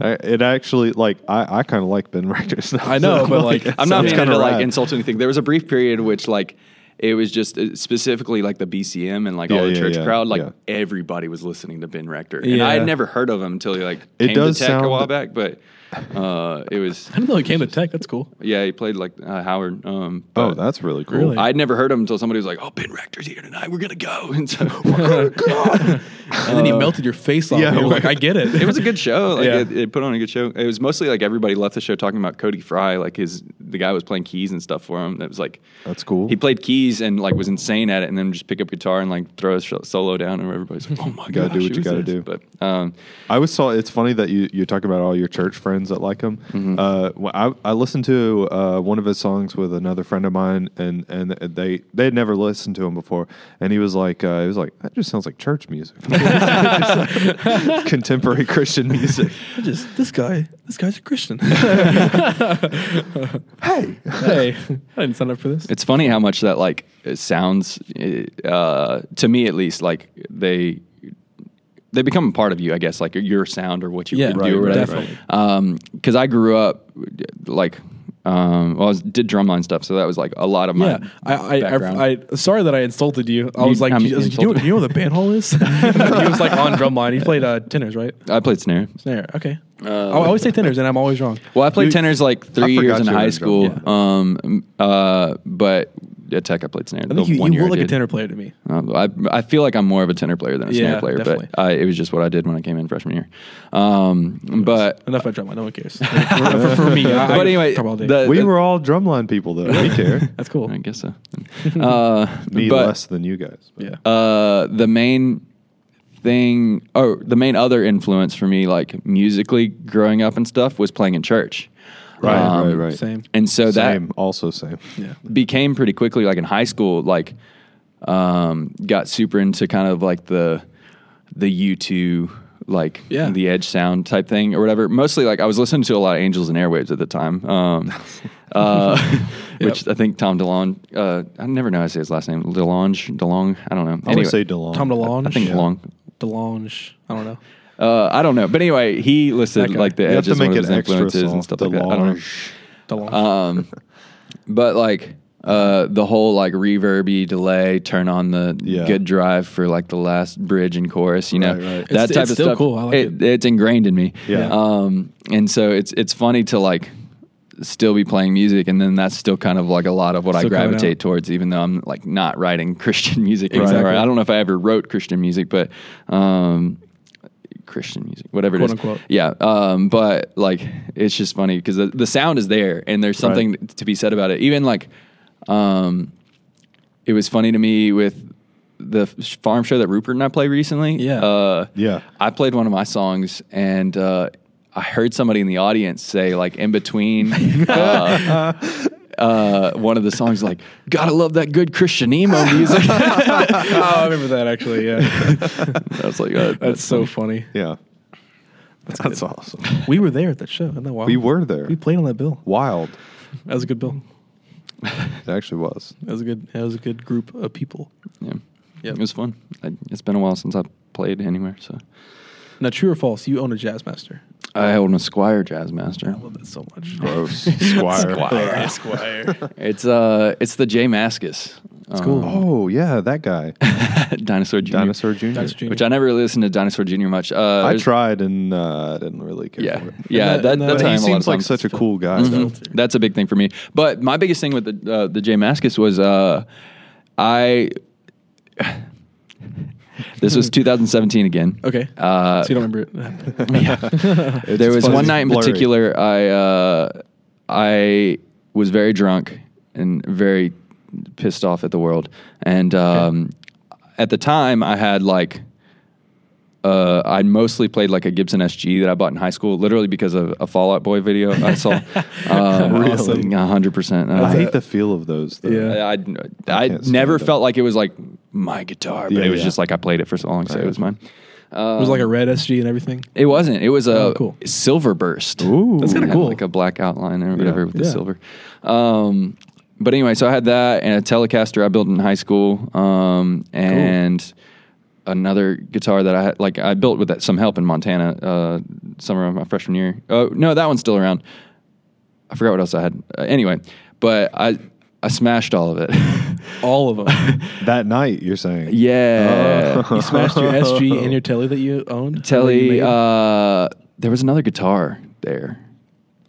Speaker 3: I, it actually like I, I kind of like Ben Rector stuff.
Speaker 1: I know,
Speaker 3: so,
Speaker 1: but, like,
Speaker 2: I'm not meaning
Speaker 3: it's kinda
Speaker 2: to like
Speaker 3: rad.
Speaker 2: insult anything. There was a brief period which like it was just uh, specifically like the BCM and like all
Speaker 3: Yeah,
Speaker 2: the
Speaker 3: yeah,
Speaker 2: church
Speaker 3: yeah,
Speaker 2: crowd. Like
Speaker 3: yeah.
Speaker 2: everybody was listening to Ben Rector, and I
Speaker 1: Yeah.
Speaker 2: had never heard of him until he like
Speaker 3: It
Speaker 2: came
Speaker 3: does
Speaker 2: to tech a
Speaker 3: sound-
Speaker 2: while back. But uh, it was
Speaker 1: I didn't know he came to tech. That's cool.
Speaker 2: yeah, he played like uh, Howard. Um,
Speaker 3: Oh,
Speaker 2: but
Speaker 3: that's really cool.
Speaker 1: Really?
Speaker 2: I'd never heard of him until somebody was like, "Oh, Ben Rector's here tonight. We're gonna go." And so we're gonna go.
Speaker 1: And then he melted your face off.
Speaker 3: yeah,
Speaker 1: Yeah, like,
Speaker 3: right.
Speaker 1: I get it.
Speaker 2: Uh, it was a good show. Like
Speaker 1: Yeah.
Speaker 2: it, it put on a good show. It was mostly like everybody left the show talking about Cody Fry, like his the guy who was playing keys and stuff for him. That was like
Speaker 3: That's cool.
Speaker 2: He played keys and like was insane at it, and then just pick up guitar and like throw a sh- solo down, and everybody's like, "Oh my god,
Speaker 3: gotta do what you gotta do.
Speaker 2: But um,
Speaker 3: I always saw. It's funny that you you talk about all your church friends that like him.
Speaker 2: Mm-hmm.
Speaker 3: Uh, wh- I I listened to uh, one of his songs with another friend of mine, and and they they had never listened to him before, and he was like, uh, he was like, that just sounds like church music, contemporary Christian music.
Speaker 1: I just this guy. This guy's a Christian.
Speaker 3: Hey,
Speaker 1: hey, I didn't sign up for this.
Speaker 2: it's funny how much that like it sounds uh, to me at least like they they become a part of you, I guess, like your sound or what you
Speaker 1: Yeah,
Speaker 2: could
Speaker 1: right,
Speaker 2: do or whatever.
Speaker 1: definitely.
Speaker 2: Because I grew up like. Um, well, I was, did drumline stuff, so that was like a lot of my
Speaker 1: Yeah, I,
Speaker 2: background.
Speaker 1: I, I, I, sorry that I insulted you. I
Speaker 2: You-
Speaker 1: was like,
Speaker 2: I'm
Speaker 1: do you, I was like, "Do you know,
Speaker 2: insulted.
Speaker 1: do you know what the band hall is? he was like on drumline. He played uh, tenors, right?
Speaker 2: I played snare.
Speaker 1: Snare. Okay. I always say tenors, and I'm always wrong.
Speaker 2: Uh, Well, I played
Speaker 1: You-
Speaker 2: tenors like three
Speaker 3: forgot
Speaker 2: years in
Speaker 3: you were
Speaker 2: high
Speaker 3: in
Speaker 2: school.
Speaker 3: drum-
Speaker 2: Um, uh, but at Tech, I played snare.
Speaker 1: I think
Speaker 2: the
Speaker 1: you,
Speaker 2: one
Speaker 1: you
Speaker 2: year
Speaker 1: look
Speaker 2: I
Speaker 1: like a
Speaker 2: did.
Speaker 1: tenor player to me.
Speaker 2: Um, I I feel like I'm more of a tenor player than a
Speaker 1: Yeah,
Speaker 2: snare player,
Speaker 1: definitely.
Speaker 2: but I, it was just what I did when I came in freshman year. Um, but
Speaker 1: Enough about drumline. No one cares. for, for- for me, I,
Speaker 2: But
Speaker 1: I
Speaker 2: anyway,
Speaker 1: talk all day.
Speaker 2: the-
Speaker 3: we were all drumline people though. We care.
Speaker 1: that's cool.
Speaker 2: I guess so. Uh,
Speaker 3: Me
Speaker 2: but
Speaker 3: less than you guys. but-
Speaker 1: Yeah.
Speaker 2: uh, the main thing, or the main other influence for me, like musically growing up and stuff, was playing in church.
Speaker 3: Right,
Speaker 2: Um,
Speaker 3: right, right.
Speaker 1: Same.
Speaker 2: And so that
Speaker 3: same, also same.
Speaker 1: Yeah.
Speaker 2: became pretty quickly like in high school like um got super into kind of like the the u2 like
Speaker 1: Yeah.
Speaker 2: the edge sound type thing or whatever mostly like i was listening to a lot of angels and airwaves at the time um uh which i think tom delong uh i never know how to say his last name delonge delong i don't know
Speaker 3: I
Speaker 2: Anyway,
Speaker 3: would say DeLong.
Speaker 1: Tom DeLonge.
Speaker 2: i think
Speaker 1: yeah.
Speaker 2: delong
Speaker 1: DeLonge. I don't know.
Speaker 2: uh i don't know but anyway he listed
Speaker 1: That guy.
Speaker 2: like the
Speaker 3: You have
Speaker 2: edge
Speaker 3: to
Speaker 2: as one
Speaker 3: make
Speaker 2: of
Speaker 3: it
Speaker 2: his
Speaker 3: extra
Speaker 2: influences
Speaker 3: soft.
Speaker 2: and stuff like that i don't know
Speaker 3: DeLonge.
Speaker 1: DeLonge.
Speaker 2: um, but like uh, the whole like reverby delay, turn on the
Speaker 3: Yeah.
Speaker 2: good drive for like the last bridge and chorus, you know,
Speaker 3: Right, right.
Speaker 1: It's-
Speaker 2: that type
Speaker 1: it's
Speaker 2: of
Speaker 1: still
Speaker 2: stuff.
Speaker 1: cool. I like it.
Speaker 2: It's ingrained in me.
Speaker 3: Yeah.
Speaker 2: Um, and so it's it's funny to like still be playing music, and then that's still kind of like a lot of what I
Speaker 1: Still coming
Speaker 2: gravitate
Speaker 1: out.
Speaker 2: towards, even though I'm like not writing Christian music. anymore.
Speaker 1: Exactly.
Speaker 2: I don't know if I ever wrote Christian music, but. Um, Christian music, whatever
Speaker 1: Quote,
Speaker 2: it is.
Speaker 1: unquote.
Speaker 2: Yeah, um, but like it's just funny because the, the sound is there, and there's something to be said about it. Even like, um, it was funny to me with the f- farm show that Rupert and I played recently.
Speaker 1: Yeah.
Speaker 2: uh,
Speaker 3: Yeah.
Speaker 2: I played one of my songs, and uh, I heard somebody in the audience say like in between. uh, Uh, one of the songs, like "Gotta love that good Christian emo music." I
Speaker 1: oh, I remember that actually. Yeah.
Speaker 2: was like, uh,
Speaker 1: That's so funny.
Speaker 3: Yeah. That's, awesome.
Speaker 1: We were there at that show. Isn't that wild?
Speaker 3: We were there.
Speaker 1: We played on that bill.
Speaker 3: Wild.
Speaker 1: That was a good bill.
Speaker 3: It actually was.
Speaker 1: That was a good. That was a good group of people.
Speaker 2: Yeah.
Speaker 1: Yep.
Speaker 2: It was fun. I, it's been a while since I played anywhere, so
Speaker 1: Now, true or false? You own a jazz master.
Speaker 2: I own a Squire Jazzmaster.
Speaker 1: I love that so much.
Speaker 3: Gross. Squire.
Speaker 2: Squire. It's uh, it's the J Mascus. It's
Speaker 1: cool.
Speaker 3: Oh, yeah, that guy.
Speaker 2: Uh,
Speaker 1: Oh.
Speaker 2: Dinosaur Jr.
Speaker 3: Dinosaur Jr.
Speaker 1: Dinosaur Jr.
Speaker 2: Which I never really listened to Dinosaur Jr. much. Uh,
Speaker 3: I
Speaker 2: there's-
Speaker 3: tried and uh, I didn't really care
Speaker 2: Yeah,
Speaker 3: for it.
Speaker 2: yeah.
Speaker 1: And that-
Speaker 2: That,
Speaker 1: and
Speaker 2: that,
Speaker 1: that- He
Speaker 2: time a
Speaker 3: He
Speaker 2: lot
Speaker 3: seems
Speaker 2: of
Speaker 3: like
Speaker 2: times.
Speaker 3: such a cool guy. though.
Speaker 1: Mhm.
Speaker 2: Mm-hmm. That's a big thing for me. But my biggest thing with the uh, the J Mascus was uh, I. this was 2017 again.
Speaker 1: Okay.
Speaker 2: Uh,
Speaker 1: so you don't remember it?
Speaker 3: It's
Speaker 2: there was
Speaker 3: fuzzy,
Speaker 2: one night in
Speaker 3: blurry.
Speaker 2: particular I uh, I was very drunk and very pissed off at the world, and um, at the time I had like. Uh, I mostly played like a Gibson SG that I bought in high school, literally because of a Fallout Boy video I saw. Um,
Speaker 3: Really?
Speaker 2: hundred percent. Uh,
Speaker 3: I hate the feel of those. Though.
Speaker 1: Yeah.
Speaker 2: I, I,
Speaker 3: stand
Speaker 2: never
Speaker 3: that.
Speaker 2: felt like it was like my guitar, but
Speaker 3: Yeah,
Speaker 2: it was
Speaker 3: yeah.
Speaker 2: just like I played it for so long, so it
Speaker 3: Right.
Speaker 2: was mine.
Speaker 1: it was like a red SG and everything.
Speaker 2: It wasn't. It was a
Speaker 1: Oh, cool.
Speaker 2: silver burst.
Speaker 3: Ooh. That's
Speaker 1: kinda
Speaker 2: Yeah,
Speaker 1: cool.
Speaker 2: Like a black outline or whatever with the
Speaker 1: Yeah.
Speaker 2: silver. Um, but anyway, so I had that and a Telecaster I built in high school, um, and another guitar that I had, like I built with that, some help in Montana uh, summer of my freshman year. Oh no, that one's still around. I forgot what else I had. Uh, anyway, but I I smashed all of it.
Speaker 1: All of them.
Speaker 3: That night, you're saying?
Speaker 2: yeah,
Speaker 1: Uh, you smashed your SG and your telly that you owned. that you
Speaker 2: Telly.
Speaker 1: made?
Speaker 2: Uh, there was another guitar there.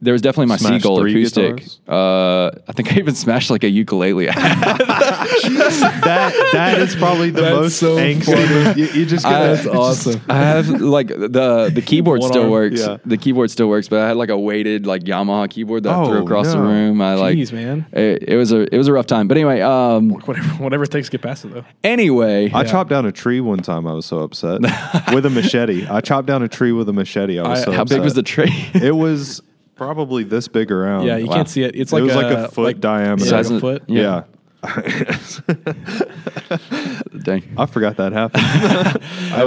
Speaker 2: There was definitely my
Speaker 3: Smashed
Speaker 2: seagull
Speaker 3: three
Speaker 2: acoustic.
Speaker 3: guitars?
Speaker 2: Uh, I think I even smashed like a ukulele.
Speaker 3: that that is probably the
Speaker 1: That's
Speaker 3: most
Speaker 1: so
Speaker 3: angsty. You, you just
Speaker 2: I-
Speaker 3: gotta,
Speaker 1: That's awesome.
Speaker 2: I have like the the keyboard
Speaker 3: One
Speaker 2: still
Speaker 3: arm,
Speaker 2: works.
Speaker 3: yeah.
Speaker 2: The keyboard still works, but I had like a weighted like Yamaha keyboard that I threw
Speaker 3: Oh,
Speaker 2: across the
Speaker 3: no.
Speaker 2: room. I like,
Speaker 1: Jeez, man.
Speaker 2: It, it was a it was a rough time. But anyway, um,
Speaker 1: whatever, whatever it takes to get past it though.
Speaker 2: anyway,
Speaker 3: I chopped down a tree one time. I was so upset with a machete. I chopped down a tree with a machete. I was
Speaker 1: I-
Speaker 3: so
Speaker 2: how
Speaker 3: upset.
Speaker 2: big was the tree?
Speaker 3: It was probably this big around.
Speaker 1: Yeah, you
Speaker 2: Wow.
Speaker 1: can't see it. It's
Speaker 3: It
Speaker 1: like
Speaker 3: was
Speaker 1: a,
Speaker 3: like a foot diameter.
Speaker 1: yeah,
Speaker 2: Size
Speaker 1: like
Speaker 2: of-
Speaker 1: a foot.
Speaker 3: yeah.
Speaker 2: Dang.
Speaker 3: I forgot that happened. I was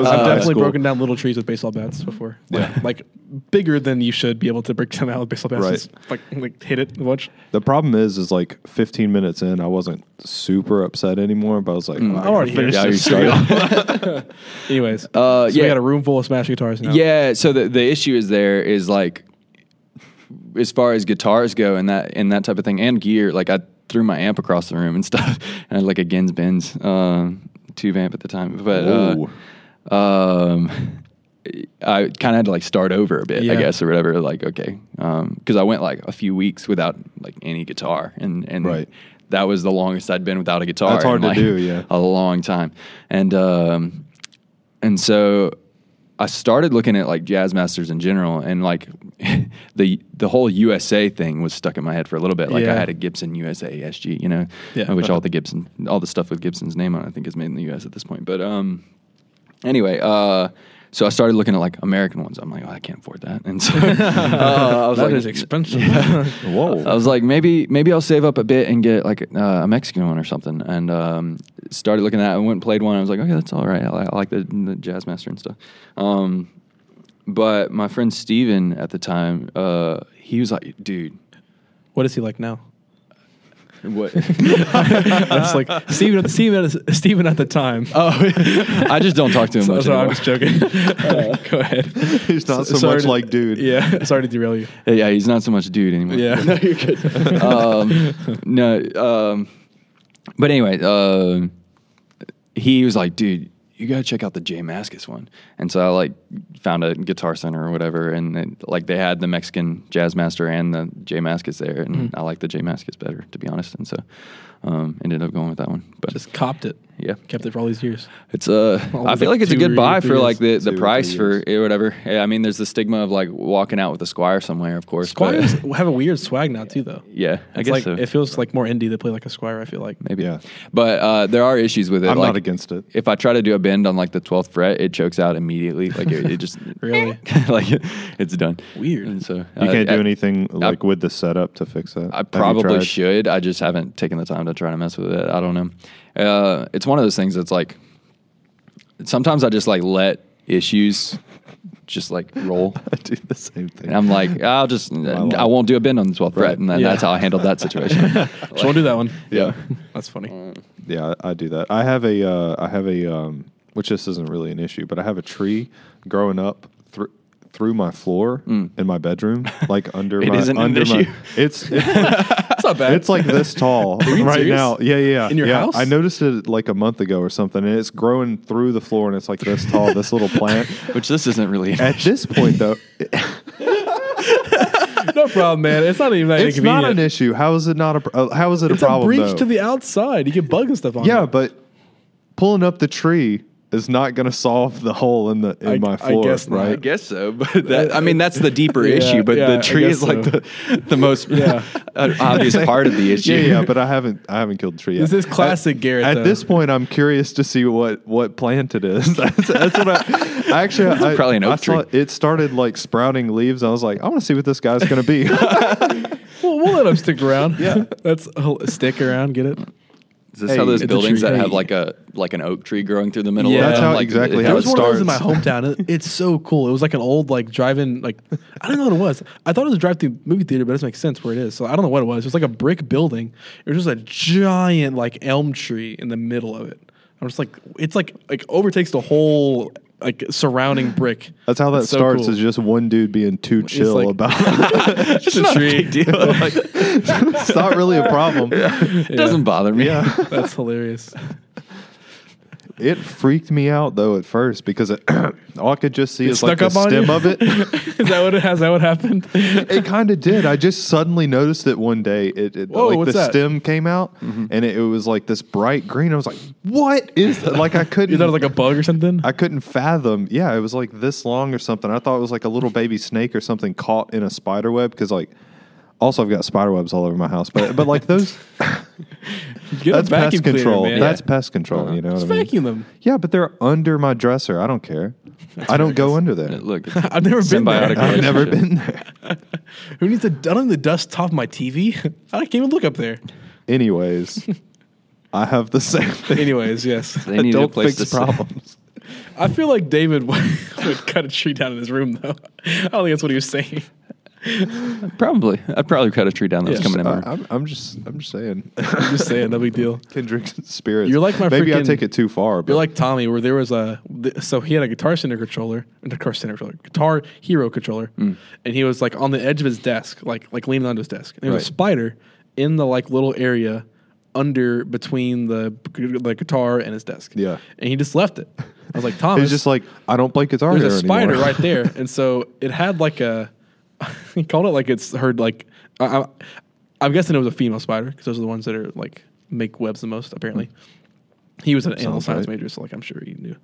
Speaker 3: in
Speaker 1: I've
Speaker 3: high
Speaker 1: Uh, definitely
Speaker 3: school.
Speaker 1: broken down little trees with baseball bats before. Like,
Speaker 3: Yeah.
Speaker 1: like bigger than you should be able to break them out with baseball bats.
Speaker 3: Right.
Speaker 1: Just, like, like hit it a bunch.
Speaker 3: The problem is, is like 15 minutes in, I wasn't super upset anymore, but I was like, oh, I
Speaker 1: already
Speaker 3: finished
Speaker 1: here.
Speaker 2: Yeah, you
Speaker 3: this tree.
Speaker 2: started.
Speaker 1: Anyways,
Speaker 2: Uh,
Speaker 1: so we
Speaker 2: yeah.
Speaker 1: got a room full of smash guitars now.
Speaker 2: Yeah. So the the issue is there is like, as far as guitars go and that and that type of thing and gear, like I threw my amp across the room and stuff, and I had like a Gens Benz um, tube amp at the time, but uh, um, I kind of had to like start over a bit, I
Speaker 1: Yeah.
Speaker 2: guess, or whatever. Like okay, because I went like a few weeks without like any guitar, and and
Speaker 3: Right.
Speaker 2: that was the longest I'd been without a guitar.
Speaker 3: That's hard
Speaker 2: in,
Speaker 3: to
Speaker 2: like,
Speaker 3: do, yeah.
Speaker 2: a long time, and um, and so I started looking at like jazz masters in general, and like the the whole USA thing was stuck in my head for a little bit. Like I
Speaker 1: Yeah.
Speaker 2: had a Gibson USA SG, you know,
Speaker 1: Yeah.
Speaker 2: which all the Gibson, all the stuff with Gibson's name on, it, I think, is made in the U.S. at this point. But um, anyway, uh, so I started looking at like American ones. I'm like, oh, I can't afford that, and so uh, I was
Speaker 1: That
Speaker 2: like,
Speaker 1: is expensive.
Speaker 3: Whoa.
Speaker 2: I was like, maybe maybe I'll save up a bit and get like uh, a Mexican one or something. And um, started looking at. it. I went and played one. I was like, okay, that's all right. I, li- I like the, the jazz master and stuff. Um, but my friend Steven at the time, uh, he was like, dude,
Speaker 1: What is he like now?
Speaker 2: what?
Speaker 1: That's like Steven, Steven, Steven at the time.
Speaker 2: oh, I just don't talk to him
Speaker 1: so,
Speaker 2: much.
Speaker 1: so I'm
Speaker 2: anymore.
Speaker 1: just joking. Go ahead.
Speaker 3: He's not so
Speaker 1: sorry
Speaker 3: much
Speaker 1: to-
Speaker 3: like dude.
Speaker 1: Yeah, sorry to derail you.
Speaker 2: Yeah, he's not so much dude anymore.
Speaker 1: Yeah, no, you're good.
Speaker 2: um, no, um, but anyway, um he was like, dude, you gotta check out the Jay Mascis one. And so I like found a Guitar Center or whatever, and then, like they had the Mexican Jazz Master and the Jay Mascis there, and
Speaker 1: Mm-hmm.
Speaker 2: I like the Jay Mascis better, to be honest. And so um, ended up going with that one. But
Speaker 1: Just copped it.
Speaker 2: yeah,
Speaker 1: Kept it for all these years.
Speaker 2: it's uh,
Speaker 1: Well,
Speaker 2: I feel like it's a
Speaker 1: two
Speaker 2: good
Speaker 1: or
Speaker 2: buy
Speaker 1: three
Speaker 2: for
Speaker 1: years.
Speaker 2: like the,
Speaker 3: Two or
Speaker 2: the
Speaker 3: three
Speaker 2: price for
Speaker 3: years.
Speaker 2: eh, whatever. Yeah, I mean, there's the stigma of like walking out with a Squire somewhere, of course. but-
Speaker 1: Squires have a weird swag now too, though.
Speaker 2: yeah, I
Speaker 1: It's
Speaker 2: guess
Speaker 1: like
Speaker 2: so.
Speaker 1: it feels like more indie. They play like a Squire. I feel like
Speaker 2: maybe.
Speaker 3: Yeah.
Speaker 2: But uh, there are issues with it.
Speaker 3: I'm
Speaker 2: like,
Speaker 3: not against it.
Speaker 2: If I try to do a bend on like the 12th fret, it chokes out immediately. Like it, it just
Speaker 1: Really?
Speaker 2: like it's done.
Speaker 1: Weird.
Speaker 2: And so uh,
Speaker 3: You can't
Speaker 2: I,
Speaker 3: do
Speaker 2: I-
Speaker 3: anything like with the setup to fix that.
Speaker 2: I
Speaker 3: Have you
Speaker 2: probably
Speaker 3: tried?
Speaker 2: should. I just haven't taken the time to try to mess with it. I don't know. Uh, it's one of those things that's like sometimes I just like let issues just like roll.
Speaker 3: I do the same thing.
Speaker 2: And I'm like, I'll just,
Speaker 3: life.
Speaker 2: I won't do a bend on the 12th fret.
Speaker 3: Right.
Speaker 2: And then
Speaker 1: Yeah.
Speaker 2: that's how I handled that situation. Uh,
Speaker 1: so we'll do that one.
Speaker 3: Yeah.
Speaker 1: that's funny.
Speaker 3: Yeah, I I do that. I have a, uh, I have a, um, which this isn't really an issue, but I have a tree growing up through through my floor
Speaker 1: Mm.
Speaker 3: in my bedroom, like under
Speaker 2: It
Speaker 3: my
Speaker 2: isn't an
Speaker 3: under
Speaker 2: issue.
Speaker 3: my. It's it's,
Speaker 1: That's not bad.
Speaker 3: it's like this tall
Speaker 1: you
Speaker 3: right
Speaker 1: serious?
Speaker 3: now. Yeah, yeah, yeah.
Speaker 1: In your
Speaker 3: yeah.
Speaker 1: house?
Speaker 3: I noticed it like a month ago or something, and it's growing through the floor, and it's like this tall. this little plant.
Speaker 2: Which this isn't really.
Speaker 3: At this point, though,
Speaker 1: no problem, man. It's not even that
Speaker 3: it's
Speaker 1: inconvenient.
Speaker 3: not an issue. How is it not a? pro- uh, How is it
Speaker 1: It's
Speaker 3: a
Speaker 1: a
Speaker 3: problem?
Speaker 1: breach
Speaker 3: though?
Speaker 1: to the outside. You get bug and stuff on.
Speaker 3: Yeah,
Speaker 1: it.
Speaker 3: but pulling up the tree is not going to solve the hole in the in
Speaker 1: I- I
Speaker 3: my floor,
Speaker 1: guess not.
Speaker 3: right?
Speaker 2: I guess so, but that, I mean that's the deeper issue. But
Speaker 1: yeah, I
Speaker 2: the tree
Speaker 1: guess
Speaker 2: is like
Speaker 1: so.
Speaker 2: the the most uh,
Speaker 1: Yeah.
Speaker 2: obvious part of the issue.
Speaker 3: Yeah, yeah, but I haven't I haven't killed the tree yet.
Speaker 1: This is classic
Speaker 3: at,
Speaker 1: Garrett,
Speaker 3: At
Speaker 1: though.
Speaker 3: this point, I'm curious to see what what plant it is. that's, that's what I, I actually I,
Speaker 2: probably an oak
Speaker 3: I saw
Speaker 2: tree.
Speaker 3: It started like sprouting leaves. I was like, I want to see what this guy's going to be.
Speaker 1: Well, we'll let them stick around.
Speaker 3: Yeah.
Speaker 1: that's a- stick around. Get it?
Speaker 2: Is this
Speaker 3: Hey,
Speaker 2: how those
Speaker 3: it's a
Speaker 2: buildings
Speaker 1: tree.
Speaker 2: that have like a like an oak tree growing through the middle?
Speaker 1: Yeah.
Speaker 2: of
Speaker 1: That's
Speaker 2: them?
Speaker 1: how-
Speaker 2: like,
Speaker 3: exactly
Speaker 2: it,
Speaker 3: how
Speaker 1: There
Speaker 2: it
Speaker 1: was one of
Speaker 2: starts.
Speaker 1: those in my hometown. It- it's so cool. It was like an old like drive-in. Like I don't know what it was. I thought it was a drive-through movie theater, but it doesn't make sense where it is. So I don't know what it was. It was like a brick building. It was just a giant like elm tree in the middle of it. I'm just like it's like like overtakes the whole like surrounding brick.
Speaker 3: That's how that
Speaker 1: It's so
Speaker 3: starts.
Speaker 1: cool.
Speaker 3: Is just one dude being too chill
Speaker 1: like-
Speaker 3: about.
Speaker 1: just a tree.
Speaker 3: it's not really a problem.
Speaker 2: It doesn't bother me.
Speaker 3: yeah.
Speaker 1: That's hilarious.
Speaker 3: It freaked me out though at first because it, all I could just see is like
Speaker 1: Snuck
Speaker 3: the
Speaker 1: up on
Speaker 3: stem
Speaker 1: you?
Speaker 3: of it.
Speaker 1: is that what it has? That what happened?
Speaker 3: It kind of did. I just suddenly noticed it one day. It, it
Speaker 1: Whoa,
Speaker 3: like
Speaker 1: what's
Speaker 3: the
Speaker 1: that? Mm-hmm.
Speaker 3: stem came out and it, it was like this bright green. I was like, "What is that?" Like I
Speaker 1: You
Speaker 3: couldn't.
Speaker 1: thought it was like a bug or something?
Speaker 3: I couldn't fathom. Yeah, it was like this long or something. I thought it was like a little baby snake or something caught in a spider web because like. Also, I've got spider webs all over my house, but but like those,
Speaker 1: Get a
Speaker 3: that's
Speaker 1: vacuum
Speaker 3: pest
Speaker 1: cleaner,
Speaker 3: control.
Speaker 1: man. Uh-huh.
Speaker 3: That's pest control. You know
Speaker 1: Just
Speaker 3: what I mean?
Speaker 1: vacuum them.
Speaker 3: Yeah, but they're under my dresser. I don't care. I don't go under there.
Speaker 2: Look, it's
Speaker 1: I've never been there.
Speaker 2: symbiotic
Speaker 3: I've never
Speaker 2: relationship.
Speaker 3: been there.
Speaker 1: Who needs to? I don't need the dust top of my TV. I can't even look up there.
Speaker 3: Anyways, I have the same thing.
Speaker 1: Anyways, yes.
Speaker 2: They need a
Speaker 3: don't
Speaker 2: place
Speaker 3: fix
Speaker 2: to sit.
Speaker 3: problems.
Speaker 1: I feel like David would, would cut a tree down in his room, though. I don't think that's what he was saying.
Speaker 2: Probably, I'd probably cut a tree down that's
Speaker 1: Yeah.
Speaker 2: coming in.
Speaker 3: I,
Speaker 2: my
Speaker 3: Uh, I'm, I'm just, I'm just saying.
Speaker 1: I'm just saying, no big deal.
Speaker 3: Kendrick's spirits.
Speaker 1: You're like my
Speaker 3: Maybe I
Speaker 1: freaking-
Speaker 3: take it too far. But
Speaker 1: You're like Tommy, where there was a th- so he had a guitar center controller, not guitar center controller, guitar hero controller,
Speaker 3: Mm.
Speaker 1: and he was like on the edge of his desk, like like leaning onto his desk. And there was a
Speaker 2: Right.
Speaker 1: spider in the like little area under between the the guitar and his desk.
Speaker 3: Yeah.
Speaker 1: and he just left it. I was like, Thomas,
Speaker 3: he's just like, I don't play guitar.
Speaker 1: there's a
Speaker 3: here
Speaker 1: spider
Speaker 3: anymore.
Speaker 1: right there, and so it had like a. He called it like it's heard like I, I, I'm guessing it was a female spider because those are the ones that are like make webs the most apparently. He was an animal
Speaker 3: Sounds right.
Speaker 1: science major, so like I'm sure he knew.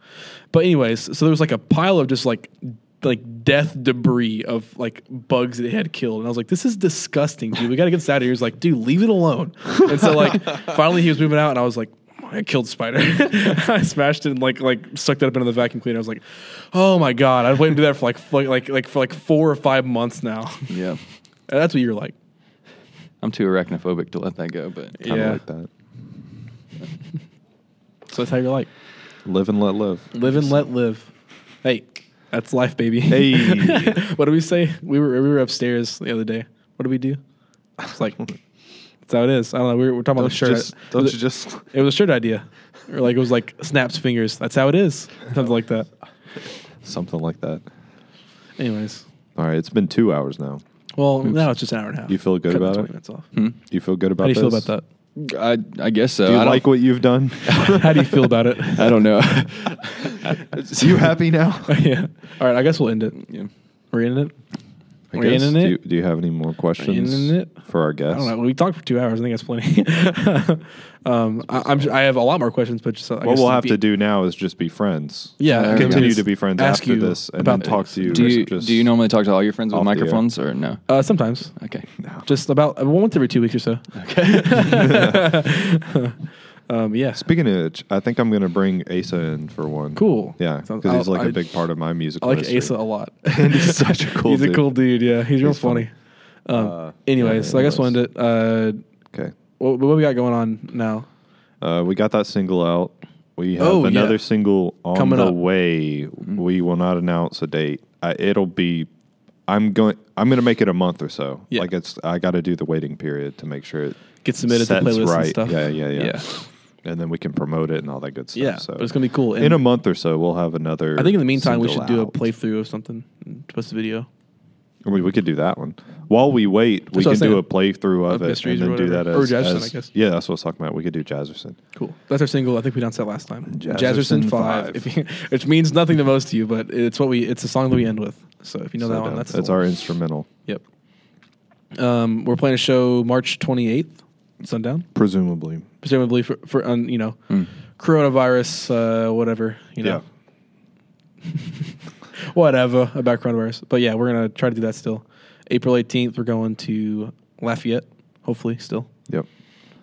Speaker 1: But anyways, so there was like a pile of just like like death debris of like bugs that it had killed, and I was like, "This is disgusting, dude. We got to get this out of here." He was like, "Dude, leave it alone." And so like finally he was moving out, and I was like. I killed spider. I smashed it and like like sucked it up into the vacuum cleaner. I was like, "Oh my god!" I've waited to do that for like fo- like like for like four or five months now.
Speaker 2: yeah,
Speaker 1: And that's what you're like.
Speaker 2: I'm too arachnophobic to let that go, but
Speaker 3: Kinda
Speaker 1: Yeah.
Speaker 3: like that.
Speaker 1: So that's how you're like.
Speaker 3: Live and let live.
Speaker 1: Live and let live. Hey, that's life, baby.
Speaker 3: Hey.
Speaker 1: what did we say? We were we were upstairs the other day. What did we do? It's like that's how it is. I don't know. We were, we we're talking about
Speaker 3: Don't
Speaker 1: the
Speaker 3: you
Speaker 1: shirt.
Speaker 3: just, don't
Speaker 1: it,
Speaker 3: you just?
Speaker 1: it was a shirt idea, or like it was like snaps fingers. That's how it is. Something like that.
Speaker 3: Something like that.
Speaker 1: Anyways,
Speaker 3: All right, it's been two hours now.
Speaker 1: well now it's just an hour and a half.
Speaker 3: You feel good
Speaker 1: Cut the
Speaker 3: about
Speaker 1: 20
Speaker 3: it?
Speaker 1: Minutes off.
Speaker 3: You feel good about
Speaker 1: How do you feel about
Speaker 3: this?
Speaker 1: that?
Speaker 2: Hmm? I, I guess so.
Speaker 3: Do you
Speaker 2: I don't-
Speaker 3: like what you've done?
Speaker 1: How do you feel about it?
Speaker 2: I don't know.
Speaker 3: Are you happy now?
Speaker 1: yeah. All right. I guess we'll end it.
Speaker 2: yeah.
Speaker 1: We're ending it.
Speaker 3: I
Speaker 1: We're
Speaker 3: guess.
Speaker 1: in
Speaker 3: Do
Speaker 1: it.
Speaker 3: you, do you have any more questions
Speaker 1: in it?
Speaker 3: for our
Speaker 1: I
Speaker 3: guests?
Speaker 1: don't know. We talked for two hours. I think that's plenty. um, I, I'm sure I have a lot more questions, but just uh, I
Speaker 3: What
Speaker 1: guess
Speaker 3: we'll
Speaker 1: it'd
Speaker 3: have
Speaker 1: be-
Speaker 3: to do now is just be friends.
Speaker 1: Yeah,
Speaker 2: There we
Speaker 3: continue
Speaker 2: go.
Speaker 3: to be friends
Speaker 1: Ask
Speaker 3: after
Speaker 1: you
Speaker 3: this and
Speaker 1: about
Speaker 3: then talk to you.
Speaker 2: Do you
Speaker 3: just-
Speaker 2: do you normally talk to all your friends with
Speaker 3: Off the air.
Speaker 2: microphones or no?
Speaker 1: Uh, sometimes,
Speaker 2: Okay.
Speaker 1: just about uh, once every two weeks or so. Okay. um, yeah.
Speaker 3: Speaking of which, I think I'm going to bring Asa in for one.
Speaker 1: Cool.
Speaker 3: Yeah,
Speaker 1: Sounds-
Speaker 3: because he's
Speaker 1: I'll-
Speaker 3: like a
Speaker 1: I-
Speaker 3: big part of my
Speaker 1: I
Speaker 3: musical.
Speaker 1: like
Speaker 3: history.
Speaker 1: Asa a lot.
Speaker 3: And he's such a cool
Speaker 1: He's a
Speaker 3: dude.
Speaker 1: cool dude. Yeah, he's real
Speaker 3: He's
Speaker 1: funny.
Speaker 3: funny.
Speaker 1: Um,
Speaker 3: Uh,
Speaker 1: anyways,
Speaker 3: yeah,
Speaker 1: so I guess we'll end
Speaker 3: anyways.
Speaker 1: it. Uh,
Speaker 3: Okay,
Speaker 1: what, what we got going on now?
Speaker 3: uh, we got that single out. We have
Speaker 1: Oh, yeah.
Speaker 3: another single on
Speaker 1: Coming
Speaker 3: the
Speaker 1: up.
Speaker 3: way. We will not announce a date. I, it'll be. I'm going. I'm going to make it a month or so.
Speaker 1: Yeah.
Speaker 3: Like it's. I got to do the waiting period to make sure it
Speaker 1: Get submitted to
Speaker 3: sets
Speaker 1: playlists
Speaker 3: right.
Speaker 1: and stuff.
Speaker 3: Yeah, yeah, yeah,
Speaker 1: Yeah.
Speaker 3: And then we can promote it and all that good stuff.
Speaker 1: Yeah,
Speaker 3: so
Speaker 1: but it's gonna be cool.
Speaker 3: in a month or so, we'll have another.
Speaker 1: I think in the meantime, we should
Speaker 3: single
Speaker 1: do a
Speaker 3: out.
Speaker 1: playthrough of something and post a video.
Speaker 3: I mean, we could do that one. While we wait,
Speaker 1: That's what I
Speaker 3: we can
Speaker 1: was
Speaker 3: do
Speaker 1: saying.
Speaker 3: a playthrough of
Speaker 1: Of
Speaker 3: it
Speaker 1: mysteries
Speaker 3: and
Speaker 1: or
Speaker 3: then do that
Speaker 1: whatever.
Speaker 3: as,
Speaker 1: Or Jazzerson,
Speaker 3: as-
Speaker 1: I guess.
Speaker 3: Yeah, that's what I was talking about. We could do Jazzerson.
Speaker 1: Cool. That's our single. I think we announced that last time.
Speaker 3: Jazzerson
Speaker 1: Jazzerson five,
Speaker 3: five.
Speaker 1: if you, which means nothing to most of you, but it's what we. It's a song that we end with. So if you know
Speaker 3: So
Speaker 1: that one,
Speaker 3: dope.
Speaker 1: that's the
Speaker 3: that's
Speaker 1: one.
Speaker 3: our instrumental,
Speaker 1: Yep. Um, we're playing a show March twenty eighth, sundown.
Speaker 3: presumably.
Speaker 1: Presumably for for on you know
Speaker 3: Hmm.
Speaker 1: coronavirus, uh, whatever you know, whatever about coronavirus. But yeah, we're gonna try to do that still. April eighteenth, we're going to Lafayette. Hopefully, still
Speaker 3: Yeah. Yep.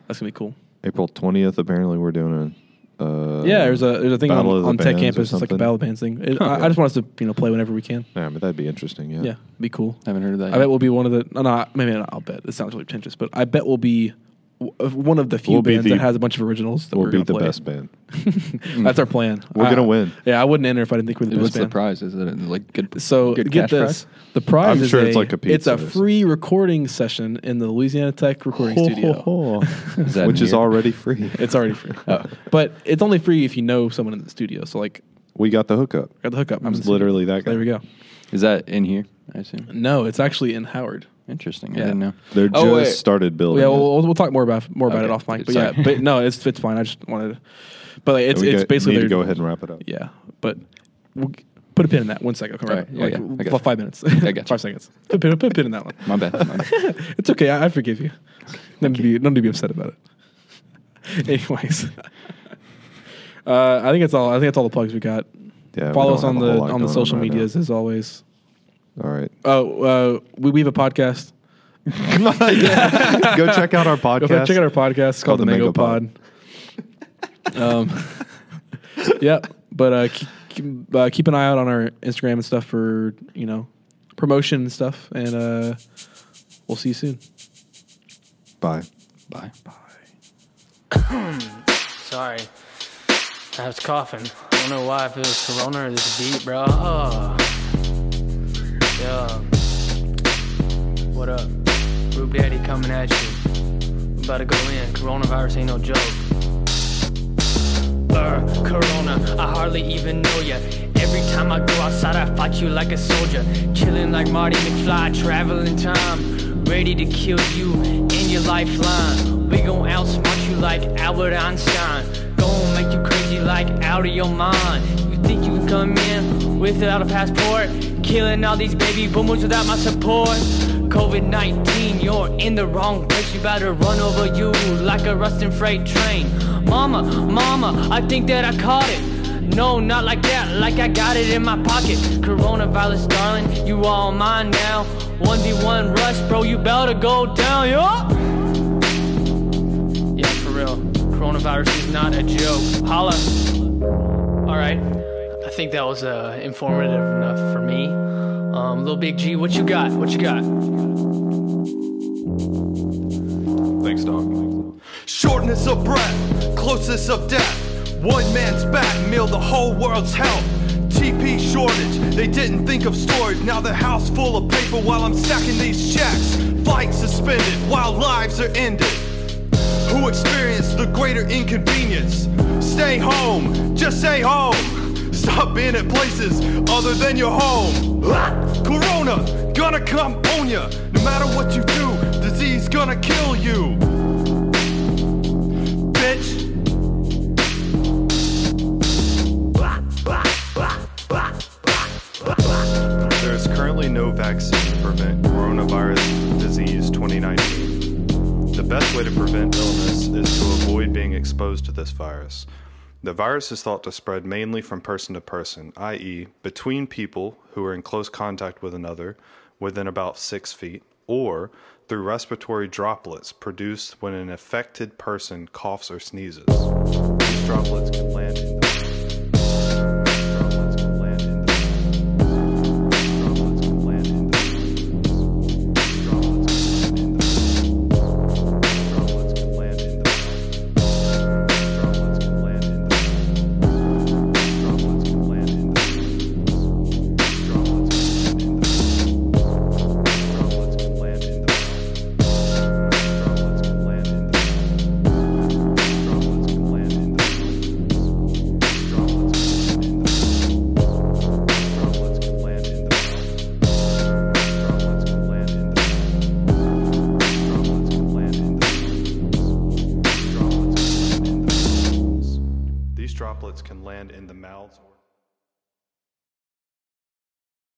Speaker 1: that's gonna be cool.
Speaker 3: April twentieth. Apparently, we're doing a. Uh,
Speaker 1: yeah, there's a there's a thing on,
Speaker 3: Battle of the
Speaker 1: on Tech
Speaker 3: Bands or
Speaker 1: Campus. It's like a
Speaker 3: something.
Speaker 1: battle of bands thing. It- I, I just want us to you know play whenever we can.
Speaker 3: Yeah, but that'd be interesting. Yeah.
Speaker 1: Yeah, be cool.
Speaker 2: Haven't heard of that.
Speaker 1: I
Speaker 2: yet.
Speaker 1: bet we'll be one of the. No, no, maybe not. I'll bet. It sounds really pretentious, but I bet we'll be w- one of the few
Speaker 3: We'll be
Speaker 1: bands
Speaker 3: the-
Speaker 1: that has a bunch of originals. That
Speaker 3: We'll
Speaker 1: we're
Speaker 3: be
Speaker 1: gonna
Speaker 3: the
Speaker 1: play.
Speaker 3: best band.
Speaker 1: That's our plan.
Speaker 3: We're
Speaker 1: I-
Speaker 3: gonna win.
Speaker 1: Yeah, I wouldn't enter if I didn't think we were the
Speaker 2: What's
Speaker 1: best
Speaker 2: the
Speaker 1: band.
Speaker 2: prize? Is it like good?
Speaker 1: So
Speaker 2: good
Speaker 1: get
Speaker 2: cash
Speaker 1: this:
Speaker 2: prize?
Speaker 1: the prize
Speaker 3: I'm
Speaker 1: is
Speaker 3: sure
Speaker 1: a,
Speaker 3: it's like a pizza
Speaker 1: It's a
Speaker 3: or something.
Speaker 1: free recording session in the Louisiana Tech recording studio.
Speaker 2: Is that
Speaker 3: which
Speaker 2: in
Speaker 3: is
Speaker 2: here?
Speaker 3: already free. Oh.
Speaker 1: It's already free, but it's only free if you know someone in the studio. So like,
Speaker 3: We got the hookup.
Speaker 1: got the hookup. I'm
Speaker 3: It's literally that guy.
Speaker 1: There we go.
Speaker 2: Is that in here? I assume.
Speaker 1: No, it's actually in Howard.
Speaker 2: Interesting. I
Speaker 1: Yeah.
Speaker 2: didn't know.
Speaker 3: They're just
Speaker 2: Oh, wait.
Speaker 3: started building.
Speaker 1: yeah,
Speaker 3: it.
Speaker 1: we'll, we'll talk more about more about it
Speaker 2: Okay.
Speaker 1: off mic. But
Speaker 2: Sorry.
Speaker 1: yeah, but no, it's it's fine. I just wanted, to, but like, it's
Speaker 3: We
Speaker 1: it's
Speaker 3: go-
Speaker 1: basically
Speaker 3: need to
Speaker 1: their-
Speaker 3: go ahead and wrap it up.
Speaker 1: Yeah, but we'll g- put a pin in that. One second, I'll come
Speaker 2: All
Speaker 1: right.
Speaker 2: right, yeah,
Speaker 1: like,
Speaker 2: yeah, I got
Speaker 1: well,
Speaker 2: you.
Speaker 1: five minutes.
Speaker 2: I got you.
Speaker 1: five seconds. Put a pin, put a pin in that one.
Speaker 2: My bad. My bad.
Speaker 1: it's okay. I, I forgive you. No need to be no need to be upset about it. Anyways, uh, I think it's all. I think that's all the plugs we got.
Speaker 3: Yeah, we
Speaker 1: Follow
Speaker 3: don't
Speaker 1: us on
Speaker 3: have a
Speaker 1: the
Speaker 3: whole lot
Speaker 1: on the
Speaker 3: going
Speaker 1: social
Speaker 3: right now.
Speaker 1: medias as always.
Speaker 3: All right.
Speaker 1: Oh, uh, we we have a podcast.
Speaker 3: Go check out our podcast.
Speaker 1: Go fa- check out our podcast. It's called, the Mango, Pod. um, yeah, but uh, keep, keep, uh, keep an eye out on our Instagram and stuff for you know promotion and stuff, and uh, we'll see you soon.
Speaker 3: Bye.
Speaker 2: Bye.
Speaker 4: Sorry. I was coughing. I don't know why, if it was Corona or this beat, bro. Oh. Yeah. What up? Rube Daddy coming at you. I'm about to go in. Coronavirus ain't no joke. Burr, corona, I hardly even know ya. Every time I go outside, I fight you like a soldier. Chillin' like Marty McFly, traveling time. Ready to kill you and your lifeline. We gon' outsmart you like Albert Einstein. Gon' make you crazy like out of your mind. You think you can come in without a passport? Killing all these baby boomers without my support. COVID 19, you're in the wrong place. You better run over you like a rusting freight train. Mama, mama, I think that I caught it. No, not like that, like I got it in my pocket. Coronavirus, darling, you all mine now. 1v1 rush, bro, you better go down, yo! Yeah, for real. Coronavirus is not a joke. Holla. Alright, I think that was uh, informative enough for me. Um, Lil Big G, what you got? What you got?
Speaker 5: Thanks, Doc. Shortness of breath, closeness of death. One man's back, meal the whole world's health. TP shortage, they didn't think of storage. Now the house full of paper while I'm stacking these checks. Flights suspended while lives are ended who experienced the greater inconvenience. Stay home, just stay home. Stop being at places other than your home. Ah! Corona, gonna come on ya. No matter what you do, disease gonna kill you. Bitch.
Speaker 6: There is currently no vaccine to prevent coronavirus disease 2019. The best way to prevent illness is to avoid being exposed to this virus. The virus is thought to spread mainly from person to person, i.e., between people who are in close contact with another within about six feet, or through respiratory droplets produced when an affected person coughs or sneezes. These droplets can land in the droplets can land in the droplets can land in the droplets can land in the droplets can land in the droplets can land in the droplets can land in the droplets can land in the droplets can land in the droplets can land in the droplets can land in the droplets can land in the Droplets can land in the droplets can land in the droplets can land in the droplets can land in the These droplets can land in the mouths or